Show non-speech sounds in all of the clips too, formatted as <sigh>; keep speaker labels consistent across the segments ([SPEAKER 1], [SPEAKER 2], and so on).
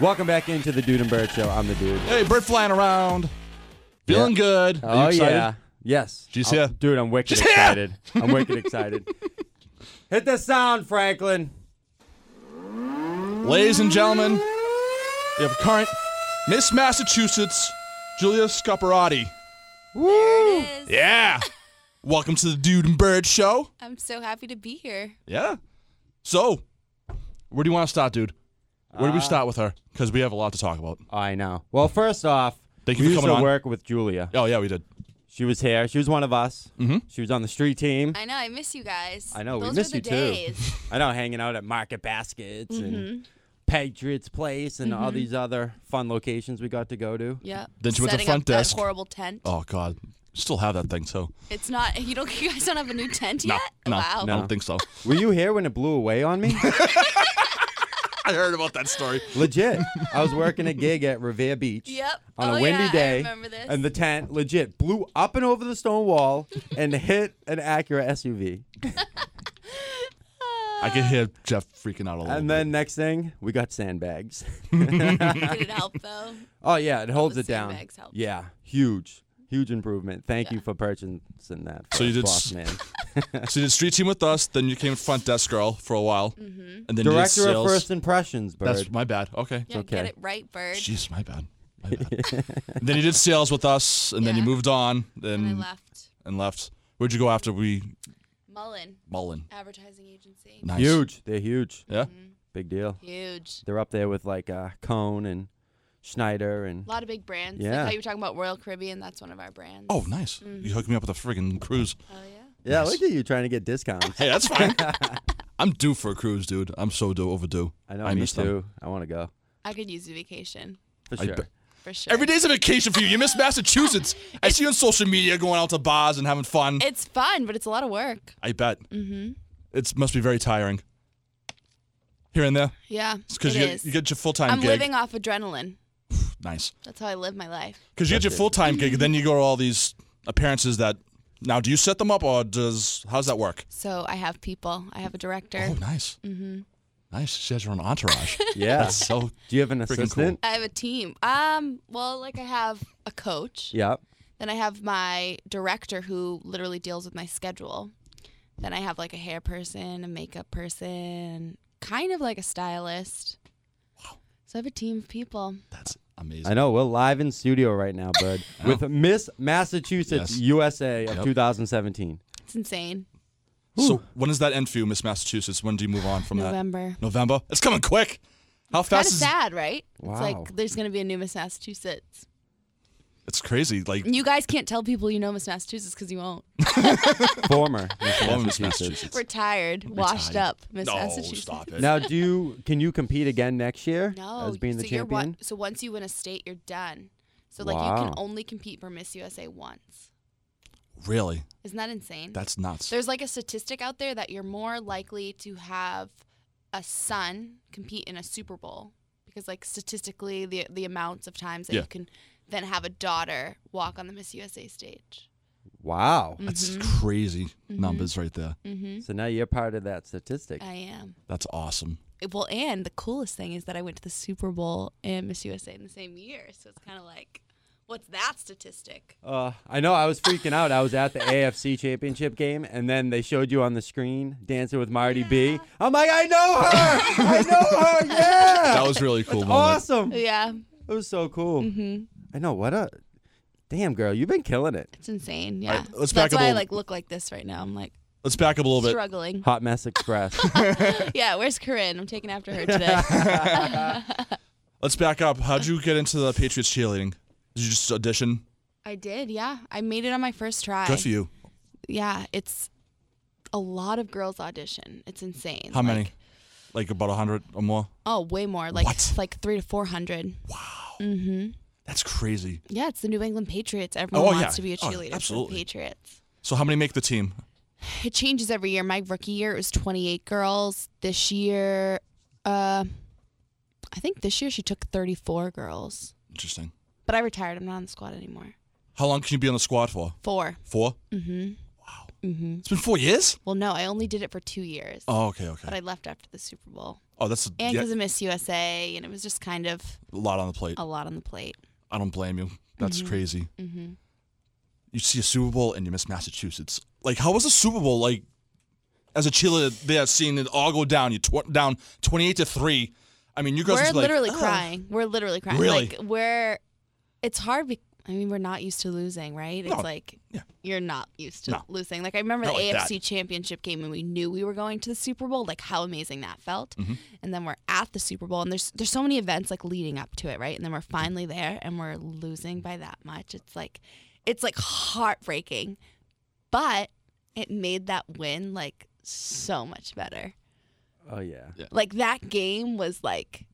[SPEAKER 1] Welcome back into the Dude and Bird Show. I'm the dude.
[SPEAKER 2] Hey, Bert flying around. Feeling
[SPEAKER 1] Yeah. Oh,
[SPEAKER 2] good. Are you excited?
[SPEAKER 1] yeah. Yes.
[SPEAKER 2] Did you see
[SPEAKER 1] Oh,
[SPEAKER 2] that?
[SPEAKER 1] Dude, I'm wicked
[SPEAKER 2] Just-
[SPEAKER 1] excited. I'm
[SPEAKER 2] <laughs>
[SPEAKER 1] wicked excited. Hit the sound, Franklin.
[SPEAKER 2] Ladies and gentlemen, we have current Miss Massachusetts, Julia Scaparati.
[SPEAKER 1] Woo!
[SPEAKER 3] is.
[SPEAKER 2] Yeah. <laughs> Welcome to the Dude and Bird Show.
[SPEAKER 3] I'm so happy to be here.
[SPEAKER 2] Yeah. So, where do you want to start, dude? Where
[SPEAKER 1] Uh,
[SPEAKER 2] do we start with her? Because we have a lot to talk about.
[SPEAKER 1] I know. Well, first off,
[SPEAKER 2] Thank you
[SPEAKER 1] we
[SPEAKER 2] for
[SPEAKER 1] used
[SPEAKER 2] coming
[SPEAKER 1] to
[SPEAKER 2] on.
[SPEAKER 1] work with Julia.
[SPEAKER 2] Oh, yeah, we did.
[SPEAKER 1] She was here. She was one of us.
[SPEAKER 2] Mhm.
[SPEAKER 1] She was on the street team.
[SPEAKER 3] I know, I miss you guys.
[SPEAKER 1] I know, we
[SPEAKER 3] Those
[SPEAKER 1] miss
[SPEAKER 3] were
[SPEAKER 1] you
[SPEAKER 3] the
[SPEAKER 1] too. <laughs>
[SPEAKER 3] days. Mm-hmm.
[SPEAKER 1] I know, hanging out at Market Baskets and Patriots Place and all these other fun locations we got to go to.
[SPEAKER 3] Yep.
[SPEAKER 2] Then she went to
[SPEAKER 3] Setting
[SPEAKER 2] front
[SPEAKER 3] up that
[SPEAKER 2] desk.
[SPEAKER 3] horrible tent.
[SPEAKER 2] Oh, God. Still have that thing, so.
[SPEAKER 3] It's not. <laughs> You don't. You guys don't have a new tent
[SPEAKER 2] No,
[SPEAKER 3] yet.
[SPEAKER 2] no,
[SPEAKER 3] wow.
[SPEAKER 2] I don't think so.
[SPEAKER 1] Were you here when it blew away on
[SPEAKER 3] <laughs>
[SPEAKER 1] me?
[SPEAKER 2] <laughs> I heard about that story.
[SPEAKER 1] legit. I was working a gig at Revere Beach.
[SPEAKER 3] Yep.
[SPEAKER 1] On
[SPEAKER 3] Oh,
[SPEAKER 1] a windy
[SPEAKER 3] yeah, I
[SPEAKER 1] day.
[SPEAKER 3] remember this.
[SPEAKER 1] And the tent legit blew up and over the stone wall and hit an Acura SUV.
[SPEAKER 2] I could hear Jeff freaking out a little
[SPEAKER 1] And then next thing, we got sandbags. <laughs>
[SPEAKER 3] Did it help
[SPEAKER 2] <laughs>
[SPEAKER 3] though?
[SPEAKER 1] oh yeah, it holds
[SPEAKER 3] the
[SPEAKER 1] it down.
[SPEAKER 3] sandbags help.
[SPEAKER 1] Yeah, huge, huge improvement. Thank you for purchasing that. For
[SPEAKER 2] So you did
[SPEAKER 1] boss
[SPEAKER 2] s-
[SPEAKER 1] man.
[SPEAKER 2] bit. So you did street team with us, then you came front desk girl for a while, and then you did
[SPEAKER 1] Mm-hmm. Director of
[SPEAKER 2] sales.
[SPEAKER 1] First Impressions, Bird.
[SPEAKER 2] That's my bad. Okay.
[SPEAKER 3] Yeah,
[SPEAKER 1] okay.
[SPEAKER 3] Get it right, bird.
[SPEAKER 2] Jeez, my bad. My bad.
[SPEAKER 1] <laughs>
[SPEAKER 2] then you did sales with us, and then you
[SPEAKER 3] Yeah.
[SPEAKER 2] moved on,
[SPEAKER 3] and I
[SPEAKER 2] then
[SPEAKER 3] left
[SPEAKER 2] and left. Where'd you go after we
[SPEAKER 3] Mullen
[SPEAKER 2] Mullen?
[SPEAKER 3] Advertising Agency.
[SPEAKER 2] Nice.
[SPEAKER 1] huge. They're huge.
[SPEAKER 2] Yeah.
[SPEAKER 3] Mm-hmm.
[SPEAKER 1] Big deal.
[SPEAKER 3] Huge.
[SPEAKER 1] They're up there with like uh, Cone and Schneider and
[SPEAKER 3] A lot of big brands.
[SPEAKER 1] Yeah.
[SPEAKER 3] Like how you were talking about Royal Caribbean. That's one of our brands.
[SPEAKER 2] Oh, nice.
[SPEAKER 3] Mm-hmm.
[SPEAKER 2] You hooked me up with a friggin' cruise.
[SPEAKER 3] Oh yeah.
[SPEAKER 1] yeah. Look at you trying to get
[SPEAKER 2] <laughs>
[SPEAKER 1] discounts.
[SPEAKER 2] Hey, that's
[SPEAKER 1] <laughs>
[SPEAKER 2] fine. I'm due for a cruise, dude. I'm so due overdue.
[SPEAKER 1] I know.
[SPEAKER 2] I
[SPEAKER 1] me
[SPEAKER 2] miss them.
[SPEAKER 1] too. I want to go
[SPEAKER 3] I could use a vacation
[SPEAKER 1] for
[SPEAKER 2] I
[SPEAKER 1] sure.
[SPEAKER 2] bet-
[SPEAKER 3] for sure.
[SPEAKER 2] Every day's a vacation for you. You miss
[SPEAKER 3] <laughs>
[SPEAKER 2] Massachusetts. I see you on social media going out to bars and having fun.
[SPEAKER 3] It's fun, but it's a lot of work.
[SPEAKER 2] I bet. Mm-hmm. It must be very tiring. Here and there.
[SPEAKER 3] Yeah.
[SPEAKER 2] It's because
[SPEAKER 3] it
[SPEAKER 2] you, get-
[SPEAKER 3] is.
[SPEAKER 2] you get your full time
[SPEAKER 3] I'm
[SPEAKER 2] gig.
[SPEAKER 3] living off adrenaline.
[SPEAKER 2] nice.
[SPEAKER 3] That's how I live my life.
[SPEAKER 2] Because you get your full time gig, then you go to all these appearances that. Now, do you set them up or does. How does that work?
[SPEAKER 3] So I have people. I have a director.
[SPEAKER 2] Oh, nice. Mm-hmm. Nice. She has her own
[SPEAKER 3] <laughs>
[SPEAKER 2] entourage.
[SPEAKER 1] <laughs> Yeah.
[SPEAKER 2] That's so.
[SPEAKER 1] Do you have an
[SPEAKER 2] Freaking
[SPEAKER 1] assistant?
[SPEAKER 3] I have a team. Um, well, like I have a coach.
[SPEAKER 1] Yep.
[SPEAKER 3] Then I have my director who literally deals with my schedule. Then I have like a hair person, a makeup person, kind of like a stylist. Wow. So I have a team of people.
[SPEAKER 2] That's amazing.
[SPEAKER 1] I know. We're live in studio right now, Bird, with Miss Massachusetts
[SPEAKER 2] Yes.
[SPEAKER 1] USA of
[SPEAKER 2] Yep.
[SPEAKER 1] 2017.
[SPEAKER 3] It's insane.
[SPEAKER 2] So, when does that end for you, Miss Massachusetts? When do you move on from that?
[SPEAKER 3] November.
[SPEAKER 2] November. It's coming quick. How
[SPEAKER 3] Kind
[SPEAKER 2] fast
[SPEAKER 3] of
[SPEAKER 2] is
[SPEAKER 3] sad, right? It's
[SPEAKER 1] Wow.
[SPEAKER 3] like there's gonna be a new Miss Massachusetts.
[SPEAKER 2] it's crazy?
[SPEAKER 3] <laughs>
[SPEAKER 2] Like
[SPEAKER 3] You guys can't tell people you know Miss Massachusetts because you won't.
[SPEAKER 1] Former Miss
[SPEAKER 2] Former Miss
[SPEAKER 1] Massachusetts.
[SPEAKER 2] Massachusetts.
[SPEAKER 3] Retired, washed
[SPEAKER 2] Retired.
[SPEAKER 3] up Miss
[SPEAKER 2] no,
[SPEAKER 3] Massachusetts.
[SPEAKER 2] stop it.
[SPEAKER 1] Now, do you can you compete again next year
[SPEAKER 3] No,
[SPEAKER 1] as being the
[SPEAKER 3] so you're one-
[SPEAKER 1] champion?
[SPEAKER 3] so once you win a state, you're done. So like you
[SPEAKER 1] Wow.
[SPEAKER 3] can only compete for Miss USA once.
[SPEAKER 2] Really?
[SPEAKER 3] Isn't that insane?
[SPEAKER 2] That's nuts.
[SPEAKER 3] There's like a statistic out there that you're more likely to have a son compete in a Super Bowl because like statistically the the amounts of times that
[SPEAKER 2] Yeah.
[SPEAKER 3] you can then have a daughter walk on the Miss USA stage.
[SPEAKER 1] Wow.
[SPEAKER 2] That's
[SPEAKER 3] Mm-hmm.
[SPEAKER 2] crazy numbers right there.
[SPEAKER 1] So now you're part of that statistic.
[SPEAKER 3] I am.
[SPEAKER 2] That's awesome.
[SPEAKER 3] Well, and the coolest thing is that I went to the Super Bowl and Miss USA in the same year. So it's kind of like, what's that statistic?
[SPEAKER 1] Uh, I know. I was freaking out. I was at the AFC Championship game, and then they showed you on the screen dancing with Marty B. I'm like, I know her. I know her.
[SPEAKER 3] <laughs>
[SPEAKER 1] Yeah.
[SPEAKER 2] That was really cool. moment.
[SPEAKER 1] awesome.
[SPEAKER 3] Yeah,
[SPEAKER 1] It was so cool.
[SPEAKER 3] Mm-hmm.
[SPEAKER 1] I know. What a damn girl. You've been killing it.
[SPEAKER 3] It's insane.
[SPEAKER 2] All
[SPEAKER 3] Yeah.
[SPEAKER 2] right, let's back
[SPEAKER 3] That's
[SPEAKER 2] up a
[SPEAKER 3] why I
[SPEAKER 2] little-
[SPEAKER 3] like look like this right now. I'm like
[SPEAKER 2] Let's back up a little bit.
[SPEAKER 3] struggling.
[SPEAKER 1] Hot Mess
[SPEAKER 2] <laughs>
[SPEAKER 1] Express.
[SPEAKER 3] <laughs> yeah, where's Corinne? I'm taking after her today.
[SPEAKER 2] Let's back up. How'd you get into the Patriots cheerleading? Did you just audition?
[SPEAKER 3] I did, yeah. I made it on my first try.
[SPEAKER 2] Good for you.
[SPEAKER 3] Yeah, it's a lot of girls audition. It's insane.
[SPEAKER 2] How many?
[SPEAKER 3] Like-
[SPEAKER 2] Like about a hundred or more.
[SPEAKER 3] oh, way more. Like
[SPEAKER 2] What?
[SPEAKER 3] like three to four hundred.
[SPEAKER 2] Mm-hmm. That's crazy.
[SPEAKER 3] Yeah, it's the New England Patriots. Everyone
[SPEAKER 2] Oh,
[SPEAKER 3] wants
[SPEAKER 2] yeah.
[SPEAKER 3] to be a
[SPEAKER 2] Oh,
[SPEAKER 3] cheerleader for
[SPEAKER 2] absolutely.
[SPEAKER 3] the Patriots.
[SPEAKER 2] So how many make the team?
[SPEAKER 3] It changes every year. My rookie year it was twenty eight girls. This year uh I think this year she took thirty four girls.
[SPEAKER 2] Interesting.
[SPEAKER 3] But I retired. I'm not on the squad anymore.
[SPEAKER 2] How long can you be on the squad for?
[SPEAKER 3] Four.
[SPEAKER 2] 4 Mm-hmm. Wow. Mm-hmm. It's been four years.
[SPEAKER 3] Well, no, I only did it for two years,
[SPEAKER 2] Oh, okay,
[SPEAKER 3] but
[SPEAKER 2] okay.
[SPEAKER 3] I left after the Super Bowl.
[SPEAKER 2] Oh, that's
[SPEAKER 3] and
[SPEAKER 2] yeah,
[SPEAKER 3] because of Miss USA, and it was just kind of
[SPEAKER 2] a lot on the plate.
[SPEAKER 3] a lot on the plate.
[SPEAKER 2] I don't blame you. That's crazy.
[SPEAKER 3] hmm
[SPEAKER 2] You see a Super Bowl and you miss Massachusetts. Like, how was the Super Bowl like? As a cheerleader, they are seeing it all go down. You tw- down twenty-eight to three. I mean, you guys
[SPEAKER 3] We're
[SPEAKER 2] are like,
[SPEAKER 3] literally
[SPEAKER 2] "Oh."
[SPEAKER 3] crying. We're literally crying.
[SPEAKER 2] Really?
[SPEAKER 3] Like we're, it's hard. Be- I mean, we're not used to losing, right?
[SPEAKER 2] No.
[SPEAKER 3] It's like
[SPEAKER 2] Yeah.
[SPEAKER 3] you're not used to
[SPEAKER 2] No.
[SPEAKER 3] losing. Like I remember
[SPEAKER 2] Not
[SPEAKER 3] the
[SPEAKER 2] like that.
[SPEAKER 3] AFC Championship game, and we knew we were going to the Super Bowl. Like how amazing that felt.
[SPEAKER 2] Mm-hmm.
[SPEAKER 3] And then we're at the Super Bowl, and there's there's so many events like leading up to it, right? And then we're finally there, and we're losing by that much. It's like, it's like heartbreaking, but it made that win like so much better
[SPEAKER 1] Oh yeah.
[SPEAKER 3] like that game was like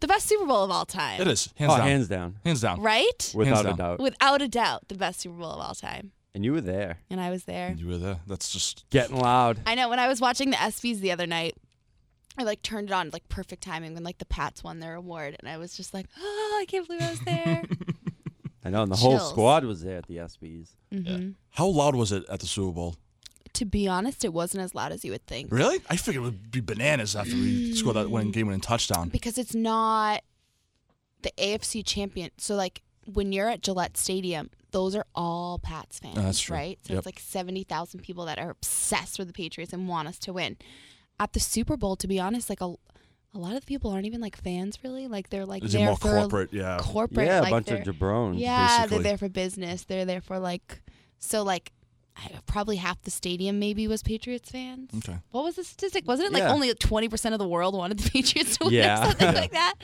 [SPEAKER 3] the best Super Bowl of all time.
[SPEAKER 2] It is hands
[SPEAKER 1] Hands oh,
[SPEAKER 2] down.
[SPEAKER 1] hands down,
[SPEAKER 2] Hands down.
[SPEAKER 3] Right?
[SPEAKER 1] without a
[SPEAKER 2] down.
[SPEAKER 1] doubt.
[SPEAKER 3] Without a doubt, the best Super Bowl of all time.
[SPEAKER 1] And you were there,
[SPEAKER 3] And I was there.
[SPEAKER 2] You were there. That's just
[SPEAKER 1] getting loud.
[SPEAKER 3] I know when I was watching the ESPYs the other night, I like turned it on like perfect timing when like the Pats won their award and I was just like, "Oh, I can't believe I was there."
[SPEAKER 1] I know, and the whole
[SPEAKER 3] Chills.
[SPEAKER 1] squad was there at the SBs.
[SPEAKER 3] Mhm.
[SPEAKER 2] how loud was it at the Super Bowl?
[SPEAKER 3] To be honest, it wasn't as loud as you would think
[SPEAKER 2] Really? I figured it would be bananas after we scored that winning game winning touchdown.
[SPEAKER 3] because it's not the AFC champion. So like when you're at Gillette Stadium, those are all Pats fans,
[SPEAKER 2] that's true.
[SPEAKER 3] right? So
[SPEAKER 2] Yep.
[SPEAKER 3] it's like seventy thousand people that are obsessed with the Patriots and want us to win. At the Super Bowl, to be honest, like a, a lot of the people aren't even like fans really. Like they're like
[SPEAKER 2] Is it
[SPEAKER 3] there
[SPEAKER 2] more
[SPEAKER 3] for
[SPEAKER 2] corporate? Yeah.
[SPEAKER 3] corporate,
[SPEAKER 1] yeah, a
[SPEAKER 3] like,
[SPEAKER 1] bunch of
[SPEAKER 3] they're-
[SPEAKER 1] jabrones.
[SPEAKER 3] yeah,
[SPEAKER 2] basically.
[SPEAKER 3] they're there for business. They're there for like so like. I, probably half the stadium maybe was Patriots fans.
[SPEAKER 2] Okay.
[SPEAKER 3] What was the statistic? Wasn't it like
[SPEAKER 1] Yeah.
[SPEAKER 3] only twenty percent of the world wanted the <laughs> Patriots to win
[SPEAKER 1] Yeah.
[SPEAKER 3] or something
[SPEAKER 1] Yeah.
[SPEAKER 3] like that?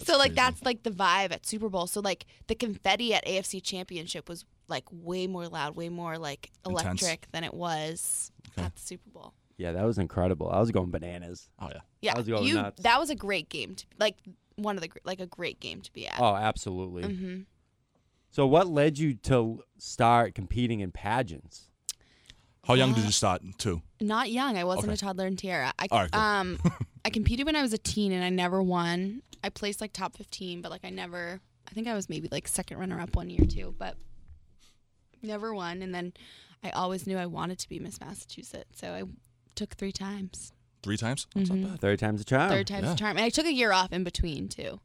[SPEAKER 3] so like
[SPEAKER 2] crazy.
[SPEAKER 3] that's like the vibe at Super Bowl. So like the confetti at AFC Championship was like way more loud, way more like
[SPEAKER 2] Intense.
[SPEAKER 3] electric than it was
[SPEAKER 2] Okay.
[SPEAKER 3] at the Super Bowl.
[SPEAKER 1] Yeah, that was incredible. I was going bananas.
[SPEAKER 2] Oh yeah.
[SPEAKER 3] Yeah,
[SPEAKER 1] was going
[SPEAKER 3] you
[SPEAKER 1] nuts.
[SPEAKER 3] that was a great game to like one of the gr- like a great game to be at.
[SPEAKER 1] Oh, absolutely.
[SPEAKER 3] Mhm.
[SPEAKER 1] So, what led you to start competing in pageants?
[SPEAKER 2] How young did you start? Two.
[SPEAKER 3] Not young. I wasn't
[SPEAKER 2] Okay.
[SPEAKER 3] a toddler in Tiara. I
[SPEAKER 2] All right, cool.
[SPEAKER 3] um
[SPEAKER 2] <laughs>
[SPEAKER 3] I competed when I was a teen and I never won. I placed like top 15, but like I never I think I was maybe like second runner up one year too, but never won and then I always knew I wanted to be Miss Massachusetts. So I took 3 times.
[SPEAKER 2] Three times? That's not
[SPEAKER 3] Mhm.
[SPEAKER 2] bad.
[SPEAKER 1] Third time's a charm.
[SPEAKER 3] Third time's
[SPEAKER 2] Oh, yeah.
[SPEAKER 3] a charm. And I took a year off in between too,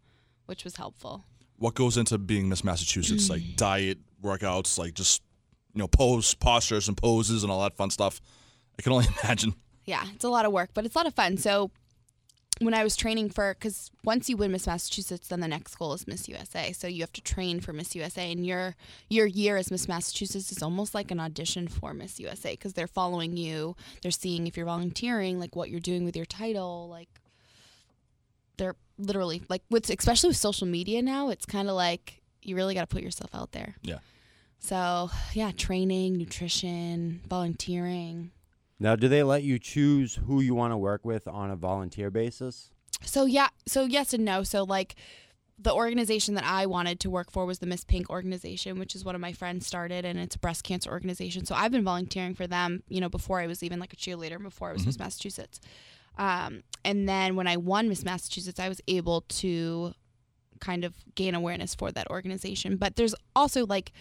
[SPEAKER 3] which was helpful.
[SPEAKER 2] What goes into being Miss Massachusetts?
[SPEAKER 3] Mm.
[SPEAKER 2] like diet, workouts, like just you know, pose postures and poses and all that fun stuff. I can only <laughs> imagine.
[SPEAKER 3] yeah, it's a lot of work, but it's a lot of fun. So when I was training for, because once you win Miss Massachusetts, then the next goal is Miss USA. So you have to train for Miss USA, and your your year as Miss Massachusetts is almost like an audition for Miss USA because they're following you, they're seeing if you're volunteering, like what you're doing with your title, like they're literally like with especially with social media now, it's kind of like you really got to put yourself out there.
[SPEAKER 2] Yeah.
[SPEAKER 3] So yeah, training, nutrition, volunteering.
[SPEAKER 1] Now, do they let you choose who you want to work with on a volunteer basis?
[SPEAKER 3] So yeah, so yes and no. So like the organization that I wanted to work for was the Miss Pink organization, which is one of my friends started and it's a breast cancer organization. So I've been volunteering for them, you know, before I was even like a cheerleader and before I was
[SPEAKER 1] Mm-hmm.
[SPEAKER 3] Miss Massachusetts. Um, and then when I won Miss Massachusetts, I was able to kind of gain awareness for that organization. But there's also like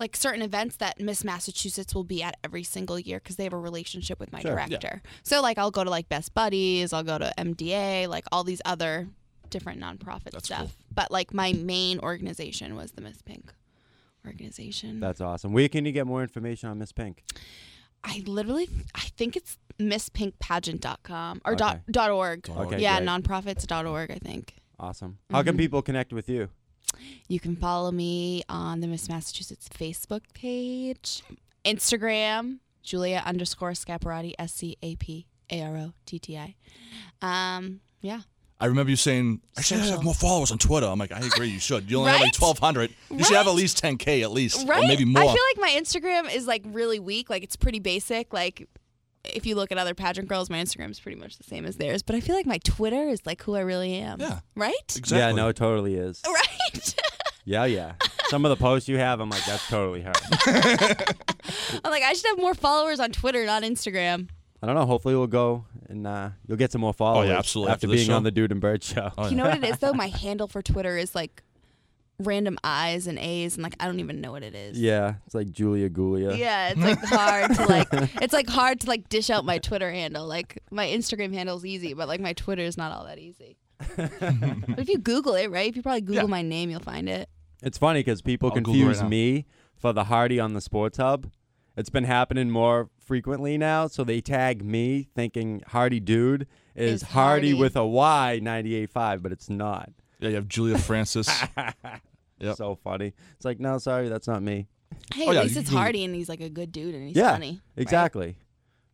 [SPEAKER 3] like certain events that Miss Massachusetts will be at every single year because they have a relationship with my
[SPEAKER 1] Sure, yeah.
[SPEAKER 3] director. So like I'll go to like Best Buddies, I'll go to MDA, like all these other different nonprofit
[SPEAKER 2] That's
[SPEAKER 3] stuff.
[SPEAKER 2] cool.
[SPEAKER 3] But like my main organization was the Miss Pink organization.
[SPEAKER 1] That's awesome. Where can you get more information on Miss Pink?
[SPEAKER 3] I literally I think it's misspinkpageant.com or dot, dot org.
[SPEAKER 2] Dot org.
[SPEAKER 1] Okay,
[SPEAKER 3] yeah,
[SPEAKER 1] great.
[SPEAKER 3] nonprofits dot org, I think.
[SPEAKER 1] Awesome. How can
[SPEAKER 3] Mhm.
[SPEAKER 1] people connect with you?
[SPEAKER 3] You can follow me on the Miss Massachusetts Facebook page, Instagram, Julia underscore Scaparotti, S C A P A R O T T I. Um, yeah.
[SPEAKER 2] I remember you saying I should have
[SPEAKER 3] Social.
[SPEAKER 2] more followers on Twitter. I'm like, I agree, you should. You only have like
[SPEAKER 3] Right?
[SPEAKER 2] twelve hundred. You should have
[SPEAKER 3] Right?
[SPEAKER 2] at least ten K at least.
[SPEAKER 3] Right?
[SPEAKER 2] Or maybe more.
[SPEAKER 3] I feel like my Instagram is like really weak. Like it's pretty basic. Like if you look at other pageant girls, my Instagram is pretty much the same as theirs. But I feel like my Twitter is like who I really am.
[SPEAKER 2] Yeah.
[SPEAKER 3] Right?
[SPEAKER 2] exactly.
[SPEAKER 1] Yeah, no, it totally is.
[SPEAKER 3] <laughs> Right?
[SPEAKER 1] Yeah, yeah. Some of the posts you have, I'm like, that's totally her.
[SPEAKER 3] I'm like, I should have more followers on Twitter, not Instagram.
[SPEAKER 1] I don't know. Hopefully, we'll go and uh, you'll get some more followers.
[SPEAKER 2] Oh, absolutely,
[SPEAKER 1] After,
[SPEAKER 2] after this
[SPEAKER 1] being on
[SPEAKER 2] show.
[SPEAKER 1] the Dude and Bird show.
[SPEAKER 2] Oh,
[SPEAKER 3] You know what it is though? My handle for Twitter is like random I's and A's and like I don't even know what it is.
[SPEAKER 1] Yeah, it's like Julia Gulia.
[SPEAKER 3] Yeah, it's like hard to like it's like hard to like dish out my Twitter handle. Like my Instagram handle's easy, but like my Twitter is not all that <laughs> easy. but if you Google it, right? If you probably Google
[SPEAKER 2] Yeah.
[SPEAKER 3] my name, you'll find it.
[SPEAKER 1] It's funny because people
[SPEAKER 2] I'll Google right
[SPEAKER 1] confuse
[SPEAKER 2] now.
[SPEAKER 1] me for the Hardy on the Sports Hub. It's been happening more frequently now, so they tag me thinking Hardy Dude is
[SPEAKER 3] Is
[SPEAKER 1] Hardy,
[SPEAKER 3] Hardy.
[SPEAKER 1] with a Y 98.5, but it's not.
[SPEAKER 2] Yeah, you have
[SPEAKER 1] <laughs>
[SPEAKER 2] Julia Francis. Yep.
[SPEAKER 1] So funny. It's like, no, sorry, that's not me.
[SPEAKER 3] Hey,
[SPEAKER 2] Oh, yeah,
[SPEAKER 3] at least
[SPEAKER 2] you
[SPEAKER 3] it's
[SPEAKER 2] can-
[SPEAKER 3] Hardy and he's like a good dude and he's
[SPEAKER 1] yeah,
[SPEAKER 3] funny. right?
[SPEAKER 1] exactly.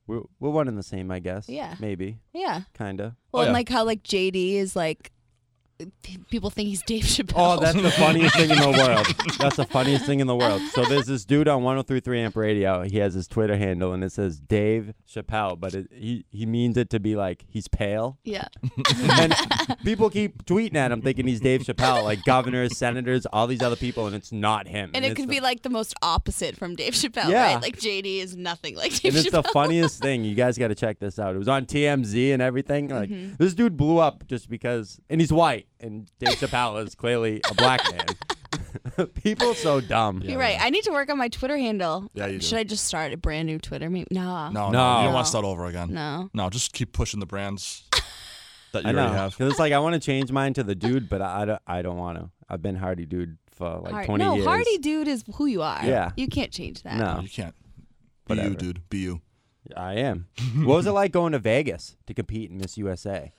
[SPEAKER 1] We're, we're one and the same, I guess.
[SPEAKER 3] Yeah.
[SPEAKER 1] Maybe,
[SPEAKER 3] Yeah.
[SPEAKER 1] kind
[SPEAKER 3] <laughs>
[SPEAKER 1] of.
[SPEAKER 2] Oh,
[SPEAKER 3] Well, and
[SPEAKER 2] yeah.
[SPEAKER 3] like how like JD is like p- people think he's Dave Chappelle.
[SPEAKER 1] Oh, that's the funniest thing in the world. That's the funniest thing in the world. So there's this dude on 103.3 Amp Radio. He has his Twitter handle, and it says Dave Chappelle, but it, he he means it to be like he's pale.
[SPEAKER 3] <laughs> <laughs> yeah.
[SPEAKER 1] And people keep tweeting at him, thinking he's Dave Chappelle, like governors, senators, all these other people, and it's not him.
[SPEAKER 3] And it could be like the most opposite from Dave Chappelle,
[SPEAKER 1] Yeah.
[SPEAKER 3] right? Like JD is nothing like Dave
[SPEAKER 1] And it's the
[SPEAKER 3] Chappelle.
[SPEAKER 1] funniest thing. You guys got to check this out. It was on TMZ and everything. Like
[SPEAKER 3] Mm-hmm.
[SPEAKER 1] this dude blew up just because, and he's white, and Dave Chappelle is clearly a black man. <laughs> people so dumb.
[SPEAKER 3] You're right. I need to work on my Twitter handle.
[SPEAKER 2] Yeah, you do.
[SPEAKER 3] Should I just start a brand new Twitter? Maybe no.
[SPEAKER 2] No, no,
[SPEAKER 1] No.
[SPEAKER 2] you don't want
[SPEAKER 3] No.
[SPEAKER 2] to start over again.
[SPEAKER 3] No.
[SPEAKER 2] No, just keep pushing the
[SPEAKER 3] <laughs>
[SPEAKER 2] brands that you
[SPEAKER 1] I know.
[SPEAKER 2] already have.
[SPEAKER 1] 'Cause it's like I want to change mine to the dude, but I, I don't. I don't want to. I've been Hardy dude for like
[SPEAKER 3] Hard-
[SPEAKER 1] twenty
[SPEAKER 3] no,
[SPEAKER 1] years.
[SPEAKER 3] Hardy dude is who you are.
[SPEAKER 1] Yeah.
[SPEAKER 3] You can't change that.
[SPEAKER 1] No,
[SPEAKER 2] <laughs> You can't. Be
[SPEAKER 1] Whatever.
[SPEAKER 2] you, dude. Be you.
[SPEAKER 1] I am. what was it like going to Vegas to compete in Miss USA?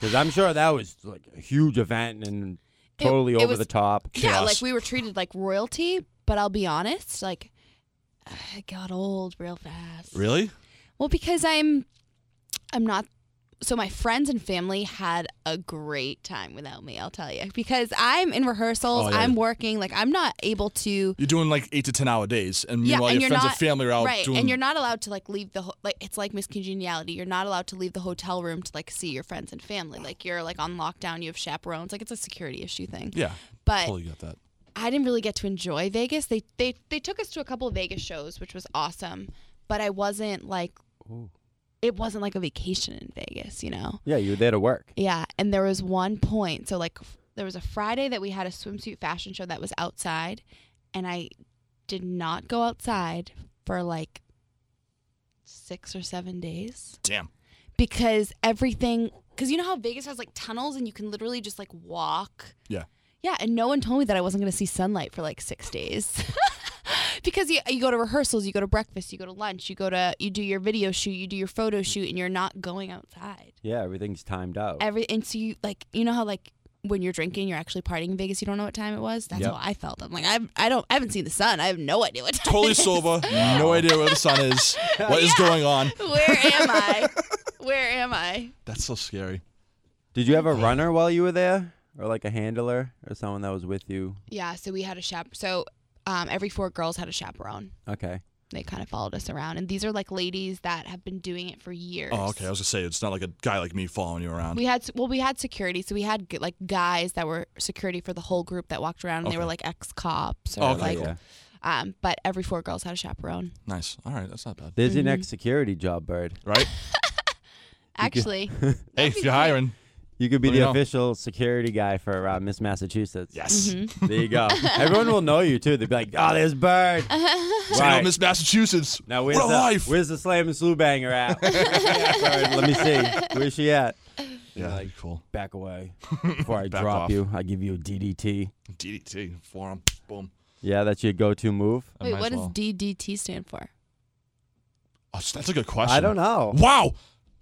[SPEAKER 1] Because I'm sure that was like a huge event and
[SPEAKER 3] It-
[SPEAKER 1] totally
[SPEAKER 3] it
[SPEAKER 1] over
[SPEAKER 3] was-
[SPEAKER 1] the
[SPEAKER 3] <laughs>
[SPEAKER 1] top.
[SPEAKER 3] Yeah,
[SPEAKER 2] Chaos.
[SPEAKER 3] like we were treated like royalty, but I'll be honest, like <sighs> I got old real fast.
[SPEAKER 2] Really?
[SPEAKER 3] Well, because I'm I'm not so my friends and family had a great time without me, I'll tell you. Because I'm in rehearsals,
[SPEAKER 2] Oh, yeah.
[SPEAKER 3] I'm working, like I'm not able to
[SPEAKER 2] You're doing like eight to ten hour days, and
[SPEAKER 3] Yeah,
[SPEAKER 2] meanwhile
[SPEAKER 3] and
[SPEAKER 2] your
[SPEAKER 3] you're
[SPEAKER 2] friends and
[SPEAKER 3] not-
[SPEAKER 2] family are out
[SPEAKER 3] right,
[SPEAKER 2] doing.
[SPEAKER 3] and you're not allowed to like leave the ho- like it's like miscongeniality. You're not allowed to leave the hotel room to like see your friends and family. Like you're like on lockdown. You have chaperones. Like it's a security issue thing.
[SPEAKER 2] yeah,
[SPEAKER 3] But
[SPEAKER 2] totally got that.
[SPEAKER 3] I didn't really get to enjoy Vegas. They they they took us to a couple of Vegas shows, which was awesome. But I wasn't like
[SPEAKER 1] Ooh.
[SPEAKER 3] it wasn't like a vacation in Vegas, you know.
[SPEAKER 1] Yeah, you were there to work.
[SPEAKER 3] Yeah, and there was one point. So like f- there was a Friday that we had a swimsuit fashion show that was outside, and I did not go outside for like six or seven days
[SPEAKER 2] Damn.
[SPEAKER 3] because everything. Because you know how Vegas has like tunnels and you can literally just like walk.
[SPEAKER 2] Yeah.
[SPEAKER 3] Yeah, and no one told me that I wasn't going to see sunlight for like six days. <laughs> because you, you go to rehearsals, you go to breakfast, you go to lunch, you go to you do your video shoot, you do your photo shoot, and you're not going outside
[SPEAKER 1] Yeah, everything's timed out.
[SPEAKER 3] every and so you like you know how like when you're drinking you're actually partying in Vegas you don't know what time it was that's
[SPEAKER 1] Yep.
[SPEAKER 3] how I felt I'm like I I don't I haven't seen the sun I have no idea what time <laughs>
[SPEAKER 2] Totally
[SPEAKER 3] it is.
[SPEAKER 2] sober. No idea where the sun is. What is going on?
[SPEAKER 3] where
[SPEAKER 2] <laughs>
[SPEAKER 3] am I where am I
[SPEAKER 2] That's so scary.
[SPEAKER 1] Did you have a runner while you were there, or like a handler, or someone that was with you?
[SPEAKER 3] yeah so we had a chap so um, every four girls had a chaperone
[SPEAKER 1] Okay.
[SPEAKER 3] they kind of followed us around and these are like ladies that have been doing it for years
[SPEAKER 2] Oh, okay. I was gonna say it's not like a guy like me following you around.
[SPEAKER 3] we had well we had security so we had like guys that were security for the whole group that walked around and they were
[SPEAKER 2] Okay.
[SPEAKER 3] like ex cops or
[SPEAKER 2] Oh, okay,
[SPEAKER 3] like
[SPEAKER 2] cool.
[SPEAKER 1] yeah.
[SPEAKER 3] um but every four girls had a chaperone
[SPEAKER 2] Nice. All right, that's not bad.
[SPEAKER 1] There's your next security job, Bird.
[SPEAKER 2] Right? <laughs>
[SPEAKER 3] actually
[SPEAKER 2] hey,
[SPEAKER 3] be
[SPEAKER 2] if
[SPEAKER 3] great.
[SPEAKER 2] you're hiring,
[SPEAKER 1] You could be
[SPEAKER 2] Let me
[SPEAKER 1] the
[SPEAKER 2] know.
[SPEAKER 1] official security guy for uh, Miss Massachusetts.
[SPEAKER 2] yes.
[SPEAKER 3] mm-hmm.
[SPEAKER 1] There you
[SPEAKER 2] <laughs>
[SPEAKER 1] go. Everyone will know you too. They'll be like, "Oh, there's Bird."
[SPEAKER 2] Say no, Miss Massachusetts.
[SPEAKER 1] Now
[SPEAKER 2] what
[SPEAKER 1] where's
[SPEAKER 2] a
[SPEAKER 1] the
[SPEAKER 2] life.
[SPEAKER 1] where's the slam and slew banger
[SPEAKER 2] <laughs>
[SPEAKER 1] at? Where's she at, Bird? Let me see. Where's she at?
[SPEAKER 2] yeah,
[SPEAKER 1] like-
[SPEAKER 2] cool.
[SPEAKER 1] Back away before I
[SPEAKER 2] <laughs> Back
[SPEAKER 1] drop
[SPEAKER 2] off.
[SPEAKER 1] you. I give you a DDT.
[SPEAKER 2] DDT forum. Boom.
[SPEAKER 1] Yeah, that's your go-to move.
[SPEAKER 2] I
[SPEAKER 3] Wait,
[SPEAKER 2] might as
[SPEAKER 3] what
[SPEAKER 2] well.
[SPEAKER 3] does DDT stand for?
[SPEAKER 2] Oh, that's a good question.
[SPEAKER 1] I don't know.
[SPEAKER 2] Wow.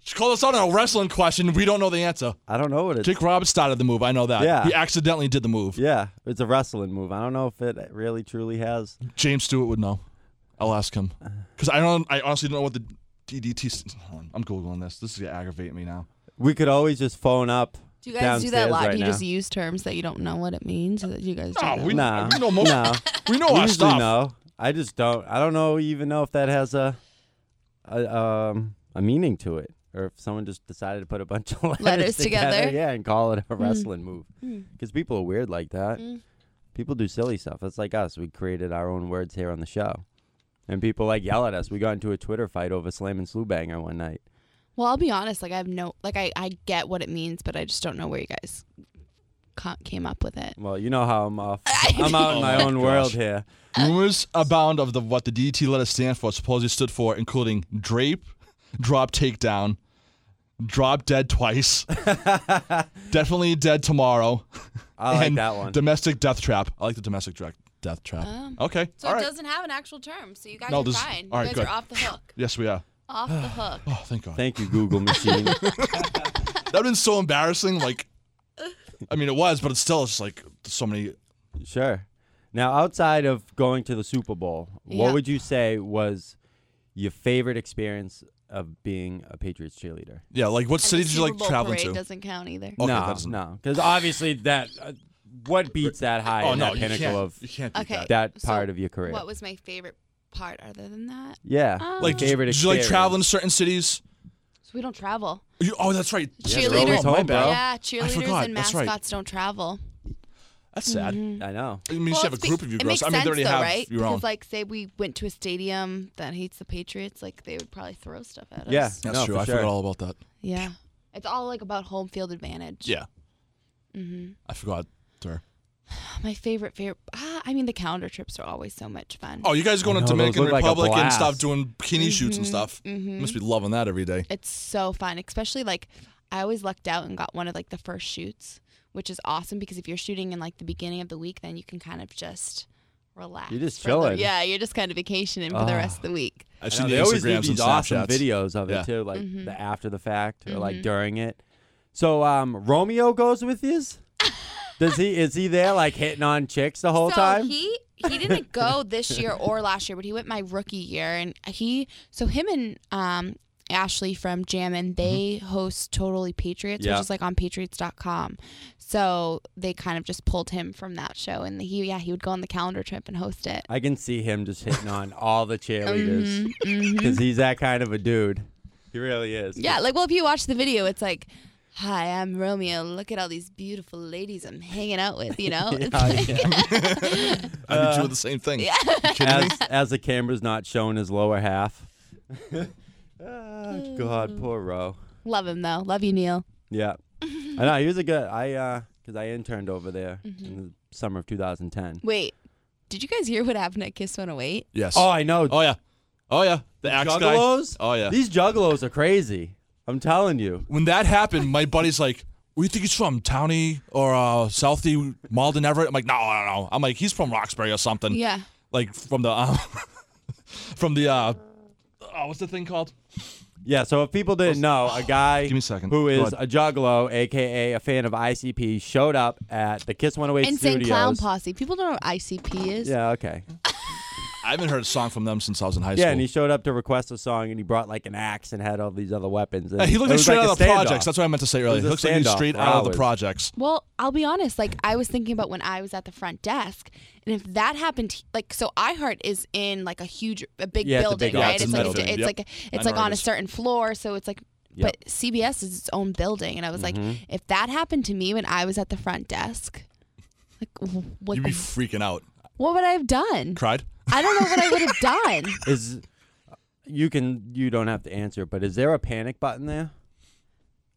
[SPEAKER 2] She called us out on a wrestling question. We don't know the answer.
[SPEAKER 1] I don't know what it's.
[SPEAKER 2] Jake Roberts started the move. I know that.
[SPEAKER 1] Yeah.
[SPEAKER 2] He accidentally did the move.
[SPEAKER 1] Yeah, it's a wrestling move. I don't know if it really truly has.
[SPEAKER 2] James Stewart would know. I'll ask him. Because I don't. I honestly don't know what the DDT. s- hold on. I'm googling this. This is gonna aggravate me now.
[SPEAKER 1] We could always just phone up.
[SPEAKER 3] Do you guys do that a
[SPEAKER 1] downstairs
[SPEAKER 3] lot?
[SPEAKER 1] Right
[SPEAKER 3] do you
[SPEAKER 1] now.
[SPEAKER 3] just use terms that you don't know what it means? Do you guys do
[SPEAKER 2] Oh,
[SPEAKER 3] that?
[SPEAKER 2] we,
[SPEAKER 1] Nah.
[SPEAKER 2] we know most. <laughs>
[SPEAKER 1] Nah.
[SPEAKER 2] We know
[SPEAKER 1] We
[SPEAKER 2] our
[SPEAKER 1] usually
[SPEAKER 2] stuff.
[SPEAKER 1] know. I just don't. I don't know even know if that has a, a um a meaning to it, or if someone just decided to put a bunch of <laughs> letters,
[SPEAKER 3] Letters together? Mm-hmm.
[SPEAKER 1] yeah, and call it a wrestling move.
[SPEAKER 3] Hmm.
[SPEAKER 1] Because people are weird like that.
[SPEAKER 3] Mm.
[SPEAKER 1] People do silly stuff. That's like us. We created our own words here on the show, and people like yell at us. We got into a Twitter fight over Slam and Slew Banger one night.
[SPEAKER 3] well, I'll be honest. Like I have no, like I, I get what it means, but I just don't know where you guys co- came up with it.
[SPEAKER 1] Well, you know how I'm
[SPEAKER 3] <laughs>
[SPEAKER 1] off. I'm out in
[SPEAKER 2] Oh
[SPEAKER 1] my
[SPEAKER 2] my
[SPEAKER 1] own
[SPEAKER 2] gosh.
[SPEAKER 1] world
[SPEAKER 2] <laughs>
[SPEAKER 1] here.
[SPEAKER 2] Rumors abound of the what the DDT letters stand for, supposedly stood for, including drape, drop takedown, drop dead twice,
[SPEAKER 1] <laughs>
[SPEAKER 2] definitely dead tomorrow,
[SPEAKER 1] I like
[SPEAKER 2] and
[SPEAKER 1] that one.
[SPEAKER 2] domestic death trap. I like the domestic dra- death trap. okay,
[SPEAKER 3] Um, So
[SPEAKER 2] Oh. all
[SPEAKER 3] it
[SPEAKER 2] right.
[SPEAKER 3] doesn't have an actual term, so you guys
[SPEAKER 2] No,
[SPEAKER 3] are
[SPEAKER 2] this-
[SPEAKER 3] fine. You
[SPEAKER 2] all right,
[SPEAKER 3] guys
[SPEAKER 2] good.
[SPEAKER 3] are off
[SPEAKER 2] <sighs>
[SPEAKER 3] the hook.
[SPEAKER 2] Yes, we are.
[SPEAKER 3] off the hook.
[SPEAKER 2] Oh, thank God.
[SPEAKER 1] Thank you, Google
[SPEAKER 2] <laughs>
[SPEAKER 1] machine.
[SPEAKER 2] that would have been so embarrassing. Like, I mean, it was, but it's still it's just like so many.
[SPEAKER 1] sure. Now, outside of going to the Super Bowl,
[SPEAKER 3] Yeah.
[SPEAKER 1] what would you say was your favorite experience of being a Patriots cheerleader?
[SPEAKER 2] Yeah, like what
[SPEAKER 3] And
[SPEAKER 2] city
[SPEAKER 3] the
[SPEAKER 2] did you
[SPEAKER 3] Super
[SPEAKER 2] like
[SPEAKER 3] Bowl
[SPEAKER 2] travel
[SPEAKER 3] parade
[SPEAKER 2] to?
[SPEAKER 3] Doesn't count either.
[SPEAKER 2] Okay, that
[SPEAKER 1] no,
[SPEAKER 2] doesn't-
[SPEAKER 1] no, because obviously that. Uh, what beats that high
[SPEAKER 2] oh
[SPEAKER 1] in
[SPEAKER 2] no,
[SPEAKER 1] that
[SPEAKER 2] you can't,
[SPEAKER 1] pinnacle of
[SPEAKER 2] you can't. beat
[SPEAKER 3] Okay.
[SPEAKER 2] that.
[SPEAKER 1] that
[SPEAKER 3] So
[SPEAKER 1] part of your career?
[SPEAKER 3] What was my favorite part other than that?
[SPEAKER 1] yeah,
[SPEAKER 3] Um,
[SPEAKER 2] Like, did, you-
[SPEAKER 1] favorite
[SPEAKER 2] did you like
[SPEAKER 1] experience.
[SPEAKER 2] travel in certain cities?
[SPEAKER 3] So we don't travel.
[SPEAKER 2] You, oh, that's right.
[SPEAKER 1] they're always
[SPEAKER 3] cheerleaders,
[SPEAKER 2] Oh, my
[SPEAKER 1] home,
[SPEAKER 2] bad.
[SPEAKER 1] bro.
[SPEAKER 3] yeah, cheerleaders
[SPEAKER 2] forgot.
[SPEAKER 3] and
[SPEAKER 2] That's right.
[SPEAKER 3] mascots don't travel.
[SPEAKER 2] That's sad.
[SPEAKER 1] I know.
[SPEAKER 2] I mean, you
[SPEAKER 3] Mm-hmm. Well,
[SPEAKER 2] should have a
[SPEAKER 3] it's
[SPEAKER 2] group
[SPEAKER 3] be-
[SPEAKER 2] of you
[SPEAKER 3] it
[SPEAKER 2] girls.
[SPEAKER 3] makes
[SPEAKER 2] I mean, they
[SPEAKER 3] sense
[SPEAKER 2] already
[SPEAKER 3] though,
[SPEAKER 2] have
[SPEAKER 3] right?
[SPEAKER 2] your
[SPEAKER 3] because
[SPEAKER 2] own.
[SPEAKER 3] like, say we went to a stadium that hates the Patriots, like they would probably throw stuff at
[SPEAKER 1] Yeah.
[SPEAKER 3] us.
[SPEAKER 2] That's
[SPEAKER 1] No,
[SPEAKER 2] true.
[SPEAKER 1] for
[SPEAKER 2] I
[SPEAKER 1] sure.
[SPEAKER 2] forgot all about that.
[SPEAKER 3] Yeah, it's all like about home field advantage. Mm-hmm.
[SPEAKER 2] Yeah. I forgot. Sorry.
[SPEAKER 3] My favorite, favorite. Ah, I mean, the calendar trips are always so much fun.
[SPEAKER 2] Oh, you guys going
[SPEAKER 1] know,
[SPEAKER 2] to
[SPEAKER 1] those
[SPEAKER 2] Dominican
[SPEAKER 1] look like a
[SPEAKER 2] Republic and stuff,
[SPEAKER 1] blast.
[SPEAKER 2] doing bikini
[SPEAKER 3] Mm-hmm.
[SPEAKER 2] shoots and stuff. Must be loving that every day.
[SPEAKER 3] It's so fun, especially like I always lucked out and got one of like the first shoots, which is awesome because if you're shooting in like the beginning of the week, then you can kind of just relax.
[SPEAKER 1] You're just
[SPEAKER 3] for the-
[SPEAKER 1] chilling. Ah.
[SPEAKER 3] yeah, you're just kind of vacationing for the rest of the week.
[SPEAKER 1] I
[SPEAKER 2] I've
[SPEAKER 1] know,
[SPEAKER 2] seen the
[SPEAKER 1] they always do
[SPEAKER 2] Instagrams and
[SPEAKER 1] these
[SPEAKER 2] Snapchats.
[SPEAKER 1] awesome videos of
[SPEAKER 2] Yeah.
[SPEAKER 1] it too, like
[SPEAKER 3] Mm-hmm.
[SPEAKER 1] the after the fact or like during it. So um, Romeo goes with
[SPEAKER 3] <laughs>
[SPEAKER 1] his. Does he? Is he there like hitting on chicks the whole
[SPEAKER 3] so
[SPEAKER 1] time?
[SPEAKER 3] he he
[SPEAKER 1] <laughs>
[SPEAKER 3] didn't go this year or last year, but he went my rookie year, and he so him and um Ashley from Jammin they host Totally Patriots,
[SPEAKER 1] Mm-hmm. Yeah.
[SPEAKER 3] which is like on Patriots.com. So they kind of just pulled him from that show, and he yeah he would go on the calendar trip and
[SPEAKER 1] <laughs>
[SPEAKER 3] host it.
[SPEAKER 1] I can see him just hitting on all the cheerleaders <laughs>
[SPEAKER 3] Mm-hmm.
[SPEAKER 1] because he's that kind of a dude. He really is. <laughs>
[SPEAKER 3] Yeah, like well, if you watch the video, it's like, "Hi, I'm Romeo. Look at all these beautiful ladies I'm hanging out with." You know,
[SPEAKER 1] <laughs>
[SPEAKER 3] It's
[SPEAKER 1] Yeah,
[SPEAKER 3] like-
[SPEAKER 1] yeah.
[SPEAKER 2] I'd
[SPEAKER 1] uh,
[SPEAKER 2] be doing the same thing.
[SPEAKER 1] as as the camera's not showing his lower half. <laughs> Ah,
[SPEAKER 3] Mm.
[SPEAKER 1] God, poor Ro.
[SPEAKER 3] <laughs> love him though. Love you, Neil.
[SPEAKER 1] Yeah,
[SPEAKER 3] <laughs>
[SPEAKER 1] I know. He was a good. I uh, because I interned over there
[SPEAKER 3] Mm-hmm.
[SPEAKER 1] in the summer of 2010.
[SPEAKER 3] Wait, did you guys hear what happened at Kiss 108?
[SPEAKER 2] Yes.
[SPEAKER 1] Oh, I know.
[SPEAKER 2] Oh yeah. Oh yeah. The axe guy.
[SPEAKER 1] juggalos?
[SPEAKER 2] Oh yeah.
[SPEAKER 1] These juggalos are crazy. I'm telling you.
[SPEAKER 2] When that happened, my buddy's like, "Where do you think he's from? Towny or uh, Southie, Malden, Everett?" I'm like, "No, I don't know." I'm like, "He's from Roxbury or something."
[SPEAKER 3] Yeah.
[SPEAKER 2] Like from the um, <laughs> from the uh, oh, what's the thing called?
[SPEAKER 1] Yeah, so if people didn't know, a guy
[SPEAKER 2] Give me a second.
[SPEAKER 1] who
[SPEAKER 2] Go
[SPEAKER 1] is
[SPEAKER 2] ahead.
[SPEAKER 1] a juggalo, aka a fan of ICP, showed up at the Kiss 108
[SPEAKER 3] Insane
[SPEAKER 1] studios.
[SPEAKER 3] Clown Posse. People don't know what ICP is.
[SPEAKER 1] Yeah, okay.
[SPEAKER 2] I haven't heard a song from them since I was in high
[SPEAKER 1] Yeah,
[SPEAKER 2] school.
[SPEAKER 1] and he showed up to request a song, and he brought like an axe and had all these other weapons. And
[SPEAKER 2] Hey, he looked
[SPEAKER 1] it
[SPEAKER 2] like
[SPEAKER 1] was
[SPEAKER 2] straight out
[SPEAKER 1] a
[SPEAKER 2] of the projects.
[SPEAKER 1] standoff.
[SPEAKER 2] That's what I meant to say earlier.
[SPEAKER 1] was
[SPEAKER 2] He
[SPEAKER 1] a
[SPEAKER 2] looks like he's
[SPEAKER 1] standoff
[SPEAKER 2] straight
[SPEAKER 1] for
[SPEAKER 2] out of the
[SPEAKER 1] hours.
[SPEAKER 2] projects.
[SPEAKER 3] Well, I'll be honest. Like I was thinking about when I was at the front desk, and if that happened, like so, iHeart is in like a huge, a big
[SPEAKER 1] Yeah, it's a
[SPEAKER 3] building,
[SPEAKER 1] big
[SPEAKER 3] right?
[SPEAKER 2] office
[SPEAKER 3] It's like a,
[SPEAKER 2] building,
[SPEAKER 3] it's
[SPEAKER 2] yep.
[SPEAKER 3] like a,
[SPEAKER 2] I
[SPEAKER 3] it's
[SPEAKER 2] know
[SPEAKER 3] like
[SPEAKER 2] where it
[SPEAKER 3] on a
[SPEAKER 2] is.
[SPEAKER 3] certain floor, so it's like. But CBS is its own building, and I was
[SPEAKER 1] Mm-hmm.
[SPEAKER 3] like, if that happened to me when I was at the front desk, like w- what,
[SPEAKER 2] You'd be freaking out.
[SPEAKER 3] what would I have done?
[SPEAKER 2] Cried.
[SPEAKER 3] I don't know what I would have done.
[SPEAKER 1] Is you can you don't have to answer, but is there a panic button there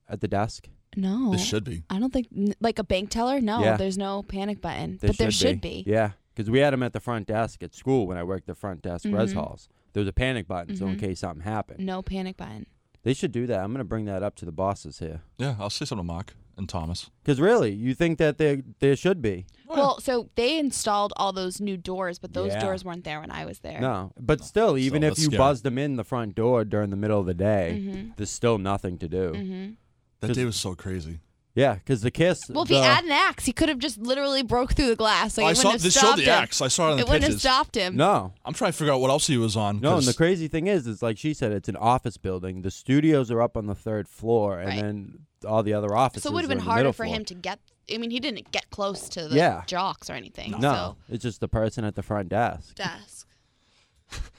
[SPEAKER 1] at the desk?
[SPEAKER 3] No,
[SPEAKER 2] This should be.
[SPEAKER 3] I don't think n- like a bank teller. No,
[SPEAKER 1] Yeah.
[SPEAKER 3] there's no panic button, but there should be.
[SPEAKER 1] Yeah, because we had him at the front desk at school when I worked the front desk
[SPEAKER 3] Mm-hmm.
[SPEAKER 1] res halls. There was a panic button, so in case something happened,
[SPEAKER 3] No panic button.
[SPEAKER 1] they should do that. I'm gonna bring that up to the bosses here.
[SPEAKER 2] Yeah, I'll say something to Mark and Thomas. Oh,
[SPEAKER 1] Because really, you think that there there should be
[SPEAKER 3] Well, so they installed all those new doors, but those
[SPEAKER 1] Yeah.
[SPEAKER 3] doors weren't there when I was there.
[SPEAKER 1] no, but still, even if
[SPEAKER 2] that's
[SPEAKER 1] you
[SPEAKER 2] scary.
[SPEAKER 1] buzzed them in the front door during the middle of the day,
[SPEAKER 3] Mm-hmm.
[SPEAKER 1] there's still nothing to do.
[SPEAKER 3] Mm.
[SPEAKER 2] That day was so crazy. Oh,
[SPEAKER 1] Yeah, because the kiss.
[SPEAKER 3] Well, if he
[SPEAKER 1] the- Oh,
[SPEAKER 3] had an axe, he could have just literally broke through the glass. Like,
[SPEAKER 2] I
[SPEAKER 3] it
[SPEAKER 2] saw
[SPEAKER 3] wouldn't
[SPEAKER 2] they
[SPEAKER 3] have
[SPEAKER 2] showed
[SPEAKER 3] stopped
[SPEAKER 2] the
[SPEAKER 3] him.
[SPEAKER 2] axe. I saw it on the
[SPEAKER 3] It wouldn't have
[SPEAKER 2] pictures.
[SPEAKER 3] stopped him.
[SPEAKER 1] no,
[SPEAKER 2] I'm trying to figure out what else he was on.
[SPEAKER 1] no, and
[SPEAKER 2] 'cause
[SPEAKER 1] the crazy thing is, it's like she said, it's an office building. The studios are up on the third floor, and
[SPEAKER 3] Right.
[SPEAKER 1] then all the other offices.
[SPEAKER 3] So it would have
[SPEAKER 1] are in
[SPEAKER 3] been
[SPEAKER 1] the middle
[SPEAKER 3] harder for
[SPEAKER 1] floor.
[SPEAKER 3] him to get. I mean, he didn't get close to the
[SPEAKER 1] Yeah.
[SPEAKER 3] jocks or anything.
[SPEAKER 1] No,
[SPEAKER 3] So.
[SPEAKER 1] it's just the person at the front desk.
[SPEAKER 3] Desk.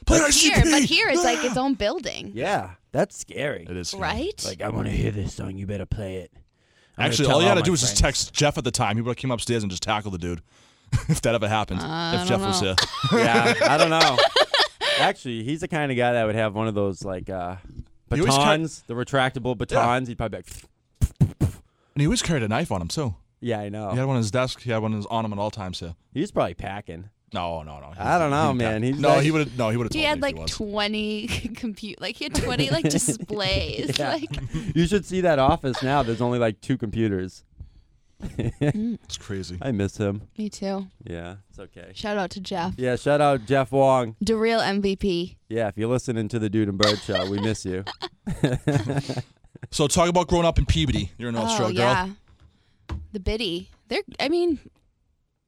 [SPEAKER 2] Play
[SPEAKER 3] Here,
[SPEAKER 2] ICP!
[SPEAKER 3] but here
[SPEAKER 1] <laughs>
[SPEAKER 3] it's like its own building,
[SPEAKER 1] Yeah, that's scary.
[SPEAKER 2] It is. scary.
[SPEAKER 3] right?
[SPEAKER 1] Like I want to hear this song. You better play it. I'm gonna
[SPEAKER 2] Actually,
[SPEAKER 1] tell
[SPEAKER 2] all you had to
[SPEAKER 1] my
[SPEAKER 2] do was just
[SPEAKER 1] friends. <laughs>
[SPEAKER 2] text Jeff at the time. He would have came upstairs and just tackled the dude. <laughs> if that ever happened, if Jeff was here,
[SPEAKER 1] yeah, I don't
[SPEAKER 2] <laughs>
[SPEAKER 1] know. Actually, he's the kind of guy that would have one of those like uh,
[SPEAKER 2] You always
[SPEAKER 1] batons, the retractable batons. He'd probably be like, <laughs>
[SPEAKER 2] and he always carried a knife on him too.
[SPEAKER 1] Yeah, I know.
[SPEAKER 2] He had one on his desk. He had one on him at all times here.
[SPEAKER 1] He was probably packing.
[SPEAKER 2] No, no, no. He
[SPEAKER 1] I don't
[SPEAKER 2] was-
[SPEAKER 1] know,
[SPEAKER 2] he was
[SPEAKER 1] man.
[SPEAKER 2] dead.
[SPEAKER 1] He's
[SPEAKER 2] no,
[SPEAKER 1] like-
[SPEAKER 2] he would have. No, he would have.
[SPEAKER 3] He had like <laughs> 20 compute, like he
[SPEAKER 1] <laughs>
[SPEAKER 3] had 20 like displays.
[SPEAKER 1] Yeah. <laughs>
[SPEAKER 3] Like
[SPEAKER 1] You should see that office now. There's only like two computers. <laughs>
[SPEAKER 2] It's crazy.
[SPEAKER 1] I miss him.
[SPEAKER 3] Mm, me too.
[SPEAKER 1] Yeah, it's okay.
[SPEAKER 3] Shout out to Jeff,
[SPEAKER 1] Yeah, shout out Jeff Wong.
[SPEAKER 3] the real MVP.
[SPEAKER 1] Yeah, if you're listening to the Dude and Bird show, we miss you.
[SPEAKER 2] So talk about growing up in Peabody. You're a North Shore girl.
[SPEAKER 3] Oh, yeah, the biddy. They're. I mean,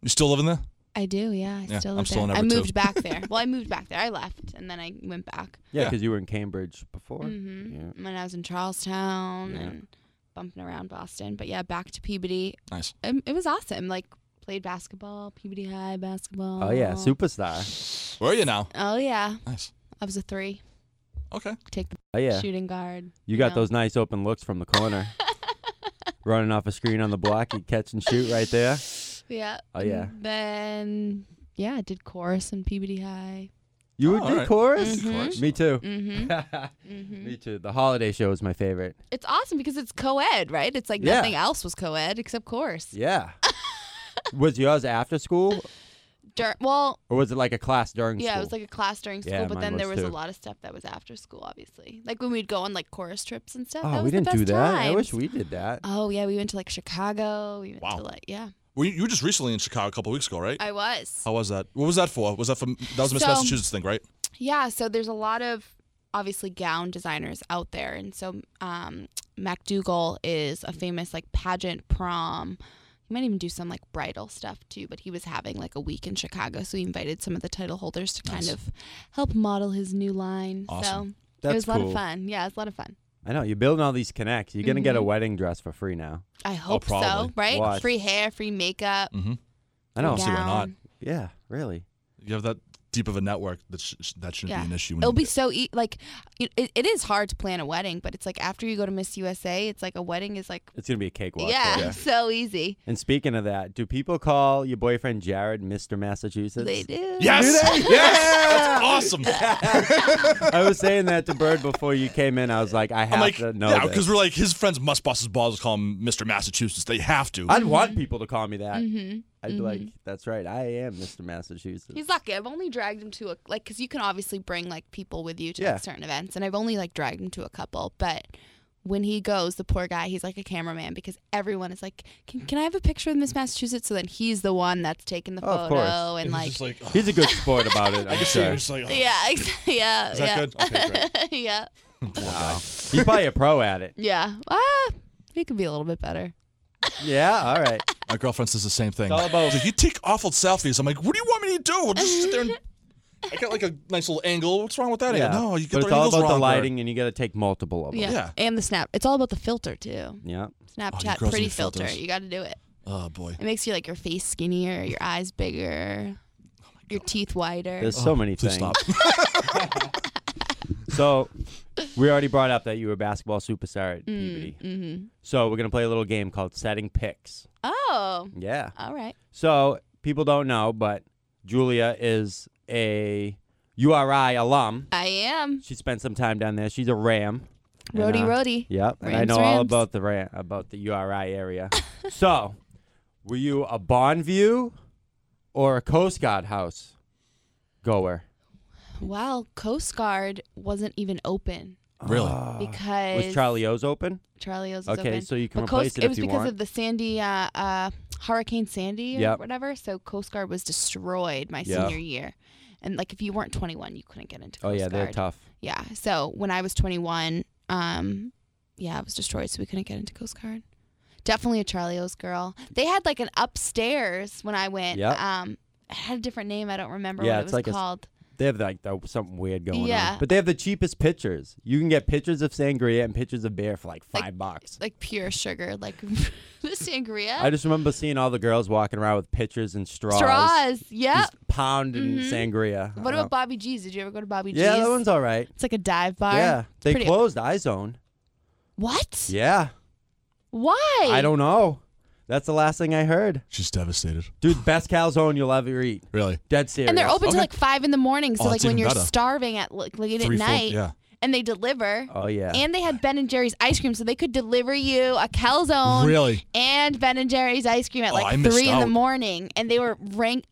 [SPEAKER 2] You still living there?
[SPEAKER 3] I do. Yeah, I
[SPEAKER 2] Yeah,
[SPEAKER 3] still.
[SPEAKER 2] I'm
[SPEAKER 3] live
[SPEAKER 2] still in
[SPEAKER 3] there. I
[SPEAKER 2] Everett, too. <laughs>
[SPEAKER 3] moved back there. Well, I moved back there. I left and then I went back.
[SPEAKER 1] Yeah,
[SPEAKER 2] Yeah.
[SPEAKER 1] because you were in Cambridge before.
[SPEAKER 3] Mm-hmm.
[SPEAKER 1] Yeah.
[SPEAKER 3] When I was in Charlestown
[SPEAKER 1] Yeah.
[SPEAKER 3] and bumping around Boston, but yeah, back to Peabody.
[SPEAKER 2] Nice.
[SPEAKER 3] Um, it was awesome. Like played basketball, Peabody High basketball.
[SPEAKER 1] Oh yeah, superstar.
[SPEAKER 2] Where are you now?
[SPEAKER 3] Oh yeah,
[SPEAKER 2] Nice.
[SPEAKER 3] I was a three.
[SPEAKER 2] Okay.
[SPEAKER 3] Take the
[SPEAKER 1] Oh yeah,
[SPEAKER 3] shooting guard.
[SPEAKER 1] you got
[SPEAKER 3] know.
[SPEAKER 1] those nice open looks from the
[SPEAKER 3] <laughs>
[SPEAKER 1] corner, running off a screen on the block. You catch and shoot right there.
[SPEAKER 3] <laughs> Yeah.
[SPEAKER 1] Oh, yeah.
[SPEAKER 3] and then yeah, I did chorus in Peabody High.
[SPEAKER 1] You
[SPEAKER 2] Oh,
[SPEAKER 1] did
[SPEAKER 2] alright.
[SPEAKER 1] chorus.
[SPEAKER 3] Mhm.
[SPEAKER 1] Me too.
[SPEAKER 3] Mm-hmm.
[SPEAKER 1] <laughs> Me too. The holiday show is my favorite.
[SPEAKER 3] It's awesome because it's co-ed, right? It's like
[SPEAKER 1] Yeah.
[SPEAKER 3] nothing else was co-ed except chorus. <laughs>
[SPEAKER 1] Yeah. was yours after school,
[SPEAKER 3] Dur- well,
[SPEAKER 1] or was it like a class during
[SPEAKER 3] yeah,
[SPEAKER 1] school?
[SPEAKER 3] it was like a class during school,
[SPEAKER 1] Yeah,
[SPEAKER 3] but
[SPEAKER 1] mine
[SPEAKER 3] then there
[SPEAKER 1] was
[SPEAKER 3] was a
[SPEAKER 1] too.
[SPEAKER 3] lot of stuff that was after school, obviously. Like when we'd go on like chorus trips and stuff.
[SPEAKER 1] Oh,
[SPEAKER 3] that
[SPEAKER 1] we
[SPEAKER 3] was
[SPEAKER 1] didn't
[SPEAKER 3] the best
[SPEAKER 1] do that. I
[SPEAKER 3] times.
[SPEAKER 1] wish we did that.
[SPEAKER 3] Oh yeah, we went to like Chicago. We went
[SPEAKER 2] Wow.
[SPEAKER 3] to like yeah,
[SPEAKER 2] Well, you, you were just recently in Chicago a couple weeks ago, right?
[SPEAKER 3] I was.
[SPEAKER 2] How was that? What was that for? Was that from that was a Miss
[SPEAKER 3] So-
[SPEAKER 2] Massachusetts thing, right?
[SPEAKER 3] Yeah, so there's a lot of obviously gown designers out there, and so um, MacDougall is a famous like pageant prom. He might even do some like bridal stuff too, but he was having like a week in Chicago, so he invited some of the title holders to kind
[SPEAKER 2] Nice.
[SPEAKER 3] of help model his new line.
[SPEAKER 2] Awesome.
[SPEAKER 3] So
[SPEAKER 1] That's
[SPEAKER 3] it was a
[SPEAKER 1] cool.
[SPEAKER 3] lot of fun. Yeah, it was a lot of fun.
[SPEAKER 1] I know you're building all these connects. You're gonna get
[SPEAKER 3] mm-hmm.
[SPEAKER 1] a wedding dress for free now.
[SPEAKER 3] I hope so,
[SPEAKER 2] Oh, probably.
[SPEAKER 3] right?
[SPEAKER 1] Watch.
[SPEAKER 3] Free hair, free makeup.
[SPEAKER 2] Mm-hmm.
[SPEAKER 1] I know.
[SPEAKER 2] see why not.
[SPEAKER 3] gown.
[SPEAKER 1] Yeah, really.
[SPEAKER 2] You have that deep of a network that sh- sh- that shouldn't
[SPEAKER 3] Yeah.
[SPEAKER 2] be an issue. When
[SPEAKER 3] It'll be
[SPEAKER 2] you,
[SPEAKER 3] so e- like it, it, it is hard to plan a wedding, but it's like after you go to Miss USA, it's like a wedding is like
[SPEAKER 1] It's gonna be a cakewalk.
[SPEAKER 3] yeah,
[SPEAKER 1] for you.
[SPEAKER 3] <laughs> so easy.
[SPEAKER 1] And speaking of that, do people call your boyfriend Jared Mr. Massachusetts?
[SPEAKER 3] They do.
[SPEAKER 2] yes, yes, that's awesome.
[SPEAKER 1] <laughs> I was saying that to Bird before you came in. I was like, I have
[SPEAKER 2] I'm like,
[SPEAKER 1] to know
[SPEAKER 2] yeah,
[SPEAKER 1] this.
[SPEAKER 2] because we're like his friends must bust his balls. Call him Mr. Massachusetts. They have to.
[SPEAKER 1] I'd want people to call me that.
[SPEAKER 3] Mm-hmm.
[SPEAKER 1] I'd be like, that's right, I am Mr. Massachusetts.
[SPEAKER 3] He's lucky. I've only dragged him to a like because you can obviously bring like people with you to
[SPEAKER 1] Yeah.
[SPEAKER 3] like, certain events, and I've only like dragged him to a couple. But when he goes, the poor guy, he's like a cameraman because everyone is like, "Can, can I have a picture of Miss Massachusetts?" So then he's the one that's taking the
[SPEAKER 1] Oh, of
[SPEAKER 3] photo
[SPEAKER 1] course.
[SPEAKER 3] and
[SPEAKER 2] It's
[SPEAKER 3] like,
[SPEAKER 2] just like, ugh,
[SPEAKER 1] He's a good sport about it.
[SPEAKER 2] <laughs> I
[SPEAKER 1] I'm
[SPEAKER 2] can see it.
[SPEAKER 1] sure.
[SPEAKER 2] It's like, ugh,
[SPEAKER 3] <laughs> yeah, ex- yeah,
[SPEAKER 2] Is that
[SPEAKER 3] yeah,
[SPEAKER 2] good? Okay, great.
[SPEAKER 3] <laughs> yeah,
[SPEAKER 1] He's probably a pro at it.
[SPEAKER 3] yeah. Ah, he could be a little bit better.
[SPEAKER 1] Yeah, all right.
[SPEAKER 2] My girlfriend says the same thing.
[SPEAKER 1] all about-
[SPEAKER 2] She's like, you take awful selfies. I'm like, what do you want me to do? We'll just sit there
[SPEAKER 3] <laughs>
[SPEAKER 2] and. I got like a nice little angle. What's wrong with that?
[SPEAKER 1] <laughs> Yeah.
[SPEAKER 2] angle? No, you
[SPEAKER 1] but
[SPEAKER 2] get
[SPEAKER 1] it's
[SPEAKER 2] the
[SPEAKER 1] all
[SPEAKER 2] angles
[SPEAKER 1] about the
[SPEAKER 2] wrong, Bert.
[SPEAKER 1] lighting, and you got to take multiple of them.
[SPEAKER 3] Yeah.
[SPEAKER 2] Yeah. Oh,
[SPEAKER 3] and the snap. It's all about the filter too.
[SPEAKER 1] Yeah.
[SPEAKER 3] Snapchat
[SPEAKER 2] girls
[SPEAKER 3] pretty
[SPEAKER 2] need
[SPEAKER 3] filter.
[SPEAKER 2] filters.
[SPEAKER 3] You got to do it.
[SPEAKER 2] Oh boy.
[SPEAKER 3] It makes you like your face skinnier, your eyes bigger, your teeth wider.
[SPEAKER 1] There's so many
[SPEAKER 2] Oh, Please
[SPEAKER 1] things. <laughs>
[SPEAKER 2] stop.
[SPEAKER 1] So, we already brought up that you were a basketball superstar
[SPEAKER 3] Mm.
[SPEAKER 1] at Peabody.
[SPEAKER 3] mm-hmm.
[SPEAKER 1] So, we're going to play a little game called Setting Picks.
[SPEAKER 3] Oh,
[SPEAKER 1] Yeah.
[SPEAKER 3] all right.
[SPEAKER 1] So, people don't know, but Julia is a URI alum.
[SPEAKER 3] I am.
[SPEAKER 1] She spent some time down there. She's a Ram. And,
[SPEAKER 3] Roadie,
[SPEAKER 1] uh,
[SPEAKER 3] roadie.
[SPEAKER 1] Yep. and I
[SPEAKER 3] Rams,
[SPEAKER 1] know all
[SPEAKER 3] Rams.
[SPEAKER 1] about the Ram, about the URI area. <laughs> so, were you a Bonview or a Coast Guard house goer?
[SPEAKER 3] Wow, Coast Guard wasn't even open
[SPEAKER 2] Really?
[SPEAKER 1] Uh, Ah.
[SPEAKER 3] because
[SPEAKER 1] Was Charlie O's open?
[SPEAKER 3] Charlie O's was
[SPEAKER 1] Okay,
[SPEAKER 3] open.
[SPEAKER 1] so you can
[SPEAKER 3] But
[SPEAKER 1] replace
[SPEAKER 3] Coast,
[SPEAKER 1] it
[SPEAKER 3] it
[SPEAKER 1] if
[SPEAKER 3] was
[SPEAKER 1] you
[SPEAKER 3] because
[SPEAKER 1] want.
[SPEAKER 3] of the Sandy, uh, uh, Hurricane Sandy or
[SPEAKER 1] Yep.
[SPEAKER 3] whatever. So Coast Guard was destroyed my
[SPEAKER 1] Yeah.
[SPEAKER 3] senior year, and like if you weren't 21, you couldn't get into.
[SPEAKER 1] Oh
[SPEAKER 3] Coast
[SPEAKER 1] yeah, they're
[SPEAKER 3] Guard.
[SPEAKER 1] tough.
[SPEAKER 3] Yeah. So when I was 21, um, yeah, it was destroyed, so we couldn't get into Coast Guard. Definitely a Charlie O's girl. They had like an upstairs when I went.
[SPEAKER 1] Yep.
[SPEAKER 3] Um, it had a different name. I don't remember
[SPEAKER 1] Yeah,
[SPEAKER 3] what it
[SPEAKER 1] it's
[SPEAKER 3] was
[SPEAKER 1] like a s-
[SPEAKER 3] called.
[SPEAKER 1] They have like the, something weird going on.
[SPEAKER 3] Yeah.
[SPEAKER 1] But they have the cheapest pictures. You can get pictures of sangria and pictures of beer for like five bucks.
[SPEAKER 3] like pure sugar, like <laughs> the sangria.
[SPEAKER 1] I just remember seeing all the girls walking around with pitchers and straws.
[SPEAKER 3] Straws. Yeah.
[SPEAKER 1] Just pounding
[SPEAKER 3] Mhm.
[SPEAKER 1] sangria. I
[SPEAKER 3] What
[SPEAKER 1] don't
[SPEAKER 3] about
[SPEAKER 1] know.
[SPEAKER 3] Bobby G's? Did you ever go to Bobby G's?
[SPEAKER 1] Yeah, that one's all right.
[SPEAKER 3] It's like a dive bar.
[SPEAKER 1] Yeah.
[SPEAKER 3] It's
[SPEAKER 1] They
[SPEAKER 3] pretty-
[SPEAKER 1] closed iZone.
[SPEAKER 3] What?
[SPEAKER 1] Yeah.
[SPEAKER 3] Why?
[SPEAKER 1] I don't know. That's the last thing I heard.
[SPEAKER 2] She's devastated.
[SPEAKER 1] Dude, best calzone you'll ever eat.
[SPEAKER 2] Really?
[SPEAKER 1] Dead serious.
[SPEAKER 3] And they're open till
[SPEAKER 2] Okay.
[SPEAKER 3] like five in the morning, so
[SPEAKER 2] Oh,
[SPEAKER 3] like
[SPEAKER 2] that's
[SPEAKER 3] when
[SPEAKER 2] even
[SPEAKER 3] you're
[SPEAKER 2] better.
[SPEAKER 3] starving at like late
[SPEAKER 2] Three,
[SPEAKER 3] at
[SPEAKER 2] four-
[SPEAKER 3] night,
[SPEAKER 2] yeah.
[SPEAKER 3] and they deliver.
[SPEAKER 1] Oh yeah.
[SPEAKER 3] And they had Ben and Jerry's ice cream, so they could deliver you a calzone
[SPEAKER 2] Really?
[SPEAKER 3] and Ben and Jerry's ice cream at
[SPEAKER 2] Oh, I
[SPEAKER 3] like
[SPEAKER 2] missed
[SPEAKER 3] three in the
[SPEAKER 2] out.
[SPEAKER 3] morning, and they were rank.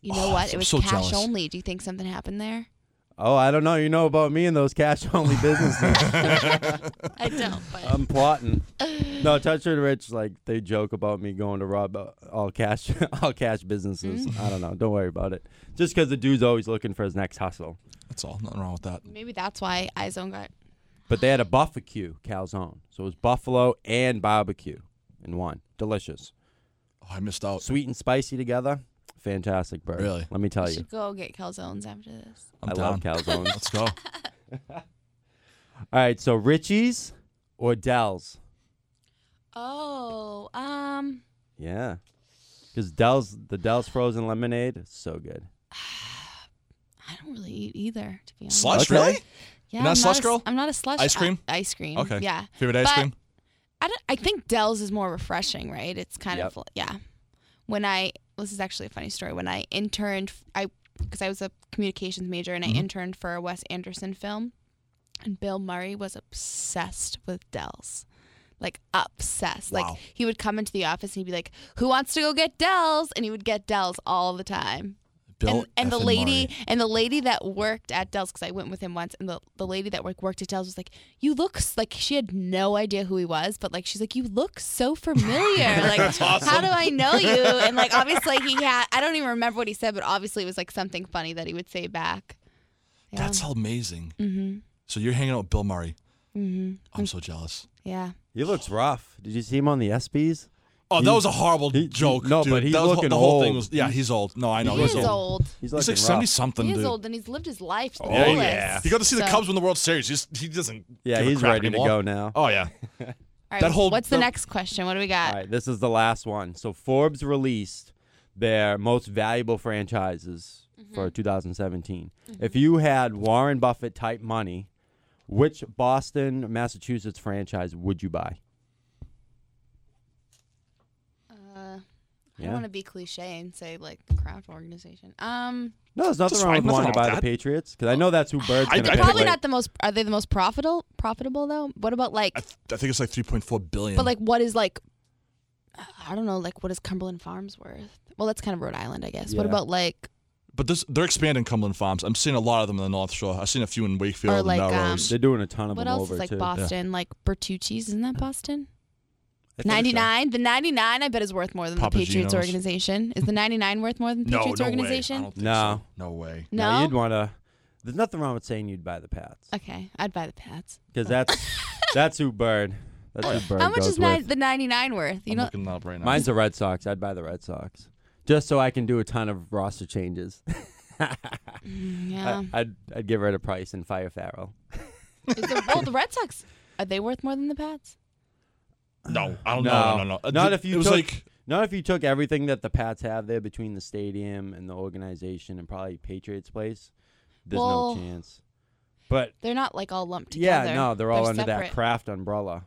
[SPEAKER 3] You know
[SPEAKER 2] Oh,
[SPEAKER 3] what?
[SPEAKER 2] I'm
[SPEAKER 3] It was
[SPEAKER 2] so
[SPEAKER 3] cash
[SPEAKER 2] jealous.
[SPEAKER 3] only. Do you think something happened there?
[SPEAKER 1] oh, I don't know. You know about me and those cash
[SPEAKER 3] <laughs>
[SPEAKER 1] only businesses.
[SPEAKER 3] I don't. But
[SPEAKER 2] Um,
[SPEAKER 3] <sighs>
[SPEAKER 1] I'm plotting. No, Touch and Rich, like they joke about me going to rob uh, all cash, <laughs> all cash businesses.
[SPEAKER 3] Mm-hmm.
[SPEAKER 1] I don't know. Don't worry about it. Just because the dude's always looking for his next hustle.
[SPEAKER 2] That's all. Nothing wrong with that.
[SPEAKER 3] maybe that's why iZone got.
[SPEAKER 1] But they had a barbecue calzone, so it was buffalo and barbecue in one. Delicious,
[SPEAKER 2] Oh, I missed
[SPEAKER 3] <laughs>
[SPEAKER 2] out.
[SPEAKER 1] sweet and spicy together. Fantastic burger.
[SPEAKER 2] Really?
[SPEAKER 1] Let me tell
[SPEAKER 3] We
[SPEAKER 1] you,
[SPEAKER 3] should go get calzones after this.
[SPEAKER 2] I'm
[SPEAKER 1] I
[SPEAKER 2] down.
[SPEAKER 1] love calzones.
[SPEAKER 2] <laughs> Let's go.
[SPEAKER 1] all right, so Richie's or Dell's?
[SPEAKER 3] Oh, um,
[SPEAKER 1] Yeah, because Dell's the Dell's frozen lemonade, is so good.
[SPEAKER 3] I don't really eat either, to be honest.
[SPEAKER 2] Slush,
[SPEAKER 1] Okay.
[SPEAKER 2] really?
[SPEAKER 3] Yeah,
[SPEAKER 2] You're not a
[SPEAKER 3] I'm
[SPEAKER 2] slush
[SPEAKER 3] not
[SPEAKER 2] girl?
[SPEAKER 3] I'm not a slush.
[SPEAKER 2] Ice cream?
[SPEAKER 3] I- ice cream.
[SPEAKER 2] Okay.
[SPEAKER 3] Yeah.
[SPEAKER 2] Favorite ice
[SPEAKER 3] But-
[SPEAKER 2] cream?
[SPEAKER 3] I don't. I think Dell's is more refreshing, right? It's kind
[SPEAKER 1] Yep.
[SPEAKER 3] of li- yeah. When I this is actually a funny story. When I interned, f- I because I was a communications major and I interned for a Wes Anderson film, and Bill Murray was obsessed with Dell's. Like obsessed.
[SPEAKER 2] Wow.
[SPEAKER 3] Like he would come into the office and he'd be like, "Who wants to go get Dell's?" And he would get Dell's all the time. and and the
[SPEAKER 2] effing
[SPEAKER 3] lady
[SPEAKER 2] Murray.
[SPEAKER 3] and the lady that worked at Dell's because I went with him once and the, the lady that worked worked at Dell's was like you look s- like she had no idea who he was but like she's like you look so
[SPEAKER 2] <laughs>
[SPEAKER 3] familiar like how do I know you and like obviously he had I don't even remember what he said but obviously it was like something funny that he would say back yeah
[SPEAKER 2] That's amazing.
[SPEAKER 3] mm-hmm.
[SPEAKER 2] So you're hanging out with Bill Murray.
[SPEAKER 3] Mm-hmm.
[SPEAKER 2] I'm so jealous.
[SPEAKER 3] yeah
[SPEAKER 1] He looks rough. Did you see him on the ESPYS?
[SPEAKER 2] Oh, that
[SPEAKER 1] He-
[SPEAKER 2] was a horrible
[SPEAKER 1] he- he-
[SPEAKER 2] joke.
[SPEAKER 1] no,
[SPEAKER 2] dude.
[SPEAKER 1] but he's
[SPEAKER 2] that was,
[SPEAKER 1] looking
[SPEAKER 2] the whole thing
[SPEAKER 1] old.
[SPEAKER 2] was. Yeah, he's old. No, I know.
[SPEAKER 3] he
[SPEAKER 2] he's
[SPEAKER 3] is
[SPEAKER 2] old.
[SPEAKER 3] old
[SPEAKER 1] He's,
[SPEAKER 2] He's
[SPEAKER 1] looking
[SPEAKER 2] like
[SPEAKER 1] rough.
[SPEAKER 2] seventy something,
[SPEAKER 3] he is
[SPEAKER 2] dude.
[SPEAKER 3] old and he's lived his life to the
[SPEAKER 2] Oh,
[SPEAKER 3] fullest
[SPEAKER 2] yeah. You got to see the
[SPEAKER 3] So-
[SPEAKER 2] Cubs win the World Series. He's, he doesn't.
[SPEAKER 1] Yeah,
[SPEAKER 2] give a
[SPEAKER 1] he's
[SPEAKER 2] crap
[SPEAKER 1] ready
[SPEAKER 2] anymore.
[SPEAKER 1] to go now. <laughs>
[SPEAKER 2] Oh yeah.
[SPEAKER 3] All right,
[SPEAKER 2] That whole-
[SPEAKER 3] what's the,
[SPEAKER 2] the-
[SPEAKER 3] next question what do we got
[SPEAKER 1] All right, this is the last one. So Forbes released their most valuable franchises
[SPEAKER 3] Mm-hmm.
[SPEAKER 1] for 2017. If you had Warren Buffett type money, which Boston, Massachusetts franchise would you buy?
[SPEAKER 3] uh, I
[SPEAKER 1] Yeah.
[SPEAKER 3] want to be cliche and say like Kraft organization um.
[SPEAKER 1] No, there's nothing
[SPEAKER 2] That's
[SPEAKER 1] wrong
[SPEAKER 2] fine,
[SPEAKER 1] with wanting to
[SPEAKER 2] nothing wrong
[SPEAKER 1] buy the
[SPEAKER 2] with that.
[SPEAKER 1] Patriots because I know that's who Bird's
[SPEAKER 2] I-
[SPEAKER 1] going to
[SPEAKER 2] I
[SPEAKER 1] pick.
[SPEAKER 2] think
[SPEAKER 3] Probably
[SPEAKER 2] like-
[SPEAKER 3] not the most. Are they the most profitable? Profitable though. What about like?
[SPEAKER 2] I, th- I think it's like 3.4 billion.
[SPEAKER 3] But like, what is like? I don't know. Like, what is Cumberland Farms worth? Well, that's kind of Rhode Island, I guess. What
[SPEAKER 1] Yeah.
[SPEAKER 3] about like?
[SPEAKER 2] But this, they're expanding Cumberland Farms. I'm seeing a lot of them in the North Shore. I've seen a few in
[SPEAKER 3] Or
[SPEAKER 2] Wakefield
[SPEAKER 3] like,
[SPEAKER 2] and
[SPEAKER 3] um,
[SPEAKER 2] Melrose.
[SPEAKER 1] They're doing a ton of
[SPEAKER 3] What
[SPEAKER 1] them
[SPEAKER 3] else
[SPEAKER 1] over
[SPEAKER 3] is like
[SPEAKER 1] too.
[SPEAKER 3] Boston? Like Bertucci's, isn't that Boston?
[SPEAKER 1] I think so.
[SPEAKER 3] Ninety nine. The ninety nine, I bet, is worth more than the
[SPEAKER 2] Papagino's.
[SPEAKER 3] Patriots organization. Is the ninety nine worth more
[SPEAKER 1] <laughs>
[SPEAKER 3] than the
[SPEAKER 2] no,
[SPEAKER 3] Patriots
[SPEAKER 2] no way. I
[SPEAKER 3] organization?
[SPEAKER 2] don't think
[SPEAKER 1] No.
[SPEAKER 2] so. No way.
[SPEAKER 1] No,
[SPEAKER 3] No.
[SPEAKER 1] you'd want to. There's nothing wrong with saying you'd buy the Pats
[SPEAKER 3] okay, I'd buy
[SPEAKER 1] <laughs>
[SPEAKER 3] the Pats.
[SPEAKER 1] because
[SPEAKER 3] <laughs>
[SPEAKER 1] that's that's who Bird.
[SPEAKER 2] Oh,
[SPEAKER 1] That's who Bird
[SPEAKER 3] How much
[SPEAKER 1] goes
[SPEAKER 3] is ni-
[SPEAKER 1] with.
[SPEAKER 3] the ninety nine worth? You
[SPEAKER 2] I'm
[SPEAKER 3] know,
[SPEAKER 2] looking that up right now.
[SPEAKER 1] Mine's the Red Sox. I'd buy the Red Sox just so I can do a ton of roster changes. <laughs>
[SPEAKER 3] mm, yeah.
[SPEAKER 1] I, would I'd give her a price and fire Farrell.
[SPEAKER 3] Is the, well, the Red Sox are they worth more than the Pats?
[SPEAKER 2] no, I don't
[SPEAKER 1] No.
[SPEAKER 2] know. No, no, no. Uh,
[SPEAKER 1] Not
[SPEAKER 2] th-
[SPEAKER 1] if you
[SPEAKER 2] It was
[SPEAKER 1] took-
[SPEAKER 2] like
[SPEAKER 1] Not if you took everything that the Pats have there between the stadium and the organization and probably Patriots place. There's
[SPEAKER 3] Well-
[SPEAKER 1] no chance. But
[SPEAKER 3] They're not like all lumped together.
[SPEAKER 1] yeah, no, they're all
[SPEAKER 3] They're
[SPEAKER 1] under that
[SPEAKER 3] separate.
[SPEAKER 1] Kraft umbrella,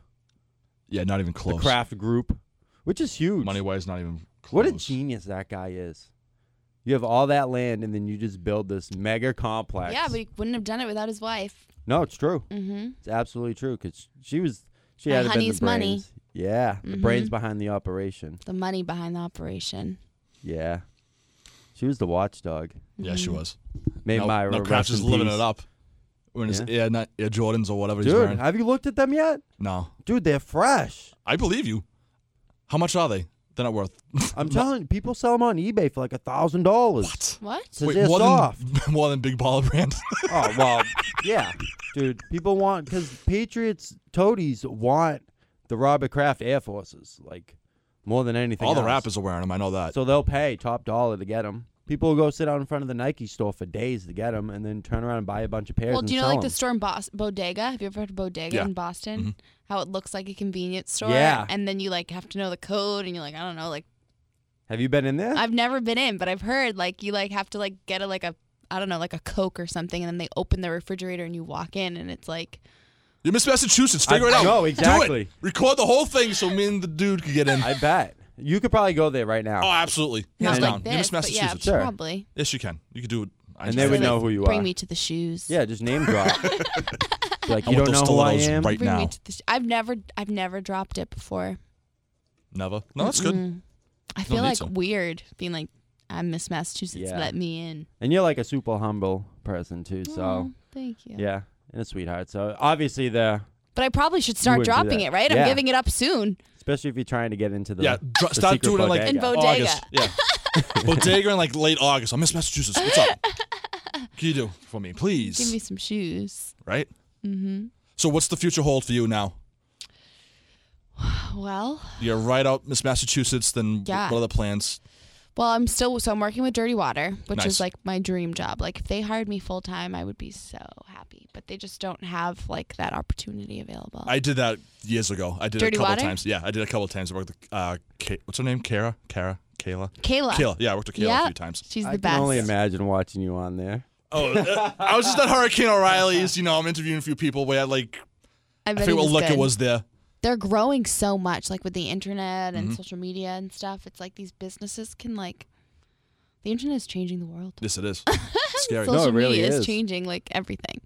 [SPEAKER 2] yeah, not even
[SPEAKER 1] the
[SPEAKER 2] close.
[SPEAKER 1] Kraft Group, which is huge.
[SPEAKER 2] Money wise, not even close.
[SPEAKER 1] what a genius that guy is! You have all that land and then you just build this mega complex.
[SPEAKER 3] Yeah, but he wouldn't have done it without his wife.
[SPEAKER 1] no, it's true.
[SPEAKER 3] Mm-hmm.
[SPEAKER 1] It's absolutely true because she was she
[SPEAKER 3] My
[SPEAKER 1] had to been the
[SPEAKER 3] honey's money.
[SPEAKER 1] brains. Yeah, the
[SPEAKER 3] Mhm.
[SPEAKER 1] brains behind the operation.
[SPEAKER 3] The money behind the operation.
[SPEAKER 1] Yeah, she was the watchdog.
[SPEAKER 2] Yeah, she was.
[SPEAKER 1] Made
[SPEAKER 2] no,
[SPEAKER 1] my
[SPEAKER 2] no, Kraft's just living it up. When it's
[SPEAKER 1] Yeah.
[SPEAKER 2] yeah, not yeah, Jordans or whatever he's
[SPEAKER 1] Dude,
[SPEAKER 2] wearing.
[SPEAKER 1] have you looked at them yet?
[SPEAKER 2] No,
[SPEAKER 1] Dude, they're fresh.
[SPEAKER 2] I believe you. How much are they? They're not worth. <laughs>
[SPEAKER 1] I'm telling you, people sell them on eBay for like a thousand dollars.
[SPEAKER 2] What?
[SPEAKER 3] What?
[SPEAKER 1] Because they're
[SPEAKER 2] more
[SPEAKER 1] soft.
[SPEAKER 2] than <laughs> more than Big Baller
[SPEAKER 1] <laughs>
[SPEAKER 2] Brand.
[SPEAKER 1] oh well, yeah, dude. People want because Patriots toadies want the Robert Kraft Air Forces like more than anything.
[SPEAKER 2] All the
[SPEAKER 1] else.
[SPEAKER 2] rappers are wearing them. I know that.
[SPEAKER 1] So they'll pay top dollar to get them. People will go sit out in front of the Nike store for days to get them, and then turn around and buy a bunch of pairs.
[SPEAKER 3] Well,
[SPEAKER 1] and
[SPEAKER 3] do you know
[SPEAKER 1] sell
[SPEAKER 3] like the
[SPEAKER 1] 'em.
[SPEAKER 3] store in Bos- Bodega? Have you ever heard of Bodega
[SPEAKER 2] Yeah.
[SPEAKER 3] in Boston? How it looks like a convenience store.
[SPEAKER 1] Mm-hmm. Yeah.
[SPEAKER 3] And then you like have to know the code and you're like, I don't know, like <laughs>
[SPEAKER 1] Have you been in there?
[SPEAKER 3] I've never been in, but I've heard like you like have to like get a like a I don't know, like a Coke or something, and then they open the refrigerator and you walk in and it's like
[SPEAKER 2] You miss Massachusetts. Figure
[SPEAKER 1] I-
[SPEAKER 2] it out.
[SPEAKER 1] no,
[SPEAKER 2] Do it.
[SPEAKER 1] exactly.
[SPEAKER 2] Record the whole thing so me and the dude could get in.
[SPEAKER 1] I bet you could probably go there right now,
[SPEAKER 2] oh, absolutely.
[SPEAKER 3] not
[SPEAKER 2] Hands
[SPEAKER 3] like
[SPEAKER 2] down.
[SPEAKER 3] this.
[SPEAKER 2] you miss
[SPEAKER 3] but yeah,
[SPEAKER 2] Massachusetts.
[SPEAKER 1] Sure.
[SPEAKER 3] probably.
[SPEAKER 2] Yes, you can. You could do it.
[SPEAKER 1] and
[SPEAKER 2] I just
[SPEAKER 1] they
[SPEAKER 2] did
[SPEAKER 1] would
[SPEAKER 2] it.
[SPEAKER 1] know who you
[SPEAKER 3] Bring
[SPEAKER 1] are.
[SPEAKER 3] <laughs> me to the shoes.
[SPEAKER 1] Yeah, just name drop. Like
[SPEAKER 2] I
[SPEAKER 1] you don't
[SPEAKER 2] want
[SPEAKER 1] know
[SPEAKER 2] those
[SPEAKER 1] who I
[SPEAKER 2] stilettos
[SPEAKER 1] am.
[SPEAKER 2] right
[SPEAKER 3] Bring me
[SPEAKER 2] now.
[SPEAKER 3] to the sh- I've never I've never dropped it before.
[SPEAKER 2] Never. No, Oh, that's good.
[SPEAKER 3] Mm. I feel
[SPEAKER 2] need
[SPEAKER 3] like
[SPEAKER 2] to.
[SPEAKER 3] weird being like I'm Miss Massachusetts.
[SPEAKER 1] Yeah.
[SPEAKER 3] Let me in.
[SPEAKER 1] And you're like a super humble person too. So
[SPEAKER 3] Aw, thank you.
[SPEAKER 1] yeah. and a sweetheart. So obviously the
[SPEAKER 3] But I probably should
[SPEAKER 1] would
[SPEAKER 3] start
[SPEAKER 1] do
[SPEAKER 3] dropping
[SPEAKER 1] that.
[SPEAKER 3] it, right?
[SPEAKER 1] Yeah.
[SPEAKER 3] I'm giving it up soon.
[SPEAKER 1] especially if you're trying to get into the
[SPEAKER 2] Yeah, dr-
[SPEAKER 1] the
[SPEAKER 2] stop
[SPEAKER 1] secret
[SPEAKER 2] doing it like
[SPEAKER 1] bodega.
[SPEAKER 3] In both- Bodega.
[SPEAKER 2] August. Yeah.
[SPEAKER 1] <laughs>
[SPEAKER 2] bodega in like late August. I miss Massachusetts. What's up? Can you do for me, please?
[SPEAKER 3] Give me some shoes.
[SPEAKER 2] right.
[SPEAKER 3] Mm-hmm.
[SPEAKER 2] So, what's the future hold for you now?
[SPEAKER 3] Well,
[SPEAKER 2] You're right out Miss Massachusetts. Then wh-
[SPEAKER 3] Yeah.
[SPEAKER 2] what are the plans?
[SPEAKER 3] well, I'm still so I'm working with Dirty Water, which
[SPEAKER 2] Nice.
[SPEAKER 3] is like my dream job. Like if they hired me full time, I would be so happy. But they just don't have like that opportunity available.
[SPEAKER 2] I did that years ago. I did it
[SPEAKER 3] Dirty
[SPEAKER 2] a couple
[SPEAKER 3] Water?
[SPEAKER 2] times. Yeah, I did it a couple times. I worked with uh, Ka- what's her name? Kara, Kara, Kayla,
[SPEAKER 3] Kayla,
[SPEAKER 2] Kayla. Yeah, I worked with Kayla a
[SPEAKER 3] Yeah.
[SPEAKER 2] few times.
[SPEAKER 3] she's the
[SPEAKER 1] I
[SPEAKER 3] best.
[SPEAKER 1] can only imagine watching you on there.
[SPEAKER 2] Oh, uh, I was just at Hurricane O'Reilly's. You know, I'm interviewing a few people. We had like
[SPEAKER 3] I
[SPEAKER 2] I
[SPEAKER 3] bet it
[SPEAKER 2] forget what
[SPEAKER 3] was
[SPEAKER 2] luck it
[SPEAKER 3] good.
[SPEAKER 2] was there.
[SPEAKER 3] They're growing so much, like with the internet
[SPEAKER 1] Mm-hmm.
[SPEAKER 3] and social media and stuff. It's like these businesses can like, the internet is changing the world.
[SPEAKER 2] Yes, it is.
[SPEAKER 3] <laughs>
[SPEAKER 2] Scary.
[SPEAKER 1] No,
[SPEAKER 3] social
[SPEAKER 1] it really
[SPEAKER 3] media is.
[SPEAKER 1] is.
[SPEAKER 3] changing like everything.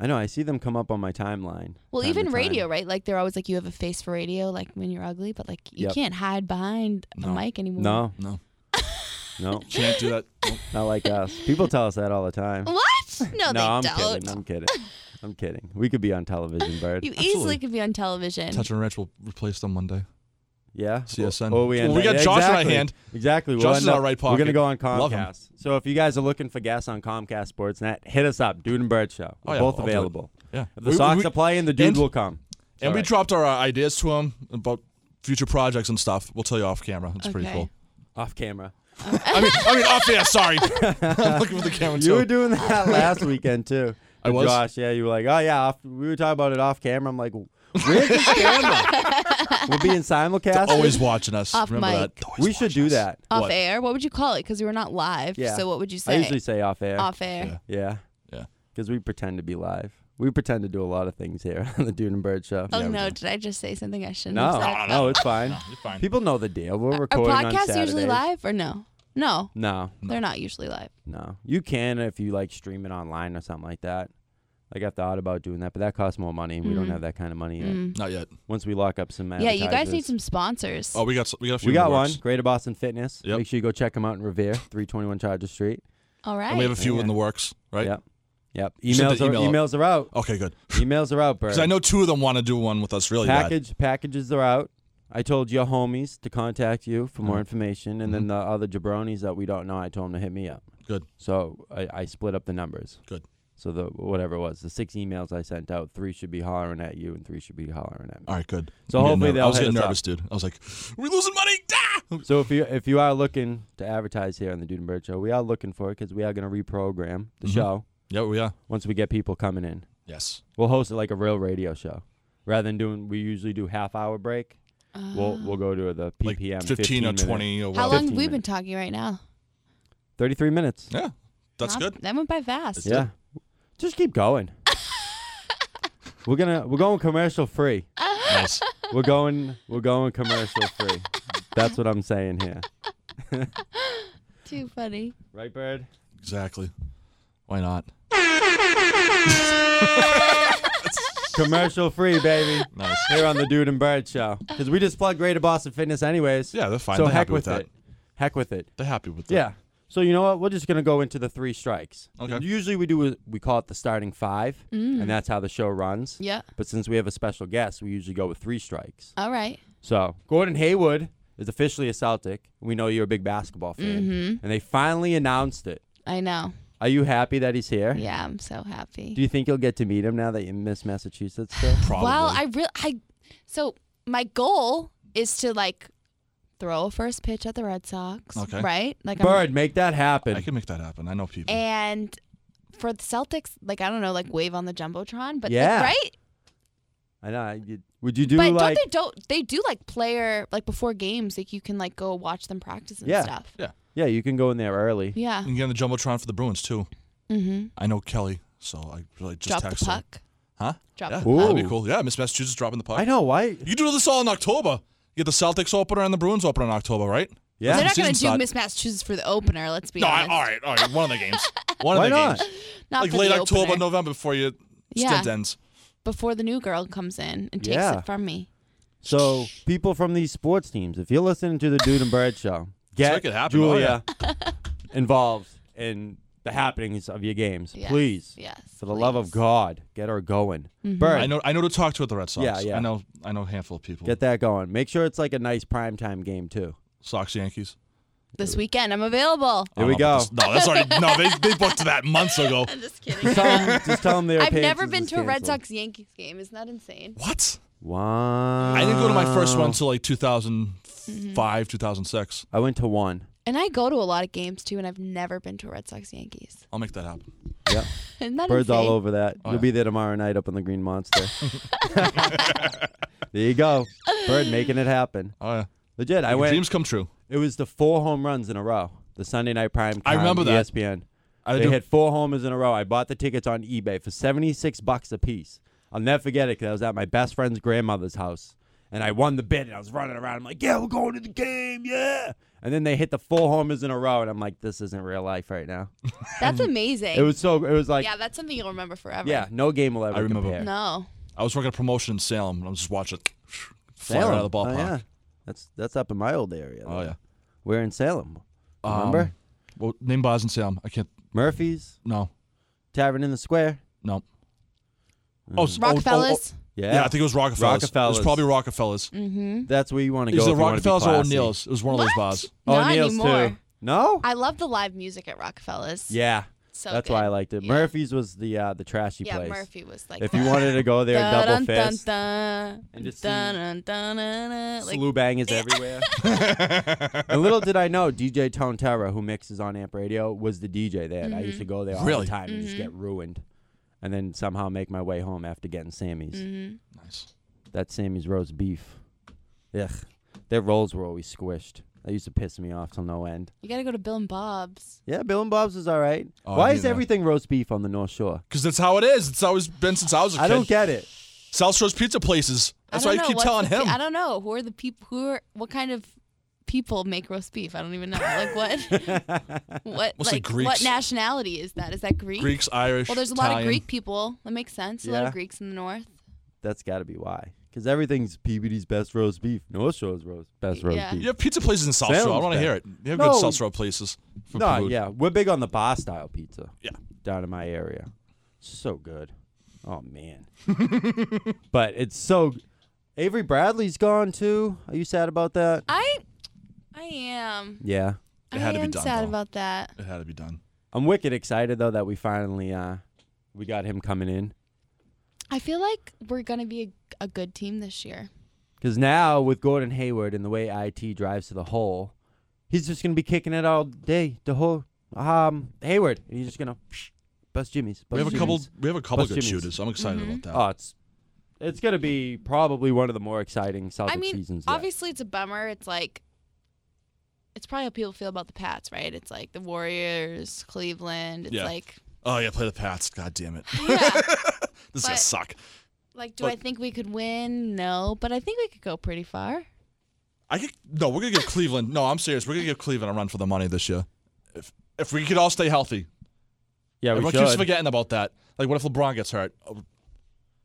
[SPEAKER 1] I know. I see them come up on my timeline. time
[SPEAKER 3] Well,
[SPEAKER 1] to
[SPEAKER 3] even
[SPEAKER 1] time.
[SPEAKER 3] radio, right? Like they're always like, you have a face for radio, like when you're ugly, but like you
[SPEAKER 1] Yep.
[SPEAKER 3] can't hide behind
[SPEAKER 2] No.
[SPEAKER 3] a mic anymore.
[SPEAKER 1] No,
[SPEAKER 2] No,
[SPEAKER 1] no,
[SPEAKER 2] can't do that. Nope.
[SPEAKER 1] not like us. People tell us that all the time.
[SPEAKER 3] <laughs> What? No, they
[SPEAKER 1] I'm
[SPEAKER 3] don't.
[SPEAKER 1] kidding. I'm
[SPEAKER 3] <laughs>
[SPEAKER 1] kidding. I'm kidding. We could be on television, Bird.
[SPEAKER 3] You
[SPEAKER 2] Absolutely.
[SPEAKER 3] easily could be on television.
[SPEAKER 2] Touch and Ranch will replace them one day.
[SPEAKER 1] Yeah.
[SPEAKER 2] CSN.
[SPEAKER 1] Well, we,
[SPEAKER 2] Well,
[SPEAKER 1] end
[SPEAKER 2] we
[SPEAKER 1] up-
[SPEAKER 2] got
[SPEAKER 1] yeah,
[SPEAKER 2] Josh in our
[SPEAKER 1] exactly.
[SPEAKER 2] hand.
[SPEAKER 1] Exactly. We'll
[SPEAKER 2] Josh
[SPEAKER 1] end
[SPEAKER 2] is our
[SPEAKER 1] up-
[SPEAKER 2] right
[SPEAKER 1] We're gonna
[SPEAKER 2] pocket.
[SPEAKER 1] go on
[SPEAKER 2] Love him.
[SPEAKER 1] Comcast. So if you guys are looking for guests on Comcast Sportsnet, hit us up. Dude and Bird Show.
[SPEAKER 2] Oh,
[SPEAKER 1] We're
[SPEAKER 2] yeah,
[SPEAKER 1] both
[SPEAKER 2] I'll do it.
[SPEAKER 1] available.
[SPEAKER 2] Yeah.
[SPEAKER 1] If the
[SPEAKER 2] We-
[SPEAKER 1] Sox
[SPEAKER 2] we-
[SPEAKER 1] are playing, the dude
[SPEAKER 2] and-
[SPEAKER 1] will come.
[SPEAKER 2] And we
[SPEAKER 1] Alright.
[SPEAKER 2] dropped our uh, ideas to him about future projects and stuff. We'll tell you off camera. It's pretty
[SPEAKER 3] Okay.
[SPEAKER 2] cool.
[SPEAKER 1] off camera.
[SPEAKER 2] I mean, I mean off air.
[SPEAKER 3] <laughs>
[SPEAKER 2] Sorry, I'm looking for the camera
[SPEAKER 1] You were
[SPEAKER 2] too.
[SPEAKER 1] doing
[SPEAKER 2] <laughs>
[SPEAKER 1] that last weekend too.
[SPEAKER 2] I was?
[SPEAKER 1] Josh, yeah, you were like, oh yeah, off, we were talking about it off camera. I'm like, where's
[SPEAKER 3] <laughs>
[SPEAKER 1] this camera? we'll be in simulcast.
[SPEAKER 2] Always watching us.
[SPEAKER 3] Off
[SPEAKER 2] Remember
[SPEAKER 3] mic.
[SPEAKER 2] that. Always
[SPEAKER 1] we should
[SPEAKER 2] watching
[SPEAKER 1] do
[SPEAKER 2] us.
[SPEAKER 1] that.
[SPEAKER 3] Off
[SPEAKER 2] What?
[SPEAKER 3] air? What would you call it? Because we were not live.
[SPEAKER 1] Yeah.
[SPEAKER 3] So what would you say?
[SPEAKER 1] I usually say off air
[SPEAKER 3] Off air.
[SPEAKER 2] Yeah.
[SPEAKER 1] Yeah.
[SPEAKER 2] Yeah.
[SPEAKER 1] Because we pretend to be live. We pretend to do a lot of things here <laughs> on the Dude and Bird Show.
[SPEAKER 3] Oh
[SPEAKER 2] Yeah, we
[SPEAKER 3] no!
[SPEAKER 2] do.
[SPEAKER 3] Did I just say something I shouldn't
[SPEAKER 1] No,
[SPEAKER 3] have said?
[SPEAKER 1] no, it's fine.
[SPEAKER 2] No, you're fine.
[SPEAKER 1] People know the deal. We're
[SPEAKER 3] Are
[SPEAKER 1] recording on
[SPEAKER 3] podcasts usually
[SPEAKER 1] Saturdays.
[SPEAKER 3] live or no? No,
[SPEAKER 1] No,
[SPEAKER 3] they're not usually live.
[SPEAKER 1] no. You can if you like stream it online or something like that. Like I've thought about doing that, but that costs more money. and We don't
[SPEAKER 3] Mm.
[SPEAKER 1] have that kind of money yet.
[SPEAKER 3] Mm.
[SPEAKER 2] Not yet.
[SPEAKER 1] Once we lock up some
[SPEAKER 3] Yeah, you guys
[SPEAKER 1] advertisers-
[SPEAKER 3] need some sponsors.
[SPEAKER 2] Oh, we got s- we got a few.
[SPEAKER 1] We
[SPEAKER 2] in the
[SPEAKER 1] got one.
[SPEAKER 2] works.
[SPEAKER 1] Greater Boston Fitness.
[SPEAKER 2] Yep.
[SPEAKER 1] Make sure you go check them out in Revere, 321 Charger Street.
[SPEAKER 3] All right.
[SPEAKER 2] And we have a few
[SPEAKER 1] Yeah.
[SPEAKER 2] in the works, right?
[SPEAKER 1] Yep. Yep.
[SPEAKER 2] sent
[SPEAKER 1] Emails
[SPEAKER 2] the
[SPEAKER 1] are,
[SPEAKER 2] email out.
[SPEAKER 1] emails are out.
[SPEAKER 2] Okay, good.
[SPEAKER 1] emails are
[SPEAKER 2] <laughs>
[SPEAKER 1] out, Bird.
[SPEAKER 2] Because I know two of them want to do one with us really bad.
[SPEAKER 1] Package packages are out. I told your homies to contact you for more
[SPEAKER 2] Mhm.
[SPEAKER 1] information, and then the other jabronis that we don't know, I told them to hit me up.
[SPEAKER 2] Good.
[SPEAKER 1] So I, I split up the numbers.
[SPEAKER 2] Good.
[SPEAKER 1] So the whatever it was, the six emails I sent out, three should be hollering at you, and three should be hollering at me.
[SPEAKER 2] All right, good.
[SPEAKER 1] So
[SPEAKER 2] I'm getting
[SPEAKER 1] hopefully
[SPEAKER 2] nerv-
[SPEAKER 1] they'll
[SPEAKER 2] I was
[SPEAKER 1] hit
[SPEAKER 2] getting
[SPEAKER 1] us
[SPEAKER 2] nervous, dude. I was like, "We losing money." Ah!
[SPEAKER 1] So if you if you are looking to advertise here on the Dude and Bird Show, we are looking for it because we are going to reprogram the
[SPEAKER 2] Mhm.
[SPEAKER 1] show
[SPEAKER 2] Yeah, we are.
[SPEAKER 1] once we get people coming in.
[SPEAKER 2] Yes.
[SPEAKER 1] We'll host it like a real radio show, rather than doing. We usually do half hour break.
[SPEAKER 3] <gasps>
[SPEAKER 1] We'll we'll go to the
[SPEAKER 2] like
[SPEAKER 1] PPM
[SPEAKER 2] 15, or
[SPEAKER 1] minute-
[SPEAKER 2] 20 or
[SPEAKER 3] Uh,
[SPEAKER 2] whatever.
[SPEAKER 3] How long have
[SPEAKER 1] 15
[SPEAKER 3] we been
[SPEAKER 1] minutes.
[SPEAKER 3] talking right now?
[SPEAKER 1] thirty three minutes.
[SPEAKER 2] Yeah, that's
[SPEAKER 3] Not- <laughs>
[SPEAKER 2] good.
[SPEAKER 3] That went by fast.
[SPEAKER 1] yeah, just keep
[SPEAKER 2] <laughs>
[SPEAKER 1] going. we're gonna we're going commercial free.
[SPEAKER 2] Nice.
[SPEAKER 1] We're going we're going commercial free. That's what I'm saying here.
[SPEAKER 3] Too funny.
[SPEAKER 1] Right, Bird.
[SPEAKER 2] Exactly. Why not?
[SPEAKER 1] commercial free, baby.
[SPEAKER 2] Nice.
[SPEAKER 1] Here on the Dude and Bird Show, because we just plug Greater Boston Fitness, anyways.
[SPEAKER 2] Yeah, they're fine.
[SPEAKER 1] So
[SPEAKER 2] they're
[SPEAKER 1] heck
[SPEAKER 2] happy
[SPEAKER 1] with,
[SPEAKER 2] with, that.
[SPEAKER 1] it. Heck with it.
[SPEAKER 2] They're happy with that.
[SPEAKER 1] Yeah. So you know what? We're just gonna go into the three strikes.
[SPEAKER 2] Okay. Hmm.
[SPEAKER 1] Usually we do a, we call it the starting five, and that's how the show runs.
[SPEAKER 3] Mm. Yeah.
[SPEAKER 1] But since we have a special guest, we usually go with three strikes.
[SPEAKER 3] All right.
[SPEAKER 1] So Gordon Haywood is officially a Celtic. We know you're a big basketball fan,
[SPEAKER 3] Mm-hmm.
[SPEAKER 1] and they finally announced it.
[SPEAKER 3] I know.
[SPEAKER 1] Are you happy that he's here?
[SPEAKER 3] Yeah, I'm so happy.
[SPEAKER 1] Do you think you'll get to meet him now that you miss Massachusetts?
[SPEAKER 3] <laughs>
[SPEAKER 1] Still?
[SPEAKER 2] Probably.
[SPEAKER 3] well, I really I so my goal is to like throw a first pitch at the Red Sox,
[SPEAKER 2] Okay.
[SPEAKER 3] right? Like I'm-
[SPEAKER 1] Bird, make that happen.
[SPEAKER 2] I can make that happen. I know people.
[SPEAKER 3] Eh. and for the Celtics, like I don't know, like wave on the jumbotron, but like,
[SPEAKER 1] Yeah.
[SPEAKER 3] right?
[SPEAKER 1] I know. I- you- Would you do
[SPEAKER 3] but
[SPEAKER 1] like?
[SPEAKER 3] don't they don't they do like player like before games, like you can like go watch them practice and
[SPEAKER 1] Yeah.
[SPEAKER 3] stuff.
[SPEAKER 1] yeah, you can go in there early.
[SPEAKER 3] Yeah.
[SPEAKER 2] you can get on the jumbotron for the Bruins too.
[SPEAKER 3] Mm-hmm.
[SPEAKER 2] I know Kelly, so I really Mm. just
[SPEAKER 3] Drop the
[SPEAKER 2] texted. her.
[SPEAKER 3] puck.
[SPEAKER 2] Huh?
[SPEAKER 3] Drop
[SPEAKER 2] Yeah,
[SPEAKER 3] the
[SPEAKER 1] Ooh.
[SPEAKER 3] puck.
[SPEAKER 2] that'd be cool. Yeah, Miss Massachusetts dropping the puck.
[SPEAKER 1] I know. Why?
[SPEAKER 2] You can do this all in October. You get the Celtics opener and the Bruins opener in October, right?
[SPEAKER 1] Yeah.
[SPEAKER 3] They're not
[SPEAKER 2] Season
[SPEAKER 3] going to do
[SPEAKER 2] start.
[SPEAKER 3] Miss Massachusetts for the opener. Let's be
[SPEAKER 2] No, I,
[SPEAKER 3] honest.
[SPEAKER 2] all right, all right.
[SPEAKER 1] <laughs>
[SPEAKER 2] One of the games. One
[SPEAKER 1] Why
[SPEAKER 2] of the
[SPEAKER 1] not?
[SPEAKER 2] games.
[SPEAKER 3] Not
[SPEAKER 2] like
[SPEAKER 3] for
[SPEAKER 2] late
[SPEAKER 3] the
[SPEAKER 2] October,
[SPEAKER 3] opener.
[SPEAKER 2] November before your
[SPEAKER 3] Yeah.
[SPEAKER 2] stint ends.
[SPEAKER 3] before the new girl comes in and takes
[SPEAKER 1] Yeah.
[SPEAKER 3] it from me.
[SPEAKER 1] So people from these sports teams, if you're listening to the Dude and Bird show, get
[SPEAKER 2] Make it happen, oh,
[SPEAKER 1] Julia
[SPEAKER 3] <laughs>
[SPEAKER 1] involved in the happenings of your games,
[SPEAKER 3] Yes,
[SPEAKER 1] please.
[SPEAKER 3] Yes.
[SPEAKER 1] For the love of
[SPEAKER 3] please. Mm-hmm.
[SPEAKER 1] God, get her going. Bird,
[SPEAKER 2] I know. I know to talk to at the Red Sox.
[SPEAKER 1] Yeah, yeah.
[SPEAKER 2] I know. I know a handful of people.
[SPEAKER 1] get that going. Make sure it's like a nice primetime game too.
[SPEAKER 2] Sox, Yankees.
[SPEAKER 3] This weekend, I'm available.
[SPEAKER 2] I don't
[SPEAKER 1] we
[SPEAKER 2] know
[SPEAKER 1] go.
[SPEAKER 2] about this- No, that's already. no, they, they booked that months ago.
[SPEAKER 3] <laughs> I'm
[SPEAKER 1] Just
[SPEAKER 3] just kidding.
[SPEAKER 1] tell
[SPEAKER 3] <laughs>
[SPEAKER 1] 'em- just tell them their
[SPEAKER 3] I've never
[SPEAKER 1] appearances
[SPEAKER 3] been
[SPEAKER 1] is
[SPEAKER 3] to a Red
[SPEAKER 1] canceled.
[SPEAKER 3] Sox Yankees game. Isn't that insane?
[SPEAKER 2] What?
[SPEAKER 1] Wow.
[SPEAKER 2] I didn't go to my first one until like 2005, 2006.
[SPEAKER 1] I went to one.
[SPEAKER 3] And I go to a lot of games too, and I've never been to a Red Sox Yankees. <laughs>
[SPEAKER 2] I'll make that happen.
[SPEAKER 1] Yep.
[SPEAKER 3] Isn't that
[SPEAKER 1] Birds all
[SPEAKER 3] insane?
[SPEAKER 1] over that. You'll
[SPEAKER 2] Oh, yeah.
[SPEAKER 1] be there tomorrow night up on the Green
[SPEAKER 2] <laughs>
[SPEAKER 1] Monster. <laughs> there you go. Bird making it happen.
[SPEAKER 2] Oh yeah.
[SPEAKER 1] Legit. I
[SPEAKER 2] Your
[SPEAKER 1] went.
[SPEAKER 2] dreams come true.
[SPEAKER 1] It was the four home runs in a row. The Sunday night E prime.
[SPEAKER 2] I
[SPEAKER 1] time,
[SPEAKER 2] remember that.
[SPEAKER 1] ESPN.
[SPEAKER 2] I
[SPEAKER 1] They
[SPEAKER 2] do.
[SPEAKER 1] hit four homers in a row. I bought the tickets on eBay for seventy six bucks a piece. I'll never forget it because I was at my best friend's grandmother's house and I won the bid and I was running around. I'm like, yeah, we're going to the game, yeah. And then they hit the four homers in a row and I'm like, this isn't real life right now.
[SPEAKER 3] That's amazing.
[SPEAKER 1] It was so. It was like,
[SPEAKER 3] yeah,
[SPEAKER 1] yeah,
[SPEAKER 3] that's something you'll remember forever.
[SPEAKER 1] no game will ever
[SPEAKER 2] I remember.
[SPEAKER 1] compare.
[SPEAKER 3] No.
[SPEAKER 2] I was working a promotion in Salem, and I was just watching it fly
[SPEAKER 1] Salem.
[SPEAKER 2] right out of the
[SPEAKER 1] Oh,
[SPEAKER 2] ballpark.
[SPEAKER 1] yeah. That's that's up in my old area.
[SPEAKER 2] Oh, yeah.
[SPEAKER 1] We're in Salem.
[SPEAKER 2] Um,
[SPEAKER 1] Remember?
[SPEAKER 2] well, name bars in Salem. I can't.
[SPEAKER 1] Murphy's
[SPEAKER 2] No,
[SPEAKER 1] Tavern in the Square.
[SPEAKER 2] no. Oh, s- oh, oh,
[SPEAKER 3] Rockefellers.
[SPEAKER 1] Yeah.
[SPEAKER 2] Oh, yeah, I think it was Rockefellers.
[SPEAKER 1] Mm. Rockefellers.
[SPEAKER 2] It was probably Rockefellers.
[SPEAKER 3] Mm-hmm.
[SPEAKER 1] that's where you want to go.
[SPEAKER 2] Is it
[SPEAKER 1] if you wanna be
[SPEAKER 2] Rockefellers or
[SPEAKER 1] classy.
[SPEAKER 2] O'Neill's? It was one of those
[SPEAKER 3] What?
[SPEAKER 2] bars.
[SPEAKER 3] Not
[SPEAKER 1] O'Neill's
[SPEAKER 3] anymore.
[SPEAKER 1] Oh, too. No.
[SPEAKER 3] I love the live music at Rockefellers.
[SPEAKER 1] Yeah,
[SPEAKER 3] So
[SPEAKER 1] that's
[SPEAKER 3] good.
[SPEAKER 1] why I liked it.
[SPEAKER 3] Yeah.
[SPEAKER 1] Murphy's was the uh, the trashy
[SPEAKER 3] yeah,
[SPEAKER 1] place.
[SPEAKER 3] Murphy was like.
[SPEAKER 1] If
[SPEAKER 3] that.
[SPEAKER 1] you wanted to
[SPEAKER 3] <laughs>
[SPEAKER 1] go there and double
[SPEAKER 3] Dun, dun,
[SPEAKER 1] fist,
[SPEAKER 3] dun,
[SPEAKER 1] and just see-
[SPEAKER 3] dun, dun, dun, dun, dun, like,
[SPEAKER 1] slew bang is
[SPEAKER 3] <laughs>
[SPEAKER 1] everywhere.
[SPEAKER 2] <laughs>
[SPEAKER 1] and little did I know, DJ Tone Terra, who mixes on Amp Radio, was the DJ there. I
[SPEAKER 3] Mm-hmm.
[SPEAKER 1] used to go there all
[SPEAKER 2] Really?
[SPEAKER 1] the time and just get ruined, and then somehow make my way home after getting Sammy's.
[SPEAKER 3] Mm-hmm.
[SPEAKER 2] Nice.
[SPEAKER 1] That's Sammy's roast beef. Ugh, their rolls were always squished. That used to piss me off till no end.
[SPEAKER 3] you gotta go to Bill and Bob's.
[SPEAKER 1] Yeah, Bill and Bob's is all right.
[SPEAKER 2] Oh,
[SPEAKER 1] Why
[SPEAKER 2] I
[SPEAKER 1] is
[SPEAKER 2] knew that.
[SPEAKER 1] everything roast beef on the North Shore?
[SPEAKER 2] Because that's how it is. It's always been since I was a kid.
[SPEAKER 1] I don't get it.
[SPEAKER 2] South Shore's pizza places. That's
[SPEAKER 3] I
[SPEAKER 2] why
[SPEAKER 3] don't
[SPEAKER 2] I
[SPEAKER 3] know,
[SPEAKER 2] keep
[SPEAKER 3] what's
[SPEAKER 2] telling
[SPEAKER 3] the-
[SPEAKER 2] him.
[SPEAKER 3] I don't know who are the people who are what kind of people make roast beef. I don't even know. Like
[SPEAKER 1] <laughs>
[SPEAKER 3] what? what? <laughs>
[SPEAKER 2] Mostly
[SPEAKER 3] like
[SPEAKER 2] Greeks.
[SPEAKER 3] what nationality is that? Is that Greek?
[SPEAKER 2] Greeks, Irish.
[SPEAKER 3] Well, there's a lot
[SPEAKER 2] Italian.
[SPEAKER 3] of Greek people. That makes sense. A lot
[SPEAKER 1] Yeah.
[SPEAKER 3] of Greeks in the north.
[SPEAKER 1] That's got to be why. Because everything's Peabody's best roast beef. North Shore's roast best roast
[SPEAKER 3] Yeah.
[SPEAKER 1] beef.
[SPEAKER 2] You have pizza places in South Shore. I
[SPEAKER 1] Sounds
[SPEAKER 2] want to
[SPEAKER 1] bad.
[SPEAKER 2] hear it. You have
[SPEAKER 1] No.
[SPEAKER 2] good South Shore places.
[SPEAKER 1] <laughs>
[SPEAKER 2] For
[SPEAKER 1] No,
[SPEAKER 2] food.
[SPEAKER 1] yeah, we're big on the bar style pizza.
[SPEAKER 2] Yeah.
[SPEAKER 1] down in my area, so good. Oh man, but it's so. Avery Bradley's gone too. Are you sad about that?
[SPEAKER 3] I, I am.
[SPEAKER 1] Yeah,
[SPEAKER 2] It had
[SPEAKER 3] I
[SPEAKER 2] to be
[SPEAKER 3] am
[SPEAKER 2] done,
[SPEAKER 3] sad
[SPEAKER 2] though.
[SPEAKER 3] about that.
[SPEAKER 2] <laughs> It had to be done.
[SPEAKER 1] I'm wicked excited though that we finally uh we got him coming in
[SPEAKER 3] I feel like we're gonna be a, a good team this year.
[SPEAKER 1] because now with Gordon Hayward and the way it drives to the hole, he's just gonna be kicking it all day. The whole um Hayward, and he's just gonna bust Jimmy's.
[SPEAKER 2] We
[SPEAKER 1] bust
[SPEAKER 2] have a couple.
[SPEAKER 1] Jimmy's.
[SPEAKER 2] We have a couple
[SPEAKER 1] Bus
[SPEAKER 2] good
[SPEAKER 1] Jimmy's.
[SPEAKER 2] shooters. I'm excited
[SPEAKER 3] Mm-hmm.
[SPEAKER 2] about that.
[SPEAKER 1] Oh, it's it's gonna be probably one of the more exciting Celtics
[SPEAKER 3] I mean,
[SPEAKER 1] seasons. yet.
[SPEAKER 3] obviously it's a bummer. It's like, it's probably how people feel about the Pats, right? It's like the Warriors, Cleveland. It's
[SPEAKER 2] Yeah.
[SPEAKER 3] like,
[SPEAKER 2] oh yeah, play the Pats. God damn it.
[SPEAKER 3] yeah.
[SPEAKER 2] <laughs> This is
[SPEAKER 3] But-
[SPEAKER 2] gonna suck.
[SPEAKER 3] Like, do I
[SPEAKER 2] But-
[SPEAKER 3] think we could win? No, but I think we could go pretty far.
[SPEAKER 2] I could, no, we're gonna give Cleveland. No, I'm serious. We're gonna give Cleveland a run for the money this year. If if we could all stay healthy,
[SPEAKER 1] yeah, we
[SPEAKER 2] everyone
[SPEAKER 1] should.
[SPEAKER 2] keeps forgetting about that. Like, what if LeBron gets hurt? Oh,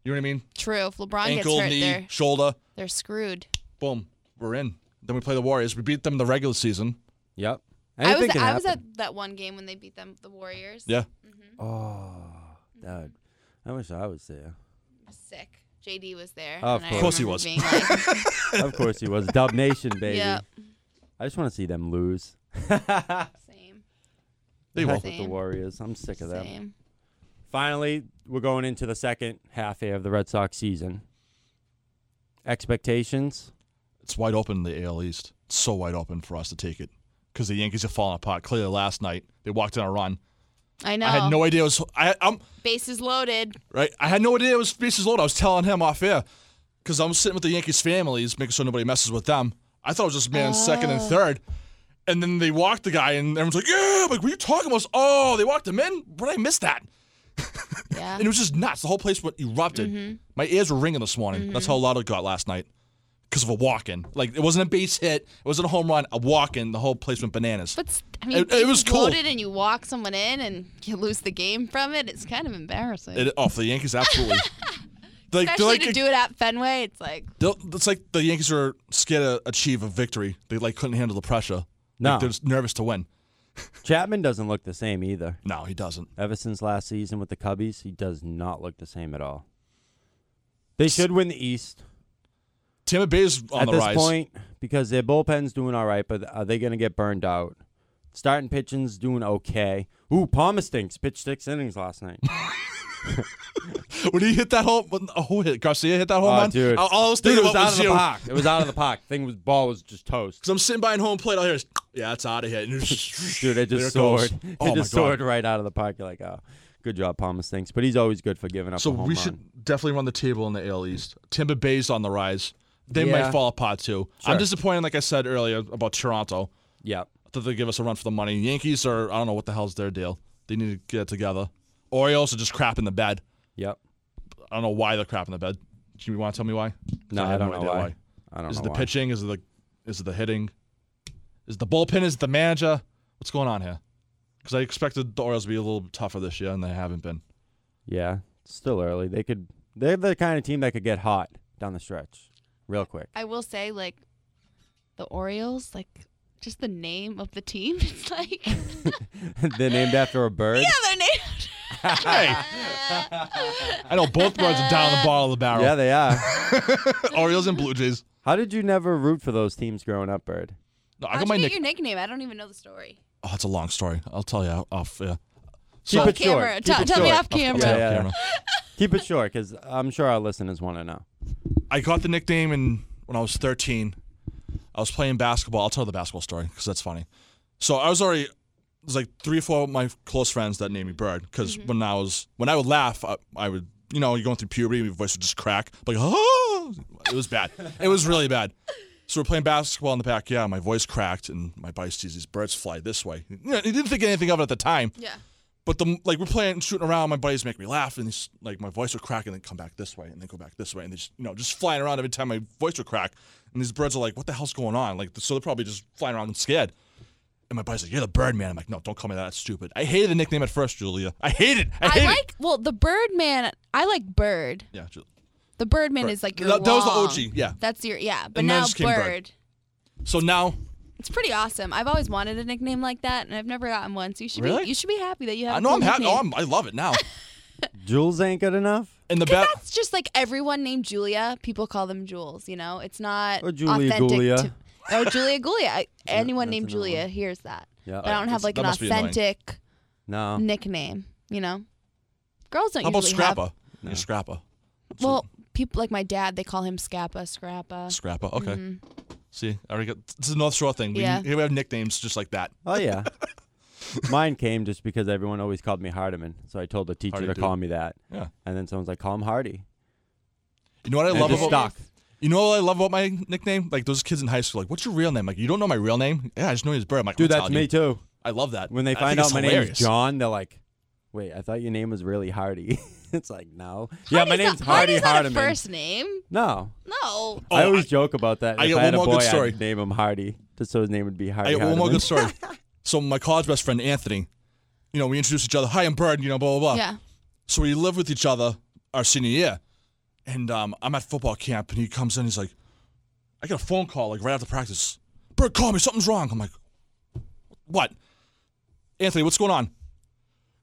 [SPEAKER 2] You know what I mean?
[SPEAKER 3] True. If LeBron
[SPEAKER 2] Ankle,
[SPEAKER 3] gets hurt,
[SPEAKER 2] knee,
[SPEAKER 3] they're
[SPEAKER 2] shoulder.
[SPEAKER 3] they're screwed.
[SPEAKER 2] Boom, we're in. Then we play the Warriors. We beat them in the regular season.
[SPEAKER 1] Yep.
[SPEAKER 3] I was
[SPEAKER 1] Anything can
[SPEAKER 3] I was at
[SPEAKER 1] happen.
[SPEAKER 3] that one game when they beat them the Warriors.
[SPEAKER 2] Yeah,
[SPEAKER 1] Oh, that. I wish I was there.
[SPEAKER 3] Sick. JD was there.
[SPEAKER 1] Of
[SPEAKER 3] and I
[SPEAKER 1] course. Of
[SPEAKER 2] course he
[SPEAKER 3] remember
[SPEAKER 2] was.
[SPEAKER 3] being
[SPEAKER 2] <laughs>
[SPEAKER 3] like,
[SPEAKER 1] of course he was. Dub
[SPEAKER 3] <laughs>
[SPEAKER 1] Nation, baby.
[SPEAKER 3] Yep.
[SPEAKER 1] I just want to see them lose. <laughs> Heck
[SPEAKER 3] Same.
[SPEAKER 2] they will.
[SPEAKER 1] with the
[SPEAKER 3] Same.
[SPEAKER 1] Warriors. I'm sick of them.
[SPEAKER 3] Same.
[SPEAKER 1] Finally, we're going into the second half here of the Red Sox season. Expectations?
[SPEAKER 2] It's wide open in the AL East. It's so wide open for us to take it because the Yankees are falling apart. Clearly, last night they walked in a run.
[SPEAKER 3] I know.
[SPEAKER 2] I had no idea it was. I, I'm <laughs>
[SPEAKER 3] bases loaded.
[SPEAKER 2] right. I had no idea it was Faces Load. I was telling him off air because I'm sitting with the Yankees families, making sure nobody messes with them. I thought it was just man second
[SPEAKER 3] Oh.
[SPEAKER 2] and third, and then they walked the guy, and everyone's like, "Yeah!" I'm like, what are you talking about? Oh, they walked him in. Where did I miss that?
[SPEAKER 3] Yeah.
[SPEAKER 2] And it was just nuts. The whole place went erupted.
[SPEAKER 3] Mm-hmm.
[SPEAKER 2] My ears were ringing this morning. That's how loud it got last night because of a walk in. Like, it wasn't a base hit, it wasn't a home run, a walk in. The whole place went bananas.
[SPEAKER 3] But s- I mean,
[SPEAKER 2] It- it was
[SPEAKER 3] bases
[SPEAKER 2] cool.
[SPEAKER 3] loaded, and you walk someone <laughs> in, and you lose the game from it. It's kind of embarrassing. <laughs>
[SPEAKER 2] it, oh, for the Yankees, absolutely. Like,
[SPEAKER 3] Especially
[SPEAKER 2] they're like
[SPEAKER 3] to do it at Fenway, it's like
[SPEAKER 2] they'll- it's like the Yankees are scared to achieve a victory. They like couldn't handle the pressure.
[SPEAKER 1] No.
[SPEAKER 2] like, they're just nervous to win.
[SPEAKER 1] Chapman doesn't look the same either.
[SPEAKER 2] No, he doesn't.
[SPEAKER 1] Ever since last season with the Cubbies, he does not look the same at all. They should win the East
[SPEAKER 2] Tampa Bay is on
[SPEAKER 1] at
[SPEAKER 2] the
[SPEAKER 1] this
[SPEAKER 2] rise.
[SPEAKER 1] point because their bullpen's doing all right, but are they going to get burned out? Starting pitching's doing okay. Ooh, Palmer stinks. Pitched six innings last night.
[SPEAKER 2] when he hit that home, when, oh, hit Garcia hit that home
[SPEAKER 1] Oh,
[SPEAKER 2] run.
[SPEAKER 1] dude.
[SPEAKER 2] All, all I was
[SPEAKER 1] Dude,
[SPEAKER 2] thinking
[SPEAKER 1] it was
[SPEAKER 2] about
[SPEAKER 1] out
[SPEAKER 2] was
[SPEAKER 1] of the
[SPEAKER 2] you.
[SPEAKER 1] park. It was out of the park. Thing was, ball was just toast.
[SPEAKER 2] Because I'm sitting behind home plate. All I hear is, yeah, it's out of here. And
[SPEAKER 1] <laughs>
[SPEAKER 2] just-
[SPEAKER 1] Dude, it just
[SPEAKER 2] there goes.
[SPEAKER 1] soared. <laughs> It
[SPEAKER 2] Oh,
[SPEAKER 1] just
[SPEAKER 2] my God.
[SPEAKER 1] soared right out of the park. You're like, oh, good job, Palmer stinks. But he's always good for giving up.
[SPEAKER 2] So
[SPEAKER 1] a home
[SPEAKER 2] we
[SPEAKER 1] run.
[SPEAKER 2] should definitely run the table in the AL East. Tampa Bay's on the rise. They
[SPEAKER 1] Yeah.
[SPEAKER 2] might fall apart too.
[SPEAKER 1] Sure.
[SPEAKER 2] I'm disappointed, like I said earlier, about Toronto.
[SPEAKER 1] Yeah.
[SPEAKER 2] I thought they'd give us a run for the money. Yankees are, I don't know what the hell's their deal. They need to get it together. Orioles are just crap in the bed.
[SPEAKER 1] Yep.
[SPEAKER 2] I don't know why they're crap in the bed. Do you want to tell me why?
[SPEAKER 1] No, I,
[SPEAKER 2] have
[SPEAKER 1] don't
[SPEAKER 2] no
[SPEAKER 1] know
[SPEAKER 2] idea
[SPEAKER 1] why.
[SPEAKER 2] why.
[SPEAKER 1] I don't
[SPEAKER 2] Is
[SPEAKER 1] know
[SPEAKER 2] it the
[SPEAKER 1] why.
[SPEAKER 2] pitching? Is it the is it the hitting? Is it the bullpen? Is it the manager? What's going on here? Because I expected the Orioles to be a little tougher this year, and they haven't been.
[SPEAKER 1] Yeah, it's still early. They could. They're the kind of team that could get hot down the stretch, real quick. <laughs>
[SPEAKER 3] I will say like the Orioles, like just the name of the team. <laughs>
[SPEAKER 2] <laughs>
[SPEAKER 3] It's like yeah,
[SPEAKER 1] they're named after a bird.
[SPEAKER 3] their name.
[SPEAKER 2] Hey, I know both birds are down the bottom of the barrel.
[SPEAKER 1] Yeah, they are.
[SPEAKER 2] <laughs>
[SPEAKER 1] <laughs>
[SPEAKER 2] Orioles and Blue Jays.
[SPEAKER 1] How did you never root for those teams growing up, Bird?
[SPEAKER 2] No, I
[SPEAKER 3] How'd
[SPEAKER 2] got
[SPEAKER 3] you
[SPEAKER 2] my
[SPEAKER 3] get
[SPEAKER 2] nick.
[SPEAKER 3] your nickname? I don't even know the story.
[SPEAKER 2] oh, it's a long story. I'll tell you off. Yeah.
[SPEAKER 1] Keep
[SPEAKER 2] So-
[SPEAKER 1] it short.
[SPEAKER 3] Camera.
[SPEAKER 1] Keep
[SPEAKER 3] Tell-
[SPEAKER 1] it
[SPEAKER 3] tell me
[SPEAKER 1] short.
[SPEAKER 3] off camera.
[SPEAKER 1] Yeah,
[SPEAKER 2] Off
[SPEAKER 1] yeah.
[SPEAKER 2] camera.
[SPEAKER 1] Keep it short, because I'm sure our listeners want to know.
[SPEAKER 2] I got the nickname in, when I was 13. I was playing basketball. I'll tell the basketball story because that's funny. So I was already there's like three or four of my close friends that named me Bird because when I was when I would laugh, I, I would you know you're going through puberty, my voice would just crack like oh, it was bad. it was really bad. So we're playing basketball in the back. Yeah, my voice cracked and my buddy sees these birds fly this way. You know, he didn't think anything of it at the time.
[SPEAKER 3] Yeah.
[SPEAKER 2] But the like we're playing and shooting around, my buddies make me laugh, and these, like my voice would crack, and then come back this way, and then go back this way, and they just you know just flying around every time my voice would crack, and these birds are like, "What the hell's going on?" Like so they're probably just flying around and scared. And my buddy's like, "You're the bird man." I'm like, "No, don't call me that. That's stupid." I hated the nickname at first, Julia. I hate it. I
[SPEAKER 3] I
[SPEAKER 2] hate it.
[SPEAKER 3] like well the Birdman. I like Bird.
[SPEAKER 2] Yeah, Ju-
[SPEAKER 3] The Birdman
[SPEAKER 2] Bird.
[SPEAKER 3] is like your.
[SPEAKER 2] That- that was the
[SPEAKER 3] long.
[SPEAKER 2] OG, yeah.
[SPEAKER 3] That's your yeah. But
[SPEAKER 2] And then
[SPEAKER 3] now
[SPEAKER 2] just came
[SPEAKER 3] Bird.
[SPEAKER 2] Bird. so now
[SPEAKER 3] It's pretty awesome. I've always wanted a nickname like that, and I've never gotten one. So you should
[SPEAKER 2] Really?
[SPEAKER 3] be you should be happy that you have.
[SPEAKER 2] I
[SPEAKER 3] a
[SPEAKER 2] know
[SPEAKER 3] cool
[SPEAKER 2] I'm happy.
[SPEAKER 3] nickname.
[SPEAKER 2] No, I'm, I love it
[SPEAKER 3] <laughs>
[SPEAKER 2] now.
[SPEAKER 1] Jules ain't good enough.
[SPEAKER 2] And the
[SPEAKER 3] 'Cause
[SPEAKER 2] bat.
[SPEAKER 3] that's just like everyone named Julia. People call them Jules. You know, it's not
[SPEAKER 1] Or Oh, Julia
[SPEAKER 3] authentic
[SPEAKER 1] Gulia.
[SPEAKER 3] to- or Julia
[SPEAKER 1] <laughs>
[SPEAKER 3] Gulia. I- Anyone
[SPEAKER 1] that's
[SPEAKER 3] named
[SPEAKER 1] another
[SPEAKER 3] Julia
[SPEAKER 1] one.
[SPEAKER 3] hears that,
[SPEAKER 1] Yeah.
[SPEAKER 3] but I don't
[SPEAKER 2] Uh, That's-
[SPEAKER 3] have like
[SPEAKER 2] that
[SPEAKER 3] an
[SPEAKER 2] must be annoying.
[SPEAKER 3] authentic
[SPEAKER 1] no.
[SPEAKER 3] nickname. You know, girls don't
[SPEAKER 2] How about
[SPEAKER 3] usually have.
[SPEAKER 2] Scrappa? Yeah, Scrappa. That's
[SPEAKER 3] Well, people like my dad, they call him Scappa, Scrappa. Mm-hmm.
[SPEAKER 2] what- Scrappa. Okay. See, I already got. This is a North Shore thing. We,
[SPEAKER 3] mm. Yeah.
[SPEAKER 2] Here we have nicknames just like that.
[SPEAKER 1] Oh yeah. <laughs> Mine came just because everyone always called me Hardiman, so I told the teacher
[SPEAKER 2] Hardy
[SPEAKER 1] to
[SPEAKER 2] dude.
[SPEAKER 1] call me that.
[SPEAKER 2] Yeah.
[SPEAKER 1] And then someone's like, "Call him Hardy."
[SPEAKER 2] You know what I
[SPEAKER 1] And
[SPEAKER 2] love
[SPEAKER 1] just
[SPEAKER 2] about
[SPEAKER 1] stuck.
[SPEAKER 2] You know what I love about my nickname? Like those kids in high school, like, what's your real name? Like, you don't know my real name? Yeah, I just know you as Bird. I'm like,
[SPEAKER 1] Dude,
[SPEAKER 2] "I'm
[SPEAKER 1] that's
[SPEAKER 2] telling
[SPEAKER 1] me
[SPEAKER 2] you."
[SPEAKER 1] too.
[SPEAKER 2] I love that.
[SPEAKER 1] when they
[SPEAKER 2] I
[SPEAKER 1] find
[SPEAKER 2] think it's
[SPEAKER 1] out my name
[SPEAKER 2] hilarious.
[SPEAKER 1] is John, they're like, "Wait, I thought your name was really Hardy." <laughs> it's like, no. yeah, my
[SPEAKER 3] Hardy's
[SPEAKER 1] name's
[SPEAKER 3] not,
[SPEAKER 1] Hardy
[SPEAKER 3] Hardy's not a
[SPEAKER 1] Hardiman.
[SPEAKER 3] first name.
[SPEAKER 1] No,
[SPEAKER 3] No.
[SPEAKER 2] Oh,
[SPEAKER 1] I always joke about that.
[SPEAKER 2] I
[SPEAKER 1] if
[SPEAKER 2] got
[SPEAKER 1] I had
[SPEAKER 2] one
[SPEAKER 1] a
[SPEAKER 2] more
[SPEAKER 1] boy,
[SPEAKER 2] good story.
[SPEAKER 1] I'd name him Hardy, just so his name would be Hardy.
[SPEAKER 2] I got one more
[SPEAKER 1] Hardiman. <laughs>
[SPEAKER 2] good story. so my college best friend Anthony, you know, we introduced each other. Hi, I'm Bird. You know, blah blah blah.
[SPEAKER 3] Yeah.
[SPEAKER 2] So we lived with each other our senior year, and um, I'm at football camp, and he comes in. He's like, I get a phone call like right after practice. Bird, call me. Something's wrong. I'm like, what? Anthony, what's going on?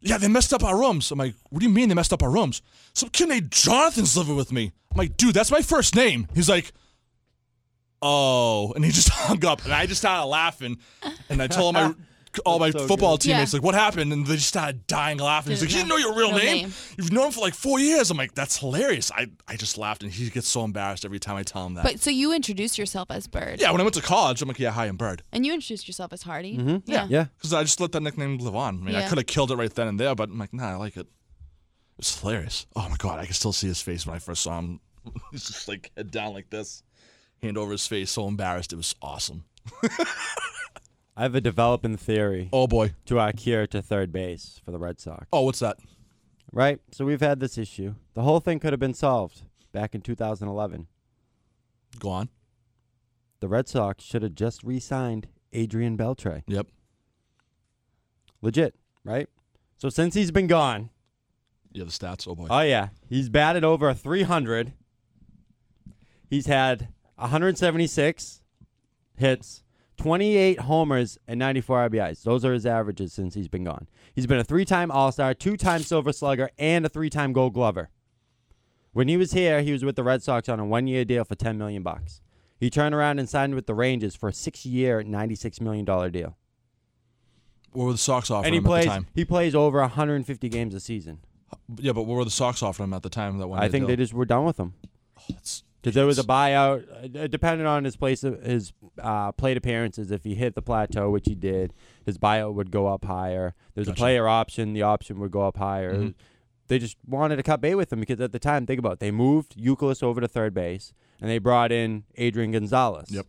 [SPEAKER 2] Yeah, they messed up our rooms. I'm like, what do you mean they messed up our rooms? Some kid named Jonathan's living with me. I'm like, dude, that's my first name. He's like, oh, and he <laughs> just hung up, and I just started laughing, and I
[SPEAKER 1] <laughs>
[SPEAKER 2] told all my all my
[SPEAKER 1] That's so
[SPEAKER 2] football
[SPEAKER 1] good.
[SPEAKER 2] teammates
[SPEAKER 3] Yeah.
[SPEAKER 2] like, what happened? And they just started dying laughing. He's like, you
[SPEAKER 3] Didn't
[SPEAKER 2] didn't know
[SPEAKER 3] know.
[SPEAKER 2] your real
[SPEAKER 3] Real
[SPEAKER 2] name?
[SPEAKER 3] name.
[SPEAKER 2] You've known him for like four years. I'm like, that's hilarious. I I just laughed, and he gets so embarrassed every time I tell him that.
[SPEAKER 3] But so you introduced yourself as Bird.
[SPEAKER 2] yeah, when I went to college, I'm like, yeah, hi, I'm Bird.
[SPEAKER 3] And you introduced yourself as Hardy.
[SPEAKER 2] Yeah.
[SPEAKER 1] Mm-hmm. Yeah.
[SPEAKER 2] Because I just let that nickname live on. I mean, I
[SPEAKER 3] Yeah.
[SPEAKER 2] could have killed it right then and there, but I'm like, nah, I like it. It's hilarious. Oh my god, I can still see his face when I first saw him. <laughs> He's just like head down like this, hand over his face, so embarrassed. It was awesome.
[SPEAKER 1] I have a developing theory
[SPEAKER 2] Oh boy.
[SPEAKER 1] to our cure to third base for the Red Sox.
[SPEAKER 2] Oh, what's that?
[SPEAKER 1] Right. So we've had this issue. The whole thing could have been solved back in 2011.
[SPEAKER 2] Go on.
[SPEAKER 1] The Red Sox should have just re-signed Adrian Beltre.
[SPEAKER 2] Yep.
[SPEAKER 1] Legit, right? So since he's been gone,
[SPEAKER 2] Yeah, the stats. Oh boy.
[SPEAKER 1] Oh yeah, he's batted over 300. He's had 176 hits, 28 homers, and 94 RBIs. Those are his averages since he's been gone. He's been a three-time All-Star, two-time Silver Slugger, and a three-time Gold Glover. When he was here, he was with the Red Sox on a one-year deal for 10 million bucks. He turned around and signed with the Rangers for a six-year, 96 million dollar deal.
[SPEAKER 2] what were the Sox offering
[SPEAKER 1] And he
[SPEAKER 2] him
[SPEAKER 1] plays
[SPEAKER 2] at the time?
[SPEAKER 1] he plays over 150 games a season.
[SPEAKER 2] Yeah, but what were the Sox offering him at the time that one? Oh,
[SPEAKER 1] I think they just were done with him. Because there was a buyout, uh, d- depending on his place, of- his uh, plate appearances. If he hit the plateau, which he did, his buyout would go up higher. There's a
[SPEAKER 2] Gotcha.
[SPEAKER 1] player option; the option would go up higher.
[SPEAKER 2] Mhm.
[SPEAKER 1] They just wanted to cut bait with him because at the time, think about it, they moved Euclid over to third base and they brought in Adrian Gonzalez.
[SPEAKER 2] Yep.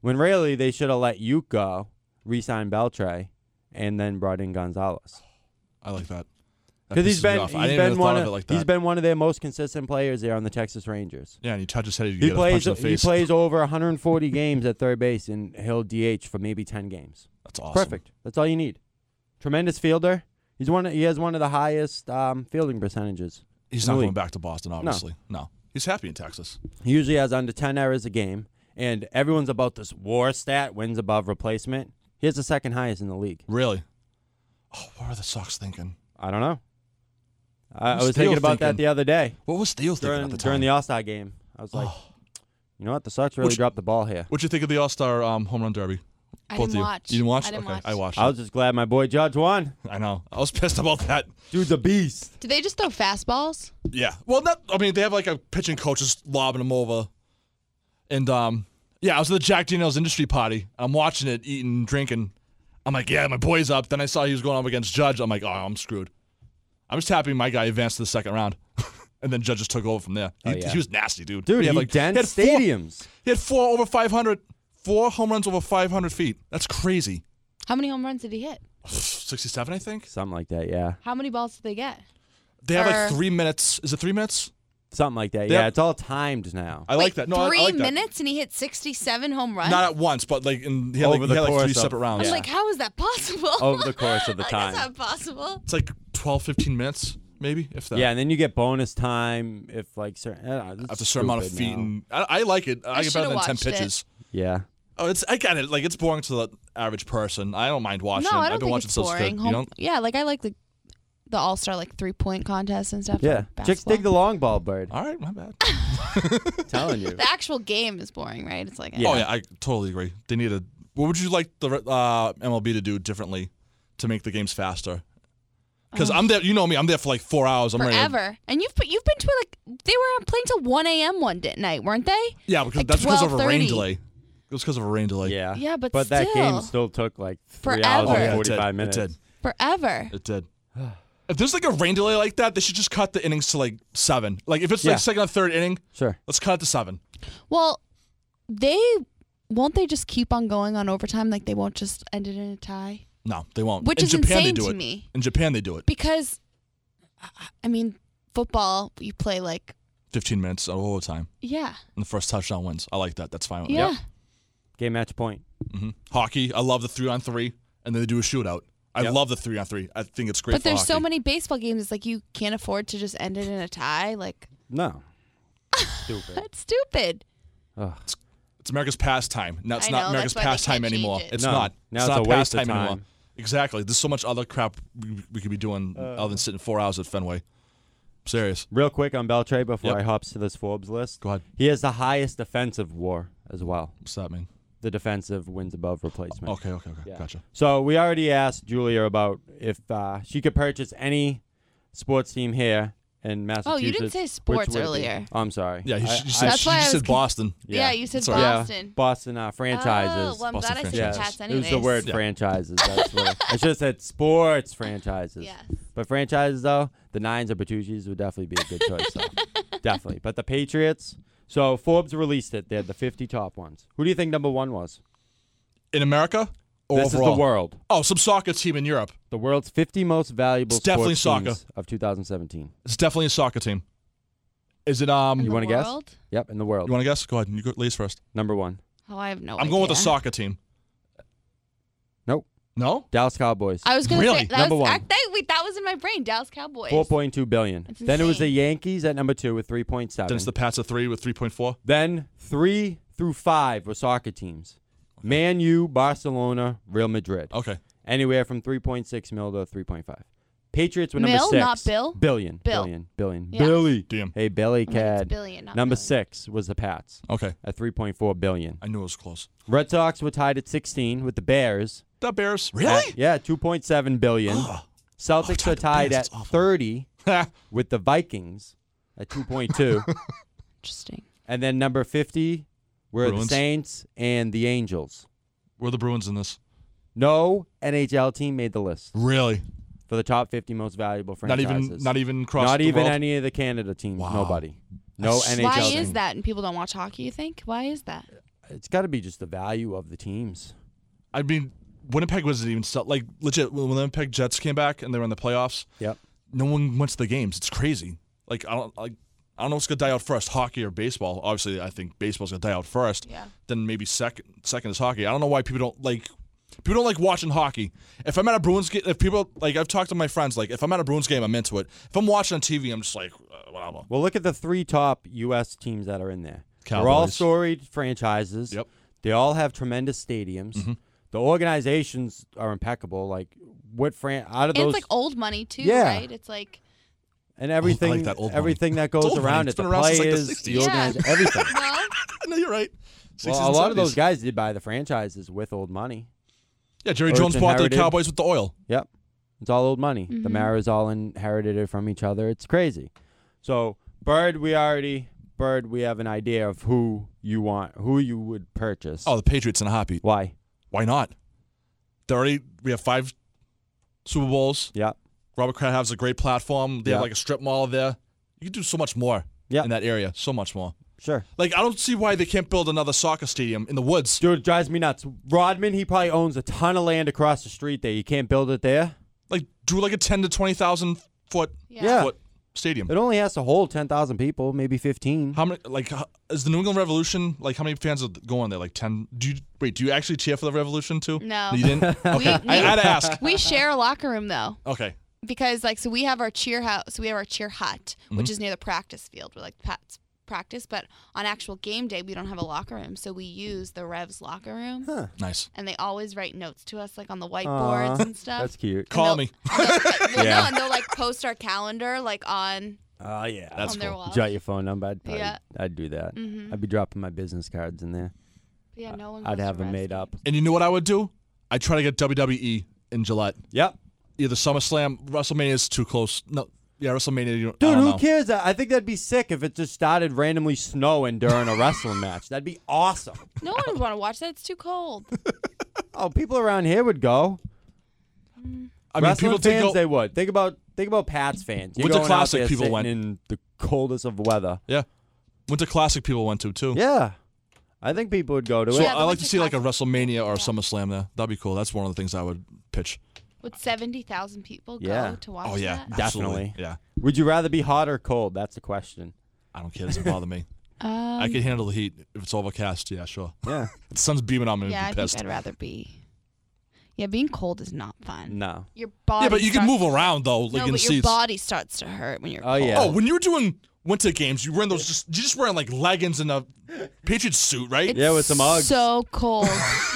[SPEAKER 1] When really they should have let Uke go, re-sign Beltray, and then brought in Gonzalez.
[SPEAKER 2] I like that. That
[SPEAKER 1] Because he's
[SPEAKER 2] pisses me
[SPEAKER 1] been
[SPEAKER 2] off.
[SPEAKER 1] he's
[SPEAKER 2] I didn't
[SPEAKER 1] been
[SPEAKER 2] even
[SPEAKER 1] one
[SPEAKER 2] thought
[SPEAKER 1] of,
[SPEAKER 2] of it like that.
[SPEAKER 1] he's been one of their most consistent players there on the Texas Rangers.
[SPEAKER 2] yeah, and you touch his head, you
[SPEAKER 1] He
[SPEAKER 2] get
[SPEAKER 1] plays
[SPEAKER 2] a punch in the
[SPEAKER 1] he
[SPEAKER 2] face.
[SPEAKER 1] plays over 140 games at third base and he'll DH for maybe 10 games.
[SPEAKER 2] That's awesome.
[SPEAKER 1] Perfect. That's all you need. Tremendous fielder. He's one he has one of the highest um, fielding percentages.
[SPEAKER 2] He's
[SPEAKER 1] in the
[SPEAKER 2] not going
[SPEAKER 1] league.
[SPEAKER 2] back to Boston, obviously. No. He's happy in Texas.
[SPEAKER 1] He usually has under 10 errors a game and everyone's about this war stat wins above replacement. He has the second highest in the league.
[SPEAKER 2] Really? Oh, what are the Sox thinking?
[SPEAKER 1] I don't know. I, I
[SPEAKER 2] I'm
[SPEAKER 1] was thinking
[SPEAKER 2] still
[SPEAKER 1] about that
[SPEAKER 2] thinking.
[SPEAKER 1] the other day
[SPEAKER 2] What was Steele thinking
[SPEAKER 1] during
[SPEAKER 2] at the time? Oh.
[SPEAKER 1] during the All-Star game. I was like, you know what? The Sox really
[SPEAKER 2] Which-
[SPEAKER 1] dropped the ball here.
[SPEAKER 2] What'd you think of the All Star um, home run derby?
[SPEAKER 3] I
[SPEAKER 2] Both
[SPEAKER 3] didn't
[SPEAKER 2] of you.
[SPEAKER 3] watch.
[SPEAKER 2] You didn't watch?
[SPEAKER 3] I didn't
[SPEAKER 2] okay,
[SPEAKER 3] watch.
[SPEAKER 2] I watched.
[SPEAKER 1] I was just glad my boy Judge won.
[SPEAKER 2] it. I know. I was <laughs> pissed about that.
[SPEAKER 1] Dude's a beast.
[SPEAKER 3] Did they just throw fastballs?
[SPEAKER 2] Yeah. Well, not. I mean, they have like a pitching coach just lobbing them over, and um, yeah, I was at the Jack Daniels industry party. I'm watching it, eating, drinking. I'm like, yeah, my boy's up. Then I saw he was going up against Judge. I'm like, oh, I'm screwed. I'm just happy my guy advanced to the second round, <laughs> and then Judge just took over from there. He,
[SPEAKER 1] Oh, yeah.
[SPEAKER 2] he was nasty, dude.
[SPEAKER 1] Dude,
[SPEAKER 2] he
[SPEAKER 1] he,
[SPEAKER 2] had like
[SPEAKER 1] danced
[SPEAKER 2] he had four-
[SPEAKER 1] stadiums.
[SPEAKER 2] He had four over 500, four home runs over 500 feet. That's crazy.
[SPEAKER 3] How many home runs did he hit?
[SPEAKER 2] 67, I think.
[SPEAKER 1] Something like that, yeah.
[SPEAKER 3] How many balls did they get?
[SPEAKER 2] They have
[SPEAKER 3] Or-
[SPEAKER 2] like three minutes. Is it three minutes?
[SPEAKER 1] Something like that.
[SPEAKER 2] They
[SPEAKER 1] Yeah,
[SPEAKER 2] have-
[SPEAKER 1] it's all timed now.
[SPEAKER 2] I like
[SPEAKER 3] Wait,
[SPEAKER 2] that. No, I-
[SPEAKER 3] three
[SPEAKER 2] I, like that.
[SPEAKER 3] minutes and he hit 67 home runs.
[SPEAKER 2] Not at once, but like in, he had,
[SPEAKER 1] Over the
[SPEAKER 2] like, he had, like,
[SPEAKER 1] course
[SPEAKER 2] three
[SPEAKER 1] of-
[SPEAKER 2] separate rounds.
[SPEAKER 3] I'm like, how is that possible?
[SPEAKER 1] Over the course
[SPEAKER 3] <laughs>
[SPEAKER 1] of the
[SPEAKER 3] Like,
[SPEAKER 1] time.
[SPEAKER 3] That's not possible.
[SPEAKER 2] It's like 12, 15 minutes, maybe, if that.
[SPEAKER 1] yeah, and then you get bonus time if like certain uh,
[SPEAKER 2] After a certain amount of feet, and I, I like it. I,
[SPEAKER 3] I
[SPEAKER 2] like it better
[SPEAKER 3] should've
[SPEAKER 2] than ten
[SPEAKER 3] watched it.
[SPEAKER 2] pitches.
[SPEAKER 1] yeah.
[SPEAKER 2] Oh, it's I get it. Like it's boring to the average person. I don't mind watching.
[SPEAKER 3] no,
[SPEAKER 2] it.
[SPEAKER 3] I don't
[SPEAKER 2] I've been
[SPEAKER 3] think
[SPEAKER 2] watching
[SPEAKER 3] it's
[SPEAKER 2] since the-
[SPEAKER 3] boring.
[SPEAKER 2] you
[SPEAKER 3] Home,
[SPEAKER 2] know,
[SPEAKER 3] yeah, like I like the the All Star like three point contest and stuff.
[SPEAKER 1] Yeah.
[SPEAKER 3] like
[SPEAKER 1] Chicks dig the
[SPEAKER 3] basketball.
[SPEAKER 1] long ball bird.
[SPEAKER 2] all right, my
[SPEAKER 3] <laughs>
[SPEAKER 2] bad.
[SPEAKER 1] I'm telling you.
[SPEAKER 3] The actual game is boring, right? It's like eh.
[SPEAKER 1] Yeah.
[SPEAKER 2] Oh yeah, I totally agree. They need a. What would you like the uh, MLB to do differently to make the games faster? Because I'm there. You know me. I'm there for like four hours. I'm Ready
[SPEAKER 3] Oh. forever. And you've been, you've been to like they were playing till 1 a.m. one day, night, weren't they?
[SPEAKER 2] to, yeah, because
[SPEAKER 3] Like
[SPEAKER 2] that's because of a rain
[SPEAKER 3] 12:30.
[SPEAKER 2] delay. It was because of a rain delay.
[SPEAKER 1] Yeah.
[SPEAKER 3] Yeah, but
[SPEAKER 1] but that game
[SPEAKER 3] still.
[SPEAKER 1] still took like three
[SPEAKER 3] Forever.
[SPEAKER 1] hours
[SPEAKER 2] Oh,
[SPEAKER 1] and
[SPEAKER 2] yeah, it did.
[SPEAKER 1] 45 minutes.
[SPEAKER 2] It did.
[SPEAKER 3] Forever.
[SPEAKER 2] It did. <sighs> If there's like a rain delay like that, they should just cut the innings to like seven. Like if it's
[SPEAKER 1] Yeah.
[SPEAKER 2] like second or third inning,
[SPEAKER 1] Sure.
[SPEAKER 2] let's cut it to seven.
[SPEAKER 3] Well, they won't they just keep on going on overtime? Like they won't just end it in a tie,
[SPEAKER 2] No, they won't.
[SPEAKER 3] which
[SPEAKER 2] in
[SPEAKER 3] is
[SPEAKER 2] Japan
[SPEAKER 3] insane
[SPEAKER 2] they do
[SPEAKER 3] to
[SPEAKER 2] it.
[SPEAKER 3] me
[SPEAKER 2] In Japan they do it.
[SPEAKER 3] because I- I mean football you play like
[SPEAKER 2] Fifteen minutes of overtime,
[SPEAKER 3] yeah
[SPEAKER 2] and the first touchdown wins. I like that. That's fine. with me.
[SPEAKER 3] yeah
[SPEAKER 1] Game match point.
[SPEAKER 2] hmm Hockey, I love the three on three, and then they do a shootout. I
[SPEAKER 1] Yep.
[SPEAKER 2] love the three on three. I think it's great.
[SPEAKER 3] but
[SPEAKER 2] for
[SPEAKER 3] there's so
[SPEAKER 2] hockey.
[SPEAKER 3] many baseball games it's like you can't afford to just end it in a tie like <laughs>
[SPEAKER 1] No. Stupid.
[SPEAKER 3] that's stupid
[SPEAKER 1] Ugh.
[SPEAKER 2] It's America's pastime. Now it's
[SPEAKER 3] I
[SPEAKER 2] not
[SPEAKER 3] know,
[SPEAKER 2] America's
[SPEAKER 3] that's why they
[SPEAKER 2] pastime
[SPEAKER 3] can't change
[SPEAKER 2] anymore.
[SPEAKER 3] it.
[SPEAKER 2] It's
[SPEAKER 1] No,
[SPEAKER 2] not.
[SPEAKER 1] now
[SPEAKER 2] it's,
[SPEAKER 1] it's
[SPEAKER 2] not
[SPEAKER 1] a waste of
[SPEAKER 2] pastime anymore.
[SPEAKER 1] time. Uh.
[SPEAKER 2] Exactly. There's so much other crap we, we could be doing other than sitting four hours at Fenway. serious.
[SPEAKER 1] Real quick on Beltray before
[SPEAKER 2] Yep.
[SPEAKER 1] I hops to this Forbes list.
[SPEAKER 2] Go ahead.
[SPEAKER 1] He has the highest defensive war as well.
[SPEAKER 2] What's that mean?
[SPEAKER 1] The defensive wins above replacement.
[SPEAKER 2] Okay, okay, okay.
[SPEAKER 1] Yeah.
[SPEAKER 2] Gotcha.
[SPEAKER 1] So we already asked Julia about if uh, she could purchase any sports team here in Massachusetts.
[SPEAKER 3] oh you didn't say
[SPEAKER 1] which
[SPEAKER 3] sports
[SPEAKER 1] would it be?
[SPEAKER 3] earlier
[SPEAKER 1] Oh, I'm sorry.
[SPEAKER 2] Yeah, you,
[SPEAKER 1] I-
[SPEAKER 2] sh- you said,
[SPEAKER 3] That's
[SPEAKER 2] she
[SPEAKER 3] why I
[SPEAKER 2] said
[SPEAKER 3] was conf-
[SPEAKER 2] Boston.
[SPEAKER 1] Yeah.
[SPEAKER 3] yeah. you said
[SPEAKER 2] Sorry.
[SPEAKER 1] Yeah,
[SPEAKER 3] boston
[SPEAKER 1] Boston uh, franchises.
[SPEAKER 3] oh well i'm
[SPEAKER 2] Boston
[SPEAKER 3] glad i said
[SPEAKER 2] franchises.
[SPEAKER 3] cats
[SPEAKER 1] it was
[SPEAKER 3] anyways
[SPEAKER 1] the word
[SPEAKER 2] Yeah.
[SPEAKER 1] franchises. That's what I should have said sports franchises.
[SPEAKER 3] yes
[SPEAKER 1] But franchises though, the nines or Bertucci's would definitely be a good choice.
[SPEAKER 3] <laughs>
[SPEAKER 1] though. definitely. But the Patriots. So Forbes released it. They had the 50 top ones. Who do you think number one was?
[SPEAKER 2] In America or
[SPEAKER 1] this
[SPEAKER 2] overall?
[SPEAKER 1] is the world.
[SPEAKER 2] Oh, some soccer team in Europe.
[SPEAKER 1] The world's 50 most valuable
[SPEAKER 2] It's definitely
[SPEAKER 1] sports teams of 2017.
[SPEAKER 2] It's definitely a soccer team. Is it? Um,
[SPEAKER 1] You
[SPEAKER 3] In
[SPEAKER 2] you
[SPEAKER 3] the
[SPEAKER 1] wanna guess?
[SPEAKER 3] world?
[SPEAKER 1] Yep, in the world.
[SPEAKER 2] want to guess? Go ahead. You go, ladies first.
[SPEAKER 1] Number one,
[SPEAKER 3] oh i have no
[SPEAKER 2] I'm going with the
[SPEAKER 3] idea.
[SPEAKER 2] soccer team.
[SPEAKER 1] Nope.
[SPEAKER 2] No.
[SPEAKER 1] Dallas Cowboys.
[SPEAKER 3] I was gonna
[SPEAKER 2] Really?
[SPEAKER 3] say that
[SPEAKER 1] Number
[SPEAKER 3] was
[SPEAKER 1] one.
[SPEAKER 3] act- that, wait, that was in my my brain. Dallas Cowboys.
[SPEAKER 1] Four point two billion.
[SPEAKER 3] That's
[SPEAKER 1] Then it was the
[SPEAKER 3] insane.
[SPEAKER 1] Yankees at number two with three point
[SPEAKER 2] Then
[SPEAKER 1] seven.
[SPEAKER 2] it's the Pats at three with 3.4.
[SPEAKER 1] Then three through five were soccer teams: Man U, Barcelona, Real Madrid.
[SPEAKER 2] Okay.
[SPEAKER 1] Anywhere from three point six mil to three point five. Patriots were number
[SPEAKER 3] Mil,
[SPEAKER 1] six.
[SPEAKER 3] not Bill?
[SPEAKER 1] Billion.
[SPEAKER 3] Bill.
[SPEAKER 1] Billion. Billion.
[SPEAKER 3] Yeah.
[SPEAKER 2] Billy. Damn.
[SPEAKER 1] Hey, Billy
[SPEAKER 3] I mean, it's
[SPEAKER 1] Cad.
[SPEAKER 3] billion, not
[SPEAKER 1] number
[SPEAKER 3] million.
[SPEAKER 1] six was the Pats
[SPEAKER 2] Okay.
[SPEAKER 1] at three point four billion.
[SPEAKER 2] I knew it was close.
[SPEAKER 1] Red Sox were tied at sixteen with the Bears.
[SPEAKER 2] The Bears.
[SPEAKER 1] at- yeah, two point seven
[SPEAKER 2] <gasps>
[SPEAKER 1] billion. Celtics
[SPEAKER 2] Oh,
[SPEAKER 1] are tied
[SPEAKER 2] tied to Bears,
[SPEAKER 1] at
[SPEAKER 2] that's awful.
[SPEAKER 1] thirty
[SPEAKER 2] Ha.
[SPEAKER 1] with the Vikings at two point two.
[SPEAKER 3] Interesting.
[SPEAKER 1] And then number 50 were
[SPEAKER 2] Bruins.
[SPEAKER 1] the Saints and the Angels.
[SPEAKER 2] <laughs> Were the Bruins in this?
[SPEAKER 1] No NHL team made the list
[SPEAKER 2] Really?
[SPEAKER 1] for the top 50 most valuable
[SPEAKER 2] Not
[SPEAKER 1] franchises.
[SPEAKER 2] even not even cross
[SPEAKER 1] Not
[SPEAKER 2] the
[SPEAKER 1] even
[SPEAKER 2] world?
[SPEAKER 1] any of the Canada teams.
[SPEAKER 2] Wow.
[SPEAKER 1] Nobody. No
[SPEAKER 2] That's-
[SPEAKER 1] NHL.
[SPEAKER 3] Why
[SPEAKER 1] team.
[SPEAKER 3] is that? And people don't watch hockey. You think? Why is that?
[SPEAKER 1] It's got to be just the value of the teams.
[SPEAKER 2] I mean, Winnipeg wasn't even sell- like legit. When the Winnipeg Jets came back and they were in the playoffs,
[SPEAKER 1] Yep.
[SPEAKER 2] no one went to the games. It's crazy. Like I don't like I don't know what's gonna die out first, hockey or baseball. Obviously, I think baseball's gonna die out first.
[SPEAKER 3] Yeah.
[SPEAKER 2] Then maybe second second is hockey. I don't know why people don't like people don't like watching hockey. If I'm at a Bruins game, if people like I've talked to my friends, like if I'm at a Bruins game, I'm into it. If I'm watching on TV, I'm just like uh, whatever. <laughs>
[SPEAKER 1] Well, look at the three top U.S. teams that are in there. They're all
[SPEAKER 2] Cowboys.
[SPEAKER 1] storied franchises.
[SPEAKER 2] Yep. Mm-hmm.
[SPEAKER 1] They all have tremendous stadiums. The organizations are impeccable. Like what Fran out of
[SPEAKER 3] And
[SPEAKER 1] those
[SPEAKER 3] it's like old money too,
[SPEAKER 1] Yeah.
[SPEAKER 3] right? It's like
[SPEAKER 1] and everything,
[SPEAKER 2] like that old money.
[SPEAKER 1] everything that
[SPEAKER 2] It's
[SPEAKER 1] goes
[SPEAKER 2] old money.
[SPEAKER 1] around
[SPEAKER 2] It's
[SPEAKER 1] it,
[SPEAKER 2] been
[SPEAKER 1] the
[SPEAKER 2] around since, like, the
[SPEAKER 1] players, the
[SPEAKER 2] 60s.
[SPEAKER 1] organiz-
[SPEAKER 3] Yeah. <laughs>
[SPEAKER 1] everything.
[SPEAKER 3] well,
[SPEAKER 2] no, you're right.
[SPEAKER 1] Well, a lot of those guys did buy the franchises with old money.
[SPEAKER 2] Yeah, Jerry
[SPEAKER 1] Or it's
[SPEAKER 2] Jones bought the
[SPEAKER 1] inherited.
[SPEAKER 2] Cowboys with the oil.
[SPEAKER 1] Yep, it's all old money. The
[SPEAKER 3] Mhm.
[SPEAKER 1] Maras all inherited it from each other. It's crazy. So Bird, we already Bird, we have an idea of who you want, who you would purchase.
[SPEAKER 2] Oh, the Patriots and a hot beat.
[SPEAKER 1] why?
[SPEAKER 2] Why not? They already we have five Super Bowls.
[SPEAKER 1] Yep,
[SPEAKER 2] Robert Kraft has a great platform. They have
[SPEAKER 1] Yeah.
[SPEAKER 2] like a strip mall there. You can do so much more
[SPEAKER 1] Yeah.
[SPEAKER 2] in that area. So much more.
[SPEAKER 1] sure.
[SPEAKER 2] Like I don't see why they can't build another soccer stadium in the woods.
[SPEAKER 1] Dude, it drives me nuts. Rodman, he probably owns a ton of land across the street there. You can't build it there.
[SPEAKER 2] Like do like a ten to twenty thousand foot
[SPEAKER 3] yeah.
[SPEAKER 1] Yeah.
[SPEAKER 2] foot stadium.
[SPEAKER 1] It only has to hold ten thousand people, maybe fifteen.
[SPEAKER 2] How many like how, is the New England Revolution like how many fans are going there? Like ten? Do you wait? Do you actually cheer for the Revolution too?
[SPEAKER 3] No.
[SPEAKER 2] you didn't.
[SPEAKER 1] <laughs>
[SPEAKER 2] Okay,
[SPEAKER 3] We-
[SPEAKER 2] I, I had to ask.
[SPEAKER 3] We share a locker room though.
[SPEAKER 2] Okay,
[SPEAKER 3] because like so we have our cheer house we have our cheer hut
[SPEAKER 1] Mm-hmm.
[SPEAKER 3] which is near the practice field where like pats practice but on actual game day we don't have a locker room so we use the revs locker room
[SPEAKER 1] Huh.
[SPEAKER 2] nice.
[SPEAKER 3] and they always write notes to us like on the whiteboards
[SPEAKER 1] Aw,
[SPEAKER 3] and stuff
[SPEAKER 1] That's cute.
[SPEAKER 3] And
[SPEAKER 2] Call
[SPEAKER 3] they'll-
[SPEAKER 2] me.
[SPEAKER 3] they'll- well,
[SPEAKER 1] Yeah.
[SPEAKER 3] no, and they'll like post our calendar like on
[SPEAKER 1] Oh yeah,
[SPEAKER 2] That's
[SPEAKER 3] on their
[SPEAKER 2] cool.
[SPEAKER 3] wall
[SPEAKER 1] Jot your phone number. I'd probably,
[SPEAKER 3] Yeah.
[SPEAKER 1] I'd do that.
[SPEAKER 3] Mhm.
[SPEAKER 1] I'd be dropping my business cards in there.
[SPEAKER 3] yeah no one
[SPEAKER 1] I'd
[SPEAKER 3] goes to
[SPEAKER 1] have them
[SPEAKER 3] Revs
[SPEAKER 1] made up.
[SPEAKER 3] games.
[SPEAKER 2] And you know what I would do? I try to get WWE in Gillette.
[SPEAKER 1] Yep.
[SPEAKER 2] Either SummerSlam, WrestleMania is too close. No, yeah, WrestleMania. You, I
[SPEAKER 1] Dude,
[SPEAKER 2] don't
[SPEAKER 1] who
[SPEAKER 2] know.
[SPEAKER 1] cares? I I think that'd be sick if it just started randomly snowing during a wrestling match. That'd be awesome.
[SPEAKER 3] no one would want to watch that it's too cold
[SPEAKER 1] <laughs> Oh, people around here would go.
[SPEAKER 2] I
[SPEAKER 1] wrestling
[SPEAKER 2] think
[SPEAKER 1] fans,
[SPEAKER 2] go-
[SPEAKER 1] they would. Think about think about Pats fans. You're
[SPEAKER 2] Winter
[SPEAKER 1] going out
[SPEAKER 2] Classic
[SPEAKER 1] there
[SPEAKER 2] people
[SPEAKER 1] sitting
[SPEAKER 2] went.
[SPEAKER 1] in the coldest of weather.
[SPEAKER 2] Yeah. Winter Classic people went to too.
[SPEAKER 1] Yeah, I think people would go to
[SPEAKER 2] So
[SPEAKER 1] it.
[SPEAKER 3] Yeah, the
[SPEAKER 2] I like
[SPEAKER 3] Winter
[SPEAKER 2] to see like a
[SPEAKER 3] Classic.
[SPEAKER 2] WrestleMania or a SummerSlam there. That'd be cool. That's one of the things I would pitch.
[SPEAKER 3] would 70,000 people
[SPEAKER 1] Yeah.
[SPEAKER 3] go to watch
[SPEAKER 2] oh yeah,
[SPEAKER 3] that
[SPEAKER 2] absolutely.
[SPEAKER 1] Definitely.
[SPEAKER 2] Yeah.
[SPEAKER 1] Would you rather be hot or cold? That's the question.
[SPEAKER 2] I don't care. It doesn't bother
[SPEAKER 3] <laughs>
[SPEAKER 2] me.
[SPEAKER 3] um,
[SPEAKER 2] I can handle the heat if it's overcast. Yeah, sure. <laughs>
[SPEAKER 1] Yeah.
[SPEAKER 2] If the sun's beaming on me.
[SPEAKER 3] yeah
[SPEAKER 2] I'm
[SPEAKER 3] I
[SPEAKER 2] be pissed.
[SPEAKER 3] think I'd rather be yeah being cold is not fun
[SPEAKER 1] <laughs> no.
[SPEAKER 3] your body
[SPEAKER 2] yeah, but you can
[SPEAKER 3] starts-
[SPEAKER 2] move around though, like
[SPEAKER 3] no,
[SPEAKER 2] in
[SPEAKER 3] but your
[SPEAKER 2] seats.
[SPEAKER 3] body starts to hurt when you're
[SPEAKER 1] Oh,
[SPEAKER 3] cold.
[SPEAKER 1] yeah.
[SPEAKER 2] Oh, when you were doing winter games, you were in those just you just wearing like leggings and
[SPEAKER 3] <laughs>
[SPEAKER 2] a Patriots suit, right?
[SPEAKER 3] It's
[SPEAKER 1] Yeah, with some Uggs.
[SPEAKER 3] So
[SPEAKER 2] <laughs>
[SPEAKER 3] cold.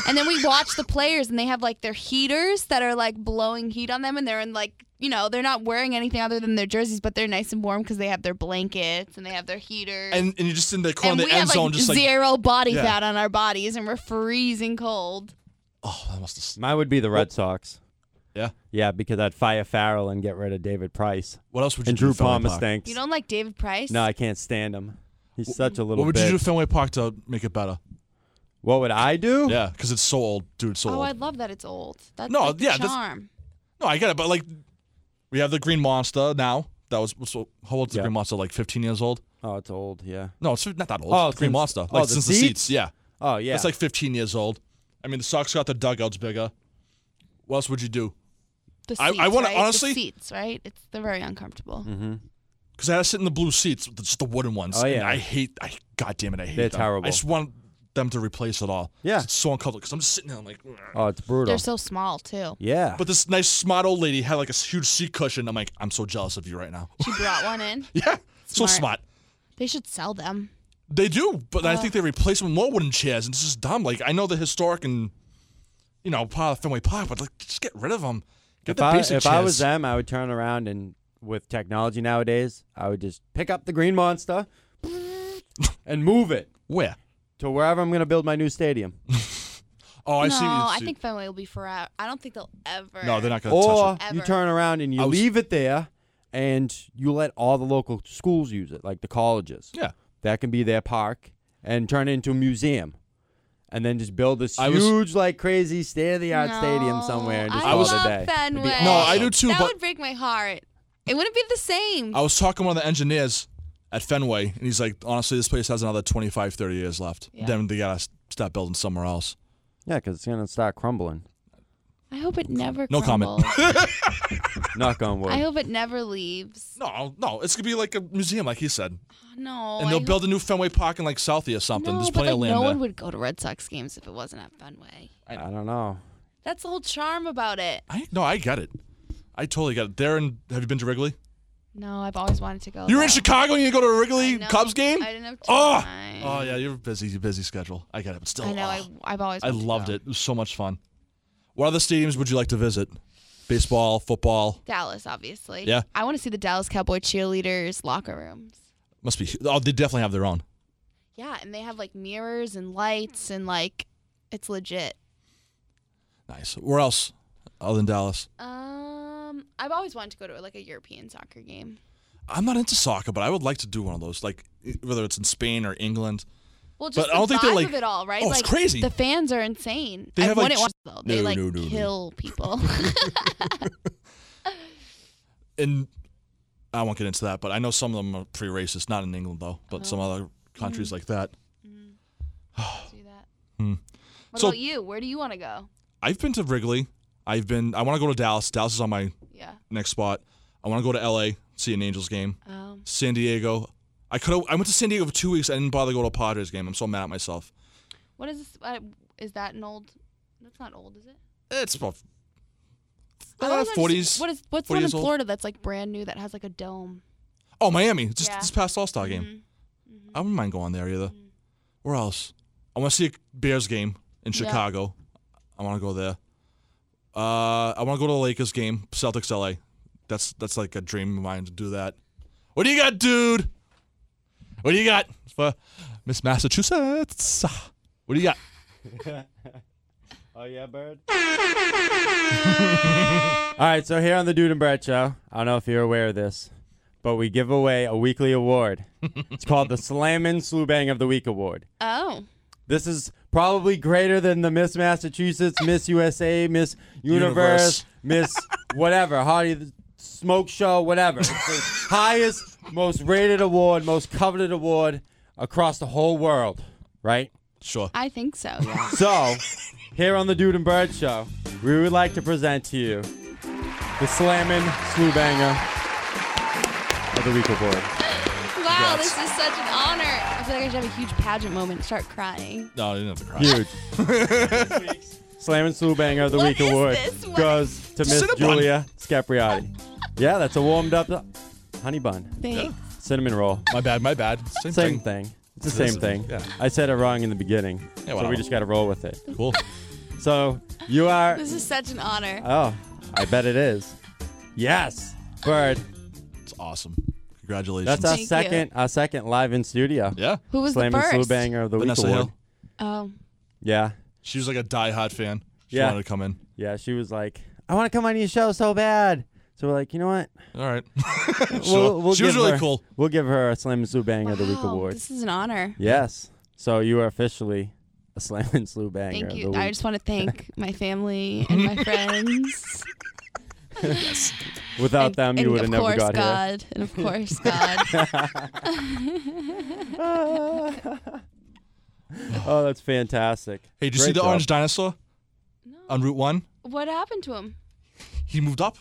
[SPEAKER 3] and then we watch the players and they have like their heaters that are like blowing heat on them and they're in like, you know, they're not wearing anything other than their jerseys, but they're nice and warm because they have their blankets and they have their heaters.
[SPEAKER 2] and and you're just in the
[SPEAKER 3] And
[SPEAKER 2] corner of
[SPEAKER 3] we
[SPEAKER 2] the end
[SPEAKER 3] have
[SPEAKER 2] zone,
[SPEAKER 3] like
[SPEAKER 2] just like
[SPEAKER 3] zero body
[SPEAKER 2] Yeah.
[SPEAKER 3] fat on our bodies and we're freezing cold.
[SPEAKER 2] oh, that must have.
[SPEAKER 1] Mine would be the Red Sox.
[SPEAKER 2] Yeah.
[SPEAKER 1] Yeah, because I'd fire Farrell and get rid of David Price.
[SPEAKER 2] What else would you
[SPEAKER 1] And
[SPEAKER 2] do?
[SPEAKER 1] Drew
[SPEAKER 2] at Fenway
[SPEAKER 1] Palmer
[SPEAKER 2] Park?
[SPEAKER 1] stinks.
[SPEAKER 3] You don't like David Price?
[SPEAKER 1] No, I can't stand him. He's such a little.
[SPEAKER 2] What would
[SPEAKER 1] bitch.
[SPEAKER 2] you do at Fenway Park to make it better?
[SPEAKER 1] What would I do?
[SPEAKER 2] Yeah, because it's so old, dude. It's so
[SPEAKER 3] Oh,
[SPEAKER 2] old.
[SPEAKER 3] I love that it's old. That's
[SPEAKER 2] No,
[SPEAKER 3] like the
[SPEAKER 2] yeah, that's-
[SPEAKER 3] charm.
[SPEAKER 2] No, I get it, but like, we have the Green Monster now. That was what's- how old is the
[SPEAKER 1] Yeah.
[SPEAKER 2] Green Monster? Like 15 years old?
[SPEAKER 1] Oh, it's old. Yeah.
[SPEAKER 2] No, it's not that old.
[SPEAKER 1] Oh,
[SPEAKER 2] Green
[SPEAKER 1] since-
[SPEAKER 2] Monster. Like
[SPEAKER 1] oh, the
[SPEAKER 2] since the
[SPEAKER 1] seats?
[SPEAKER 2] seats. Yeah,
[SPEAKER 1] Oh yeah.
[SPEAKER 2] it's like 15 years old. I mean, the Sox got their dugouts bigger. What else would you do?
[SPEAKER 3] The seats,
[SPEAKER 2] I- I wanna-
[SPEAKER 3] right?
[SPEAKER 2] honestly- Mm-hmm.
[SPEAKER 3] The seats, right? It's they're very uncomfortable.
[SPEAKER 2] Because I had to sit in the blue seats, just the wooden ones.
[SPEAKER 1] Oh,
[SPEAKER 2] and
[SPEAKER 1] yeah.
[SPEAKER 2] I hate. I God damn it, I hate.
[SPEAKER 1] They're
[SPEAKER 2] them.
[SPEAKER 1] terrible.
[SPEAKER 2] I just want them to replace it all.
[SPEAKER 1] Yeah.
[SPEAKER 2] It's so uncomfortable because I'm just sitting there, I'm like, "Ugh."
[SPEAKER 1] Oh, it's brutal.
[SPEAKER 3] They're so
[SPEAKER 2] <laughs>
[SPEAKER 3] small too.
[SPEAKER 1] yeah.
[SPEAKER 2] but this nice, smart old lady had like a huge seat cushion. I'm like, I'm so jealous of you right now. <laughs>
[SPEAKER 3] She brought one in.
[SPEAKER 2] yeah. So
[SPEAKER 3] Smart.
[SPEAKER 2] smart.
[SPEAKER 3] They should sell them.
[SPEAKER 2] They do, but I think they replace them with more wooden chairs, and it's just dumb. Like I know the historic and you know part of Fenway Park, but like just get rid of them. Get
[SPEAKER 1] if
[SPEAKER 2] the
[SPEAKER 1] I,
[SPEAKER 2] basic
[SPEAKER 1] if
[SPEAKER 2] chairs.
[SPEAKER 1] I was them, I would turn around and with technology nowadays, I would just pick up the green monster <laughs> and move it
[SPEAKER 2] Where?
[SPEAKER 1] to wherever I'm going to build my new stadium.
[SPEAKER 2] Oh, I
[SPEAKER 3] no,
[SPEAKER 2] see. what you
[SPEAKER 3] I
[SPEAKER 2] see.
[SPEAKER 3] think Fenway will be forever. I don't think they'll ever.
[SPEAKER 2] no, they're not gonna
[SPEAKER 1] or
[SPEAKER 2] touch
[SPEAKER 3] it.
[SPEAKER 1] you
[SPEAKER 3] Ever.
[SPEAKER 1] turn around and you
[SPEAKER 2] I was-
[SPEAKER 1] leave it there and you let all the local schools use it, like the colleges.
[SPEAKER 2] it. Yeah,
[SPEAKER 1] That can be their park and turn it into a museum. And then just build this
[SPEAKER 2] I was-
[SPEAKER 1] huge, like crazy state of the art stadium
[SPEAKER 3] No,
[SPEAKER 1] somewhere and just
[SPEAKER 3] I
[SPEAKER 1] call
[SPEAKER 2] was-
[SPEAKER 1] it a
[SPEAKER 3] love
[SPEAKER 1] day.
[SPEAKER 3] Fenway.
[SPEAKER 2] No, I do too,
[SPEAKER 3] That
[SPEAKER 2] but-
[SPEAKER 3] would break my heart. It wouldn't be the same.
[SPEAKER 2] I was talking to one of the engineers at Fenway, and he's like, honestly, this place has another 25, 30 years left.
[SPEAKER 3] Yeah.
[SPEAKER 2] Then they gotta s- stop building somewhere else.
[SPEAKER 1] Yeah, because it's going to start crumbling.
[SPEAKER 3] I hope it never.
[SPEAKER 2] No comment.
[SPEAKER 3] crumbles.
[SPEAKER 1] Knock on wood.
[SPEAKER 3] <laughs> I hope it never leaves.
[SPEAKER 2] No, no, it's gonna be like a museum, like he said,
[SPEAKER 3] Oh, no.
[SPEAKER 2] and
[SPEAKER 3] I
[SPEAKER 2] they'll
[SPEAKER 3] hope-
[SPEAKER 2] build a new Fenway Park in like Southie or something.
[SPEAKER 3] No,
[SPEAKER 2] There's
[SPEAKER 3] but,
[SPEAKER 2] plenty of
[SPEAKER 3] like,
[SPEAKER 2] land
[SPEAKER 3] no
[SPEAKER 2] there.
[SPEAKER 3] one would go to Red Sox games if it wasn't at Fenway.
[SPEAKER 1] I don't know.
[SPEAKER 3] That's the whole charm about it.
[SPEAKER 2] I no, I get it. I totally get it. There and have you been to Wrigley?
[SPEAKER 3] No, I've always wanted to go.
[SPEAKER 2] You're in
[SPEAKER 3] though.
[SPEAKER 2] Chicago and you go to a
[SPEAKER 3] I
[SPEAKER 2] Wrigley
[SPEAKER 3] know.
[SPEAKER 2] Cubs game?
[SPEAKER 3] I didn't have
[SPEAKER 2] Oh!
[SPEAKER 3] time.
[SPEAKER 2] Oh yeah, you're busy, you're busy schedule. I get it, but still.
[SPEAKER 3] I know.
[SPEAKER 2] oh.
[SPEAKER 3] I, I've always.
[SPEAKER 2] I
[SPEAKER 3] wanted to
[SPEAKER 2] loved
[SPEAKER 3] go.
[SPEAKER 2] it. It was so much fun. What other stadiums would you like to visit? Baseball, football.
[SPEAKER 3] Dallas, obviously.
[SPEAKER 2] Yeah.
[SPEAKER 3] I want to see the Dallas Cowboy cheerleaders' locker rooms.
[SPEAKER 2] Must be oh, they definitely have their own.
[SPEAKER 3] Yeah, and they have like mirrors and lights and like, it's legit.
[SPEAKER 2] Nice. Where else? Other than Dallas.
[SPEAKER 3] Um, I've always wanted to go to like a European soccer game.
[SPEAKER 2] I'm not into soccer, but I would like to do one of those, like whether it's in Spain or England.
[SPEAKER 3] Well, just
[SPEAKER 2] But I
[SPEAKER 3] the
[SPEAKER 2] don't think they're,
[SPEAKER 3] vibe
[SPEAKER 2] like-
[SPEAKER 3] of it all, right?
[SPEAKER 2] Oh, it's
[SPEAKER 3] Like,
[SPEAKER 2] crazy.
[SPEAKER 3] The fans are insane.
[SPEAKER 2] They
[SPEAKER 3] I
[SPEAKER 2] have, like,
[SPEAKER 3] wouldn't
[SPEAKER 2] ch-
[SPEAKER 3] want to though. They
[SPEAKER 2] No,
[SPEAKER 3] like
[SPEAKER 2] no, no, no.
[SPEAKER 3] kill
[SPEAKER 2] <laughs>
[SPEAKER 3] people. <laughs>
[SPEAKER 2] And I won't get into that, but I know some of them are pretty racist. Not in England though, but some
[SPEAKER 3] Oh.
[SPEAKER 2] other
[SPEAKER 3] Mm.
[SPEAKER 2] countries like that.
[SPEAKER 3] Do that.
[SPEAKER 2] Hmm.
[SPEAKER 3] What
[SPEAKER 2] So-
[SPEAKER 3] about you? Where do you want to go?
[SPEAKER 2] I've been to Wrigley. I've been. I want to go to Dallas. Dallas is on my
[SPEAKER 3] Yeah.
[SPEAKER 2] next spot. I want to go to LA, see an Angels game.
[SPEAKER 3] Um,
[SPEAKER 2] San Diego. I could. I went to San Diego for two weeks. I didn't bother to go to a Padres game. I'm so mad at myself.
[SPEAKER 3] what is this? Uh, is that an old? That's not old, is it?
[SPEAKER 2] It's about
[SPEAKER 3] I always
[SPEAKER 2] uh,
[SPEAKER 3] wanted to see-
[SPEAKER 2] 40s.
[SPEAKER 3] What is
[SPEAKER 2] 40
[SPEAKER 3] what's the one in
[SPEAKER 2] years old.
[SPEAKER 3] Florida that's like brand new that has like a dome?
[SPEAKER 2] Oh, Miami. Just
[SPEAKER 3] Yeah.
[SPEAKER 2] this past All Star game. I wouldn't mind going there either. Where else? I want to see a Bears game in
[SPEAKER 3] Yeah.
[SPEAKER 2] Chicago. I want to go there. Uh, I want to go to the Lakers game, Celtics LA. That's that's like a dream of mine to do that. What do you got, dude? What do you got for Miss Massachusetts? What do you got?
[SPEAKER 1] Oh yeah, bird. All right, so here on the Dude and Brett Show, I don't know if you're aware of this, but we give away a weekly <laughs> award. it's called the Slammin' Slew Bang of the Week Award.
[SPEAKER 3] Oh,
[SPEAKER 1] This is probably greater than the Miss Massachusetts, Miss USA, Miss Universe, <laughs> Miss whatever, Hottie Smoke Show, whatever. It's <laughs> the highest, most rated award, most coveted award across the whole world, right?
[SPEAKER 2] Sure.
[SPEAKER 3] I
[SPEAKER 1] <laughs>
[SPEAKER 3] think so. Yeah.
[SPEAKER 1] So, here on the Dude and Bird Show, we would like to present to you the Slammin' Slew Banger of the Week Award.
[SPEAKER 3] wow, this is such an honor. I feel like I should have a huge pageant moment. and Start crying.
[SPEAKER 2] No, I didn't have to cry.
[SPEAKER 1] Huge.
[SPEAKER 3] <laughs>
[SPEAKER 1] Slammin' Slew Banger of the
[SPEAKER 3] What
[SPEAKER 1] Week
[SPEAKER 3] is
[SPEAKER 1] Award
[SPEAKER 3] this? What
[SPEAKER 1] goes to Miss
[SPEAKER 2] Cinnabon.
[SPEAKER 1] Julia Scapriotti. Yeah, that's a warmed up honey bun,
[SPEAKER 3] Thanks.
[SPEAKER 1] cinnamon roll.
[SPEAKER 2] My bad. My bad. Same,
[SPEAKER 1] Same
[SPEAKER 2] thing.
[SPEAKER 1] thing. It's the
[SPEAKER 2] It is
[SPEAKER 1] same thing.
[SPEAKER 2] yeah.
[SPEAKER 1] I said it wrong in the beginning, so
[SPEAKER 2] whatever.
[SPEAKER 1] we just got to roll with it.
[SPEAKER 2] Cool.
[SPEAKER 1] So, you are
[SPEAKER 3] This is such an honor.
[SPEAKER 1] Oh, I bet it is. Yes, Bird.
[SPEAKER 2] It's awesome. Congratulations.
[SPEAKER 1] That's our
[SPEAKER 3] Thank you.
[SPEAKER 1] second, our second live in studio.
[SPEAKER 2] yeah.
[SPEAKER 3] Who was
[SPEAKER 1] Slam
[SPEAKER 3] the
[SPEAKER 1] and
[SPEAKER 3] first?
[SPEAKER 1] Slew Banger of the
[SPEAKER 2] Vanessa
[SPEAKER 1] Week award.
[SPEAKER 2] Hill.
[SPEAKER 3] Oh,
[SPEAKER 1] Yeah,
[SPEAKER 2] She was like a diehard fan. She
[SPEAKER 1] Yeah.
[SPEAKER 2] wanted to come in.
[SPEAKER 1] yeah. She was like, "I want to come on your show so bad." So we're like, you know what?
[SPEAKER 2] All right. <laughs>
[SPEAKER 1] We'll,
[SPEAKER 2] Sure.
[SPEAKER 1] we'll
[SPEAKER 2] she was
[SPEAKER 1] give
[SPEAKER 2] really
[SPEAKER 1] her-
[SPEAKER 2] cool.
[SPEAKER 1] We'll give her a Slam and Slew Banger of the Week
[SPEAKER 3] wow,
[SPEAKER 1] award.
[SPEAKER 3] This is an honor.
[SPEAKER 1] Yes. So you are officially a Slam and Slew Banger
[SPEAKER 3] Thank
[SPEAKER 1] of
[SPEAKER 3] you.
[SPEAKER 1] the
[SPEAKER 3] I
[SPEAKER 1] Week.
[SPEAKER 3] just want to
[SPEAKER 1] <laughs>
[SPEAKER 3] thank my family and my friends.
[SPEAKER 1] Without
[SPEAKER 3] and,
[SPEAKER 1] them, you
[SPEAKER 3] and
[SPEAKER 1] would have
[SPEAKER 3] of
[SPEAKER 1] never
[SPEAKER 3] course
[SPEAKER 1] got
[SPEAKER 3] God, And
[SPEAKER 1] <laughs>
[SPEAKER 3] of course God.
[SPEAKER 1] here. <laughs> oh, that's fantastic.
[SPEAKER 2] Hey, did you
[SPEAKER 1] Great
[SPEAKER 2] see the
[SPEAKER 1] job.
[SPEAKER 2] orange dinosaur
[SPEAKER 3] no.
[SPEAKER 1] Uh,
[SPEAKER 2] on Route One?
[SPEAKER 3] What happened to him?
[SPEAKER 2] He moved up.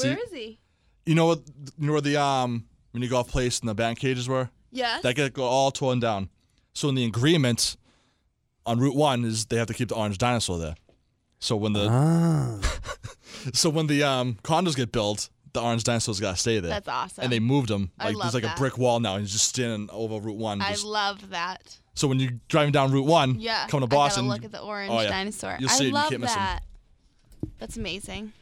[SPEAKER 3] Where is
[SPEAKER 2] See-
[SPEAKER 3] he?
[SPEAKER 2] You know what? You know where the um mini golf place and the band cages were?
[SPEAKER 3] Yes.
[SPEAKER 2] That got got all torn down. So in the agreement, on Route One is they have to keep the orange dinosaur there. So when the
[SPEAKER 1] Ah.
[SPEAKER 2] so when the um, condos get built, the orange dinosaur's got to stay there.
[SPEAKER 3] That's awesome.
[SPEAKER 2] And they moved him.
[SPEAKER 3] I
[SPEAKER 2] Like
[SPEAKER 3] love
[SPEAKER 2] there's like
[SPEAKER 3] that.
[SPEAKER 2] a brick wall now, and he's just standing over Route One.
[SPEAKER 3] I
[SPEAKER 2] just-
[SPEAKER 3] love that.
[SPEAKER 2] so when you're driving down Route One,
[SPEAKER 3] Yeah.
[SPEAKER 2] coming to
[SPEAKER 3] I gotta
[SPEAKER 2] Boston,
[SPEAKER 3] look at the orange
[SPEAKER 2] oh, yeah.
[SPEAKER 3] dinosaur.
[SPEAKER 2] You'll
[SPEAKER 3] I
[SPEAKER 2] see it, you
[SPEAKER 3] love
[SPEAKER 2] can't miss 'em.
[SPEAKER 3] that. That's amazing.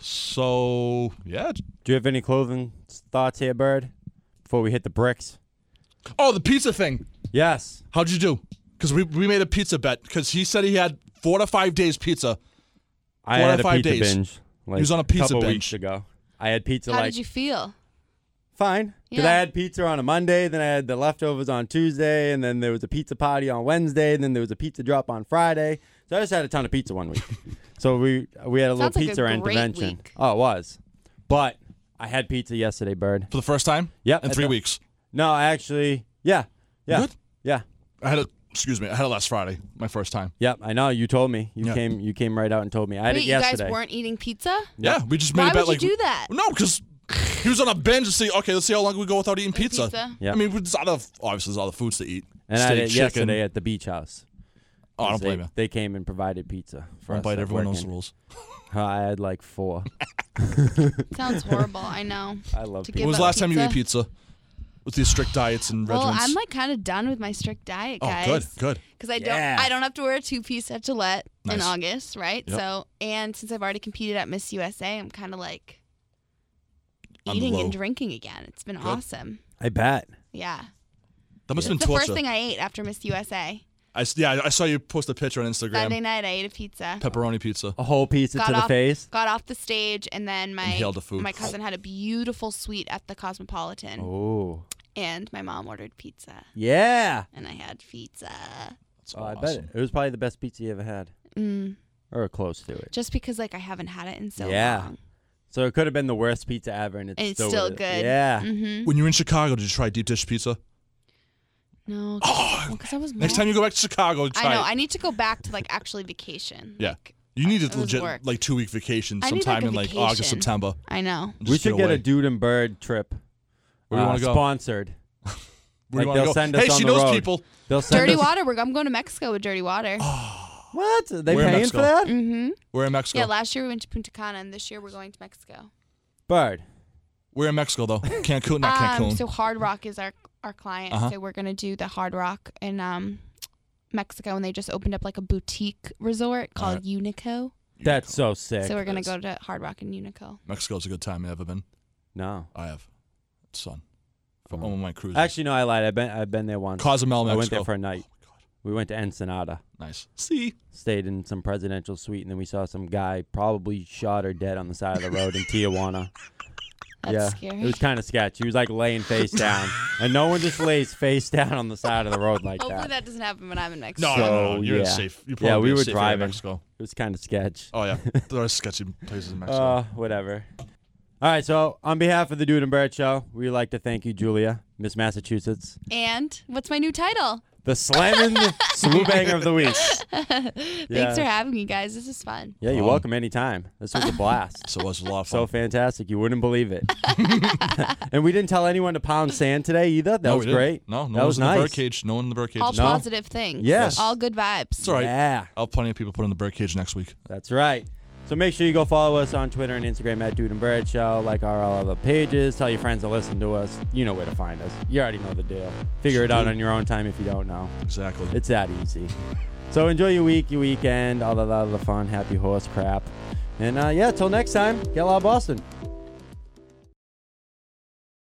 [SPEAKER 2] so yeah.
[SPEAKER 1] Do you have any clothing s- thoughts here, Bird? Before we hit the bricks.
[SPEAKER 2] Oh, the pizza thing.
[SPEAKER 1] Yes.
[SPEAKER 2] How'd you do? Because we, we made a pizza bet. Because he said he had four to five days pizza.
[SPEAKER 1] I
[SPEAKER 2] Four to
[SPEAKER 1] had a
[SPEAKER 2] five
[SPEAKER 1] pizza
[SPEAKER 2] days.
[SPEAKER 1] binge. Like,
[SPEAKER 2] was on a pizza
[SPEAKER 1] couple
[SPEAKER 2] binge.
[SPEAKER 1] weeks ago. I had pizza
[SPEAKER 3] How
[SPEAKER 1] like
[SPEAKER 3] did you feel?
[SPEAKER 1] fine. Because
[SPEAKER 3] Yeah.
[SPEAKER 1] I had pizza on a Monday, then I had the leftovers on Tuesday, and then there was a pizza party on Wednesday, and then there was a pizza drop on Friday. So I just had a ton of pizza
[SPEAKER 2] <laughs>
[SPEAKER 1] one week. so we we had a little
[SPEAKER 3] Sounds like a
[SPEAKER 1] pizza
[SPEAKER 3] great
[SPEAKER 1] intervention.
[SPEAKER 3] week.
[SPEAKER 1] Oh, it was. But I had pizza yesterday, Bird.
[SPEAKER 2] for the first time.
[SPEAKER 1] Yep,
[SPEAKER 2] in
[SPEAKER 1] I
[SPEAKER 2] three
[SPEAKER 1] thought-
[SPEAKER 2] weeks.
[SPEAKER 1] No, I actually, yeah, yeah,
[SPEAKER 2] Good.
[SPEAKER 1] yeah,
[SPEAKER 2] I had a excuse me. I had it last Friday, my first time.
[SPEAKER 1] yep. I know you told me. You
[SPEAKER 2] Yeah.
[SPEAKER 1] came, you came right out and told me. I had
[SPEAKER 3] Wait,
[SPEAKER 1] it
[SPEAKER 3] you guys
[SPEAKER 1] yesterday.
[SPEAKER 3] weren't eating pizza?
[SPEAKER 2] Yeah, we just made
[SPEAKER 3] Why
[SPEAKER 2] a bet.
[SPEAKER 3] would
[SPEAKER 2] like,
[SPEAKER 3] you do that?
[SPEAKER 2] No, because he was on a binge to see. Okay, let's see how long we go without eating pizza.
[SPEAKER 3] pizza?
[SPEAKER 1] Yep.
[SPEAKER 2] I mean, there's other obviously there's other foods to eat.
[SPEAKER 1] and
[SPEAKER 2] Steak,
[SPEAKER 1] I had it
[SPEAKER 2] chicken.
[SPEAKER 1] yesterday at the beach house.
[SPEAKER 2] Oh, I don't
[SPEAKER 1] They-
[SPEAKER 2] blame you.
[SPEAKER 1] They came and provided pizza for
[SPEAKER 2] Don't
[SPEAKER 1] us.
[SPEAKER 2] bite
[SPEAKER 1] at
[SPEAKER 2] everyone knows the
[SPEAKER 1] working.
[SPEAKER 2] rules.
[SPEAKER 1] <laughs> I had like
[SPEAKER 2] <laughs>
[SPEAKER 1] four.
[SPEAKER 3] Sounds horrible. I know.
[SPEAKER 1] I love
[SPEAKER 3] To
[SPEAKER 1] pizza.
[SPEAKER 2] When
[SPEAKER 3] give
[SPEAKER 2] was
[SPEAKER 3] up
[SPEAKER 2] the last time you ate pizza? With these strict diets and
[SPEAKER 3] Well,
[SPEAKER 2] regimens.
[SPEAKER 3] I'm like kind of done with my strict diet,
[SPEAKER 2] oh,
[SPEAKER 3] guys.
[SPEAKER 2] good, good.
[SPEAKER 3] Because I
[SPEAKER 1] Yeah.
[SPEAKER 3] don't, I don't have to wear a two-piece at Gillette in
[SPEAKER 2] Nice.
[SPEAKER 3] August, right?
[SPEAKER 2] Yep.
[SPEAKER 3] So, and since I've already competed at Miss USA, I'm kind of like
[SPEAKER 2] On the
[SPEAKER 3] eating
[SPEAKER 2] low.
[SPEAKER 3] and drinking again. It's been
[SPEAKER 2] Good.
[SPEAKER 3] awesome.
[SPEAKER 1] I bet.
[SPEAKER 3] Yeah,
[SPEAKER 2] That must have been
[SPEAKER 3] it's the
[SPEAKER 2] torture.
[SPEAKER 3] first thing I ate after Miss USA.
[SPEAKER 2] I s- yeah, I saw you post a picture on Instagram.
[SPEAKER 3] Sunday night, I ate a pizza.
[SPEAKER 2] Pepperoni pizza.
[SPEAKER 1] A whole pizza
[SPEAKER 3] Got
[SPEAKER 1] to the
[SPEAKER 3] off-
[SPEAKER 1] face.
[SPEAKER 3] Got off the stage, and then my
[SPEAKER 2] Inhaled the food.
[SPEAKER 3] my cousin had a beautiful suite at the Cosmopolitan,
[SPEAKER 1] Oh,
[SPEAKER 3] and my mom ordered pizza,
[SPEAKER 1] yeah.
[SPEAKER 3] and I had pizza.
[SPEAKER 2] That's
[SPEAKER 1] Oh, I bet
[SPEAKER 2] awesome.
[SPEAKER 1] it. it was probably the best pizza you ever had,
[SPEAKER 3] Mm,
[SPEAKER 1] or close to it.
[SPEAKER 3] just because like I haven't had it in so
[SPEAKER 1] Yeah.
[SPEAKER 3] long,
[SPEAKER 1] So it could have been the worst pizza ever, and it's,
[SPEAKER 3] and it's
[SPEAKER 1] still,
[SPEAKER 3] still
[SPEAKER 1] with it.
[SPEAKER 3] good.
[SPEAKER 1] Yeah.
[SPEAKER 3] Mm-hmm.
[SPEAKER 2] When you were in Chicago, did you try deep dish pizza?
[SPEAKER 3] No.
[SPEAKER 2] Oh,
[SPEAKER 3] Because I was
[SPEAKER 2] next
[SPEAKER 3] mad.
[SPEAKER 2] time you go back to Chicago, try
[SPEAKER 3] I know.
[SPEAKER 2] it.
[SPEAKER 3] I need to go back to like actually vacation.
[SPEAKER 2] Yeah.
[SPEAKER 3] Like,
[SPEAKER 2] You need a
[SPEAKER 3] It was
[SPEAKER 2] legit
[SPEAKER 3] work.
[SPEAKER 2] like two week vacation
[SPEAKER 3] I need,
[SPEAKER 2] sometime
[SPEAKER 3] like, a
[SPEAKER 2] in like August,
[SPEAKER 3] vacation.
[SPEAKER 2] September.
[SPEAKER 3] I know.
[SPEAKER 2] Just
[SPEAKER 1] We should get
[SPEAKER 2] away.
[SPEAKER 1] a dude and bird trip.
[SPEAKER 2] Where do you
[SPEAKER 1] uh,
[SPEAKER 2] want to go?
[SPEAKER 1] Sponsored.
[SPEAKER 2] Where do you
[SPEAKER 1] like,
[SPEAKER 2] want to
[SPEAKER 1] they'll
[SPEAKER 2] go?
[SPEAKER 1] send
[SPEAKER 2] hey,
[SPEAKER 1] us on
[SPEAKER 2] she
[SPEAKER 1] the
[SPEAKER 2] knows
[SPEAKER 1] road.
[SPEAKER 3] <sighs>
[SPEAKER 2] people. <sighs>
[SPEAKER 1] They'll send
[SPEAKER 3] Dirty
[SPEAKER 1] us-
[SPEAKER 3] water. We're, I'm going to Mexico with Dirty Water.
[SPEAKER 1] What? Are they
[SPEAKER 2] We're in
[SPEAKER 1] paying
[SPEAKER 2] Mexico.
[SPEAKER 1] for that?
[SPEAKER 3] Mm-hmm.
[SPEAKER 2] We're in Mexico.
[SPEAKER 3] Yeah. Last year we went to Punta Cana, and this year we're going to Mexico.
[SPEAKER 1] Bird.
[SPEAKER 2] We're in Mexico
[SPEAKER 3] <laughs>
[SPEAKER 2] though. Cancun, not
[SPEAKER 3] um,
[SPEAKER 2] Cancun.
[SPEAKER 3] so Hard Rock is our our client,
[SPEAKER 2] Uh-huh.
[SPEAKER 3] so we're gonna do the Hard Rock in um, Mexico, and they just opened up like a boutique resort called
[SPEAKER 2] Alright.
[SPEAKER 3] Unico.
[SPEAKER 1] That's so sick.
[SPEAKER 3] So we're gonna
[SPEAKER 2] is.
[SPEAKER 3] go to Hard Rock and Unico.
[SPEAKER 2] Mexico's a good time. I've ever been.
[SPEAKER 1] no.
[SPEAKER 2] I have. Son. From
[SPEAKER 1] Oh.
[SPEAKER 2] one of my cruises.
[SPEAKER 1] Actually, no, I lied. I've been I've been there once.
[SPEAKER 2] Cozumel,
[SPEAKER 1] I went
[SPEAKER 2] Mexico.
[SPEAKER 1] there for a night.
[SPEAKER 2] Oh my
[SPEAKER 1] We went to Ensenada,
[SPEAKER 2] God. Nice. See.
[SPEAKER 1] stayed in some presidential suite, and then we saw some guy probably shot or dead on the side of the
[SPEAKER 3] <laughs>
[SPEAKER 1] road in Tijuana.
[SPEAKER 3] That's
[SPEAKER 1] yeah,
[SPEAKER 3] scary.
[SPEAKER 1] it was kind of sketchy. He was like laying face down, and no one just lays face down on the side of the road like
[SPEAKER 3] <laughs> Hopefully
[SPEAKER 1] that.
[SPEAKER 3] that doesn't happen when I'm in Mexico.
[SPEAKER 2] No,
[SPEAKER 1] So,
[SPEAKER 2] no, no. You're
[SPEAKER 1] yeah.
[SPEAKER 2] safe. You're
[SPEAKER 1] Yeah,
[SPEAKER 2] probably
[SPEAKER 1] we were
[SPEAKER 2] safe here in
[SPEAKER 1] driving.
[SPEAKER 2] Mexico.
[SPEAKER 1] It was kind of sketch. <laughs>
[SPEAKER 2] Oh yeah. there are sketchy places in Mexico.
[SPEAKER 1] Uh, whatever. All right, so on behalf of the Dude and Bird Show, we'd like to thank you, Julia, Miss Massachusetts,
[SPEAKER 3] And what's my new title? <laughs>
[SPEAKER 1] the slamming slew banger of the week. Yeah.
[SPEAKER 3] Thanks for having me, guys. This is fun.
[SPEAKER 1] Yeah, you're
[SPEAKER 2] Um,
[SPEAKER 1] welcome anytime. This was a blast.
[SPEAKER 2] so it was a lot of
[SPEAKER 1] so
[SPEAKER 2] fun.
[SPEAKER 1] fantastic, you wouldn't believe
[SPEAKER 2] <laughs>
[SPEAKER 1] it. <laughs> and we didn't tell anyone to pound sand today either. That
[SPEAKER 2] no,
[SPEAKER 1] was
[SPEAKER 2] we didn't.
[SPEAKER 1] great.
[SPEAKER 2] No, no
[SPEAKER 1] that
[SPEAKER 2] one
[SPEAKER 1] was
[SPEAKER 2] in the
[SPEAKER 1] nice.
[SPEAKER 2] birdcage. No one in the birdcage.
[SPEAKER 3] All
[SPEAKER 1] No.
[SPEAKER 3] positive things.
[SPEAKER 1] Yes.
[SPEAKER 3] All good vibes.
[SPEAKER 2] It's all right.
[SPEAKER 1] Yeah,
[SPEAKER 2] I'll have plenty of people put in the birdcage next week.
[SPEAKER 1] that's right. So make sure you go follow us on Twitter and Instagram at Dude and Bird Show, like our all other pages. Tell your friends to listen to us. You know where to find us. You already know the deal. Figure it out on your own time if you don't know.
[SPEAKER 2] Exactly.
[SPEAKER 1] It's that easy. So enjoy your week, your weekend, all that other fun, happy horse crap. And uh, yeah, till next time, get a lot of Boston.